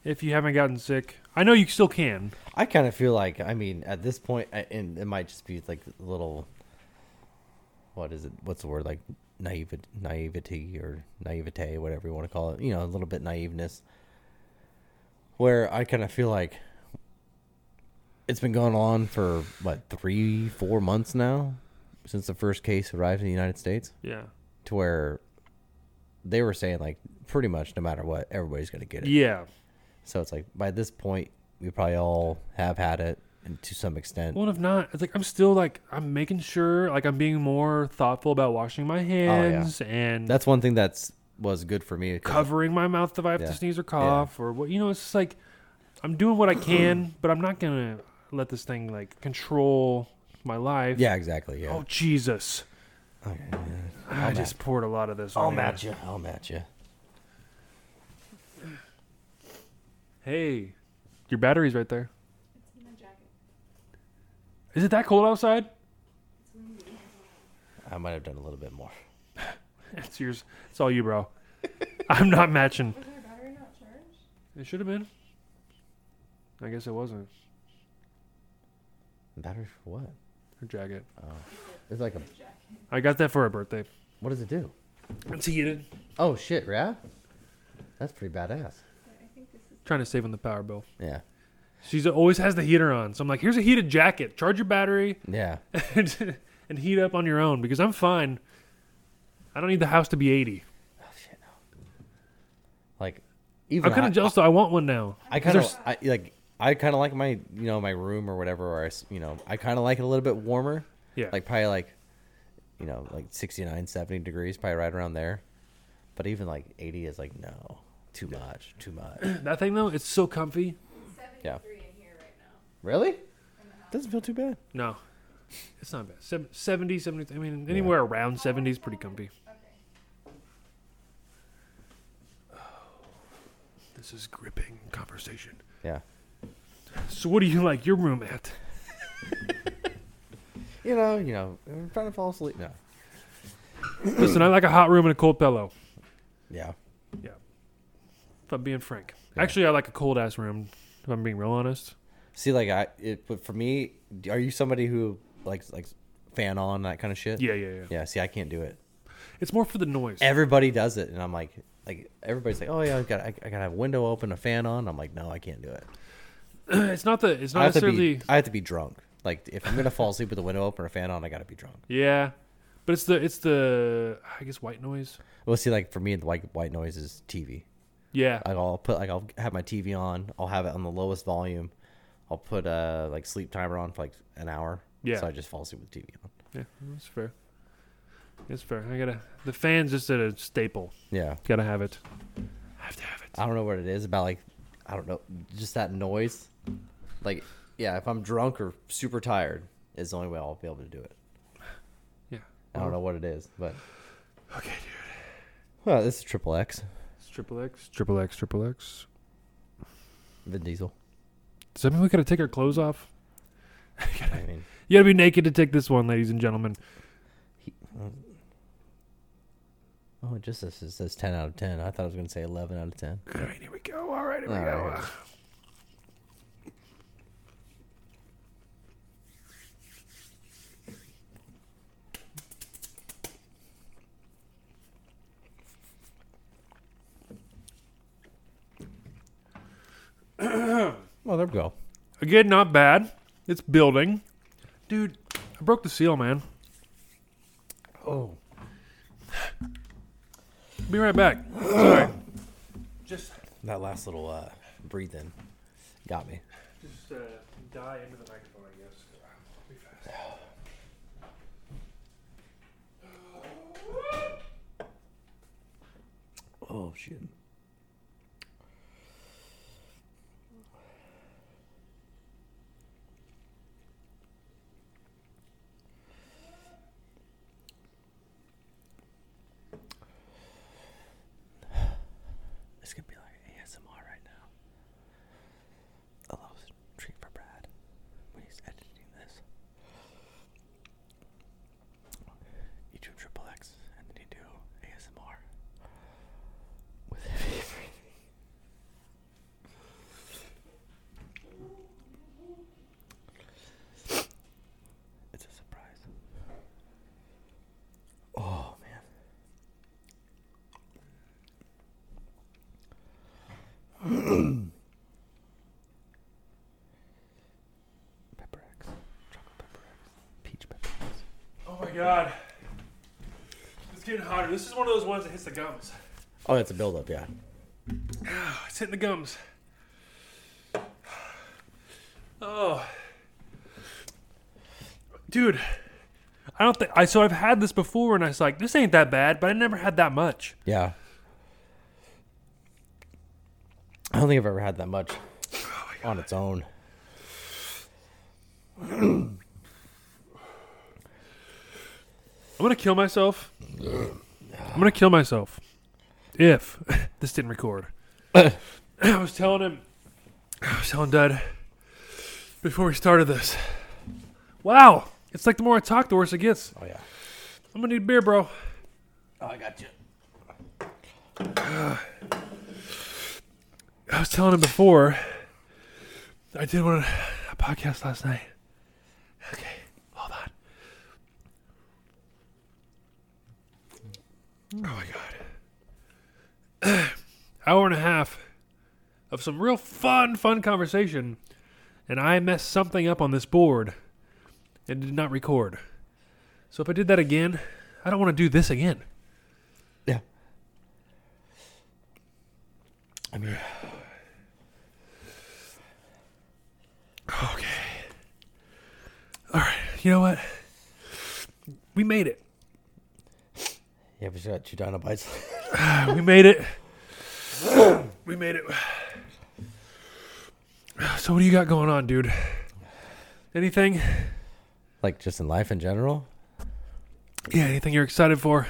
[SPEAKER 3] If you haven't gotten sick, I know you still can.
[SPEAKER 1] I kind of feel like I mean at this point, I, and it might just be like a little. What is it? What's the word like? Naive, naivety or naivete, whatever you want to call it. You know, a little bit naiveness. Where I kind of feel like it's been going on for what three, four months now since the first case arrived in the United States.
[SPEAKER 3] Yeah.
[SPEAKER 1] to where they were saying like pretty much no matter what everybody's gonna get it.
[SPEAKER 3] Yeah.
[SPEAKER 1] So it's like by this point we probably all have had it and to some extent.
[SPEAKER 3] Well, if not, it's like I'm still like I'm making sure like I'm being more thoughtful about washing
[SPEAKER 1] Oh,
[SPEAKER 3] my hands and
[SPEAKER 1] That's one thing that's was good for me. 'cause-
[SPEAKER 3] covering my mouth if I have
[SPEAKER 1] Yeah.
[SPEAKER 3] to sneeze or cough or what. You know, it's just like I'm doing what I can, but I'm not gonna let this thing like control my life.
[SPEAKER 1] Yeah, exactly. Yeah.
[SPEAKER 3] Oh Jesus!
[SPEAKER 1] Okay,
[SPEAKER 3] I just poured a lot of this. on you.
[SPEAKER 1] you. I'll match you.
[SPEAKER 3] Hey, your battery's right there.
[SPEAKER 4] It's in my jacket.
[SPEAKER 3] Is it that cold outside?
[SPEAKER 1] I might have done a little bit more.
[SPEAKER 3] It's yours. It's all you, bro. I'm not matching.
[SPEAKER 4] Was my battery not charged?
[SPEAKER 3] It should have been. I guess it wasn't.
[SPEAKER 1] Battery for what?
[SPEAKER 3] Her jacket.
[SPEAKER 1] It's like a
[SPEAKER 3] I got that for her birthday.
[SPEAKER 1] what does it do?
[SPEAKER 3] It's heated.
[SPEAKER 1] Oh shit, yeah? That's pretty badass.
[SPEAKER 4] I think this is
[SPEAKER 3] Trying to save on the power bill.
[SPEAKER 1] Yeah.
[SPEAKER 3] She's always has the heater on, so I'm like, here's a heated jacket. Charge your battery
[SPEAKER 1] Yeah. Oh,
[SPEAKER 3] and, and heat up on your own because I'm fine. I don't need the house to be 80.
[SPEAKER 1] Like even
[SPEAKER 3] I'm kind
[SPEAKER 1] I-
[SPEAKER 3] of jealous though. I want one now.
[SPEAKER 1] I kind of I, like I kind of like my you know my room or whatever or I s- you know I kind of like it a little bit warmer.
[SPEAKER 3] Yeah.
[SPEAKER 1] Like probably like you know like 69 70 degrees probably right around there. But even like 80 is like no, too much, too much.
[SPEAKER 3] That thing though, it's so comfy.
[SPEAKER 4] 73
[SPEAKER 1] Yeah.
[SPEAKER 4] in here right now.
[SPEAKER 1] really? Doesn't feel too bad.
[SPEAKER 3] No, it's not bad. Sev- 70, 70. I mean, anywhere around 70 is pretty comfy.
[SPEAKER 4] Okay.
[SPEAKER 3] This is gripping conversation.
[SPEAKER 1] Yeah.
[SPEAKER 3] So, what do you like your room at?
[SPEAKER 1] You know, you know, I'm trying to fall asleep. No.
[SPEAKER 3] Listen, I like a hot room and a cold pillow.
[SPEAKER 1] Yeah.
[SPEAKER 3] If I'm being frank,
[SPEAKER 1] Yeah.
[SPEAKER 3] actually, I like a cold ass room. If I'm being real honest,
[SPEAKER 1] See like I it but for me are you somebody who likes like fan on that kind of shit?
[SPEAKER 3] yeah, yeah, yeah.
[SPEAKER 1] Yeah, see I can't do it.
[SPEAKER 3] It's more for the noise.
[SPEAKER 1] everybody does it, and I'm like, like everybody's like, oh yeah, I got I, I gotta have a window open, a fan on. I'm like, no, I can't do it.
[SPEAKER 3] it's not the. It's
[SPEAKER 1] I have
[SPEAKER 3] not
[SPEAKER 1] to be,
[SPEAKER 3] necessarily.
[SPEAKER 1] I have to be drunk. Like if I'm gonna fall asleep with the window open or a fan on, I gotta be drunk.
[SPEAKER 3] Yeah, but it's the. It's the. I guess white noise.
[SPEAKER 1] Well, see, like for me, the white white noise is TV.
[SPEAKER 3] Yeah.
[SPEAKER 1] Like I'll put like I'll have my TV on. I'll have it on the lowest volume. I'll put uh like sleep timer on for like an hour.
[SPEAKER 3] Yeah.
[SPEAKER 1] So I just fall asleep with the TV on.
[SPEAKER 3] yeah, that's fair. That's fair. I gotta. The fan's just a staple.
[SPEAKER 1] Yeah.
[SPEAKER 3] Gotta have it. have to have it.
[SPEAKER 1] I don't know what it is about like I don't know just that noise. Like yeah, if I'm drunk or super tired is the only way I'll be able to do it.
[SPEAKER 3] Yeah.
[SPEAKER 1] I don't know what it is, but okay, dude. Well, this is triple X,
[SPEAKER 3] It's triple X. Triple X. Triple X.
[SPEAKER 1] Vin Diesel.
[SPEAKER 3] Does that mean we gotta take our clothes off?
[SPEAKER 1] I mean,
[SPEAKER 3] You gotta be naked to take this one, ladies and gentlemen.
[SPEAKER 1] oh, it just this it says ten out of ten. I thought I was gonna say eleven out of ten.
[SPEAKER 3] All right, here we go. All right, here
[SPEAKER 1] All
[SPEAKER 3] we go.
[SPEAKER 1] right. Well, there we go.
[SPEAKER 3] Again, not bad. It's building. Dude, I broke the seal, man.
[SPEAKER 1] Oh,
[SPEAKER 3] Be right back. Just,
[SPEAKER 1] that last little uh, breathe in got me.
[SPEAKER 3] just uh, die into the microphone, I guess. Be fast.
[SPEAKER 1] Oh shit. Oh, Pepper X. Chocolate pepper X. Peach pepper X.
[SPEAKER 3] Oh my god. It's getting hotter. This is one of those ones that hits the gums.
[SPEAKER 1] Oh, that's a buildup, yeah.
[SPEAKER 3] It's hitting the gums. Oh. Dude. I don't think I so I've had this before and I was like, this ain't that bad, but I never had that much.
[SPEAKER 1] Yeah. I don't think I've ever had that much on its own.
[SPEAKER 3] I'm gonna kill myself. I'm gonna kill myself. If this didn't record. I was telling him I was telling Dad before we started this. Wow. It's like the more I talk, the worse it gets.
[SPEAKER 1] Oh yeah.
[SPEAKER 3] I'm gonna need a beer, bro.
[SPEAKER 1] Oh, I got you.
[SPEAKER 3] I was telling him before. I did one a podcast last night. Okay, hold on. Oh my god. Hour and a half of some real fun, fun conversation, and I messed something up on this board and did not record. So if I did that again, I don't want to do this again.
[SPEAKER 1] Yeah. I mean,
[SPEAKER 3] Okay. All right. You know what? We made it.
[SPEAKER 1] yeah, but you got two dinobites.
[SPEAKER 3] We made it. we made it. So what do you got going on, dude? Anything?
[SPEAKER 1] like just in life in general.
[SPEAKER 3] Yeah, anything you're excited for?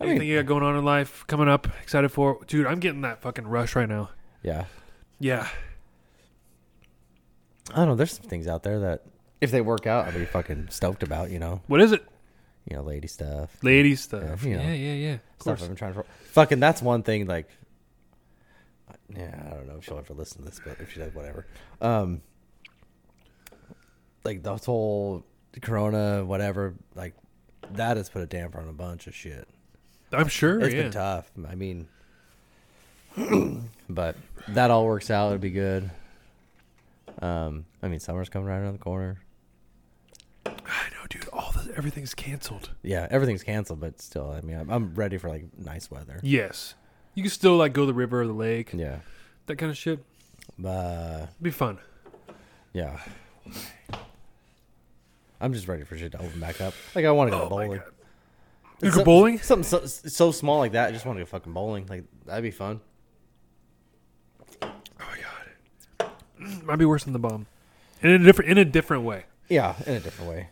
[SPEAKER 1] I
[SPEAKER 3] Anything
[SPEAKER 1] mean,
[SPEAKER 3] you got going on in life coming up? Excited for? Dude, I'm getting that fucking rush right now.
[SPEAKER 1] yeah.
[SPEAKER 3] Yeah.
[SPEAKER 1] I don't know. There's some things out there that if they work out, I'll be fucking stoked about. You know,
[SPEAKER 3] What is it?
[SPEAKER 1] you know, lady stuff.
[SPEAKER 3] Lady stuff.
[SPEAKER 1] Yeah, you
[SPEAKER 3] Yeah,
[SPEAKER 1] know.
[SPEAKER 3] yeah, yeah. Of
[SPEAKER 1] stuff
[SPEAKER 3] course.
[SPEAKER 1] I've been trying to. Fucking, that's one thing. Like, yeah, I don't know if she'll ever listen to this, but if she does, whatever. Um, like the whole Corona, whatever, like that has put a damper on a bunch of shit.
[SPEAKER 3] I'm sure.
[SPEAKER 1] It's
[SPEAKER 3] yeah.
[SPEAKER 1] been tough. I mean, but that all works out. It'd be good. Um, I mean, summer's coming right around the corner.
[SPEAKER 3] I know, dude. All the everything's canceled.
[SPEAKER 1] Yeah, everything's canceled, but still, I mean, I'm, I'm ready for like nice weather.
[SPEAKER 3] Yes. You can still like go to the river or the lake,
[SPEAKER 1] Yeah.
[SPEAKER 3] that kind of shit.
[SPEAKER 1] Uh,
[SPEAKER 3] Be fun.
[SPEAKER 1] Yeah. I'm just ready for shit to open back up. Like I want to go
[SPEAKER 3] Oh my
[SPEAKER 1] bowling.
[SPEAKER 3] God. You
[SPEAKER 1] Some-
[SPEAKER 3] go bowling?
[SPEAKER 1] Something so, so small like that. I just want to go fucking bowling. Like that'd be fun.
[SPEAKER 3] Oh my god. Might be worse than the bomb. In a different in a different way.
[SPEAKER 1] Yeah, in a different way.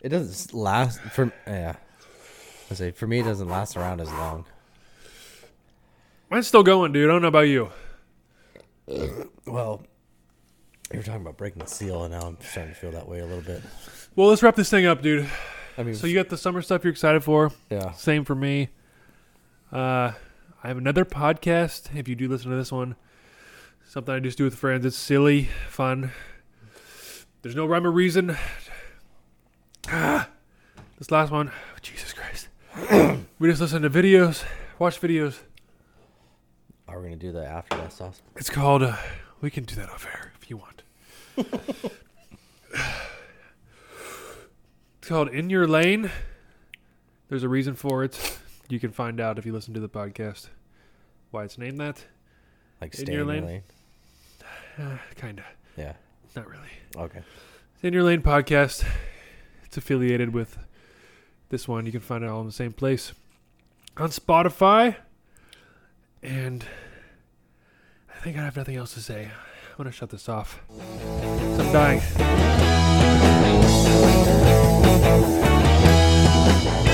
[SPEAKER 1] It doesn't s- last for yeah. I say for me, it doesn't last around as long.
[SPEAKER 3] Mine's still going, dude. I don't know about you.
[SPEAKER 1] Well, you were talking about breaking the seal, and now I'm starting to feel that way a little bit.
[SPEAKER 3] Well, let's wrap this thing up, dude.
[SPEAKER 1] I mean,
[SPEAKER 3] So you got the summer stuff you're excited for.
[SPEAKER 1] yeah,
[SPEAKER 3] Same for me. Uh, I have another podcast. If you do listen to this one, something I just do with friends. It's silly, fun. There's no rhyme or reason. Ah, this last one, Jesus Christ. we just listen to videos, watch videos.
[SPEAKER 1] are we gonna do that after that sauce?
[SPEAKER 3] It's called. Uh, we can do that off air if you want. it's called "In Your Lane." There's a reason for it. You can find out if you listen to the podcast why it's named that.
[SPEAKER 1] Like
[SPEAKER 3] In
[SPEAKER 1] stay
[SPEAKER 3] your
[SPEAKER 1] in your
[SPEAKER 3] lane?
[SPEAKER 1] lane?
[SPEAKER 3] Uh, kinda,
[SPEAKER 1] Yeah.
[SPEAKER 3] not really.
[SPEAKER 1] Okay.
[SPEAKER 3] It's "In Your Lane" podcast. It's affiliated with this one. You can find it all in the same place on Spotify. And I think I have nothing else to say. I'm gonna shut this off. 'Cause I'm dying.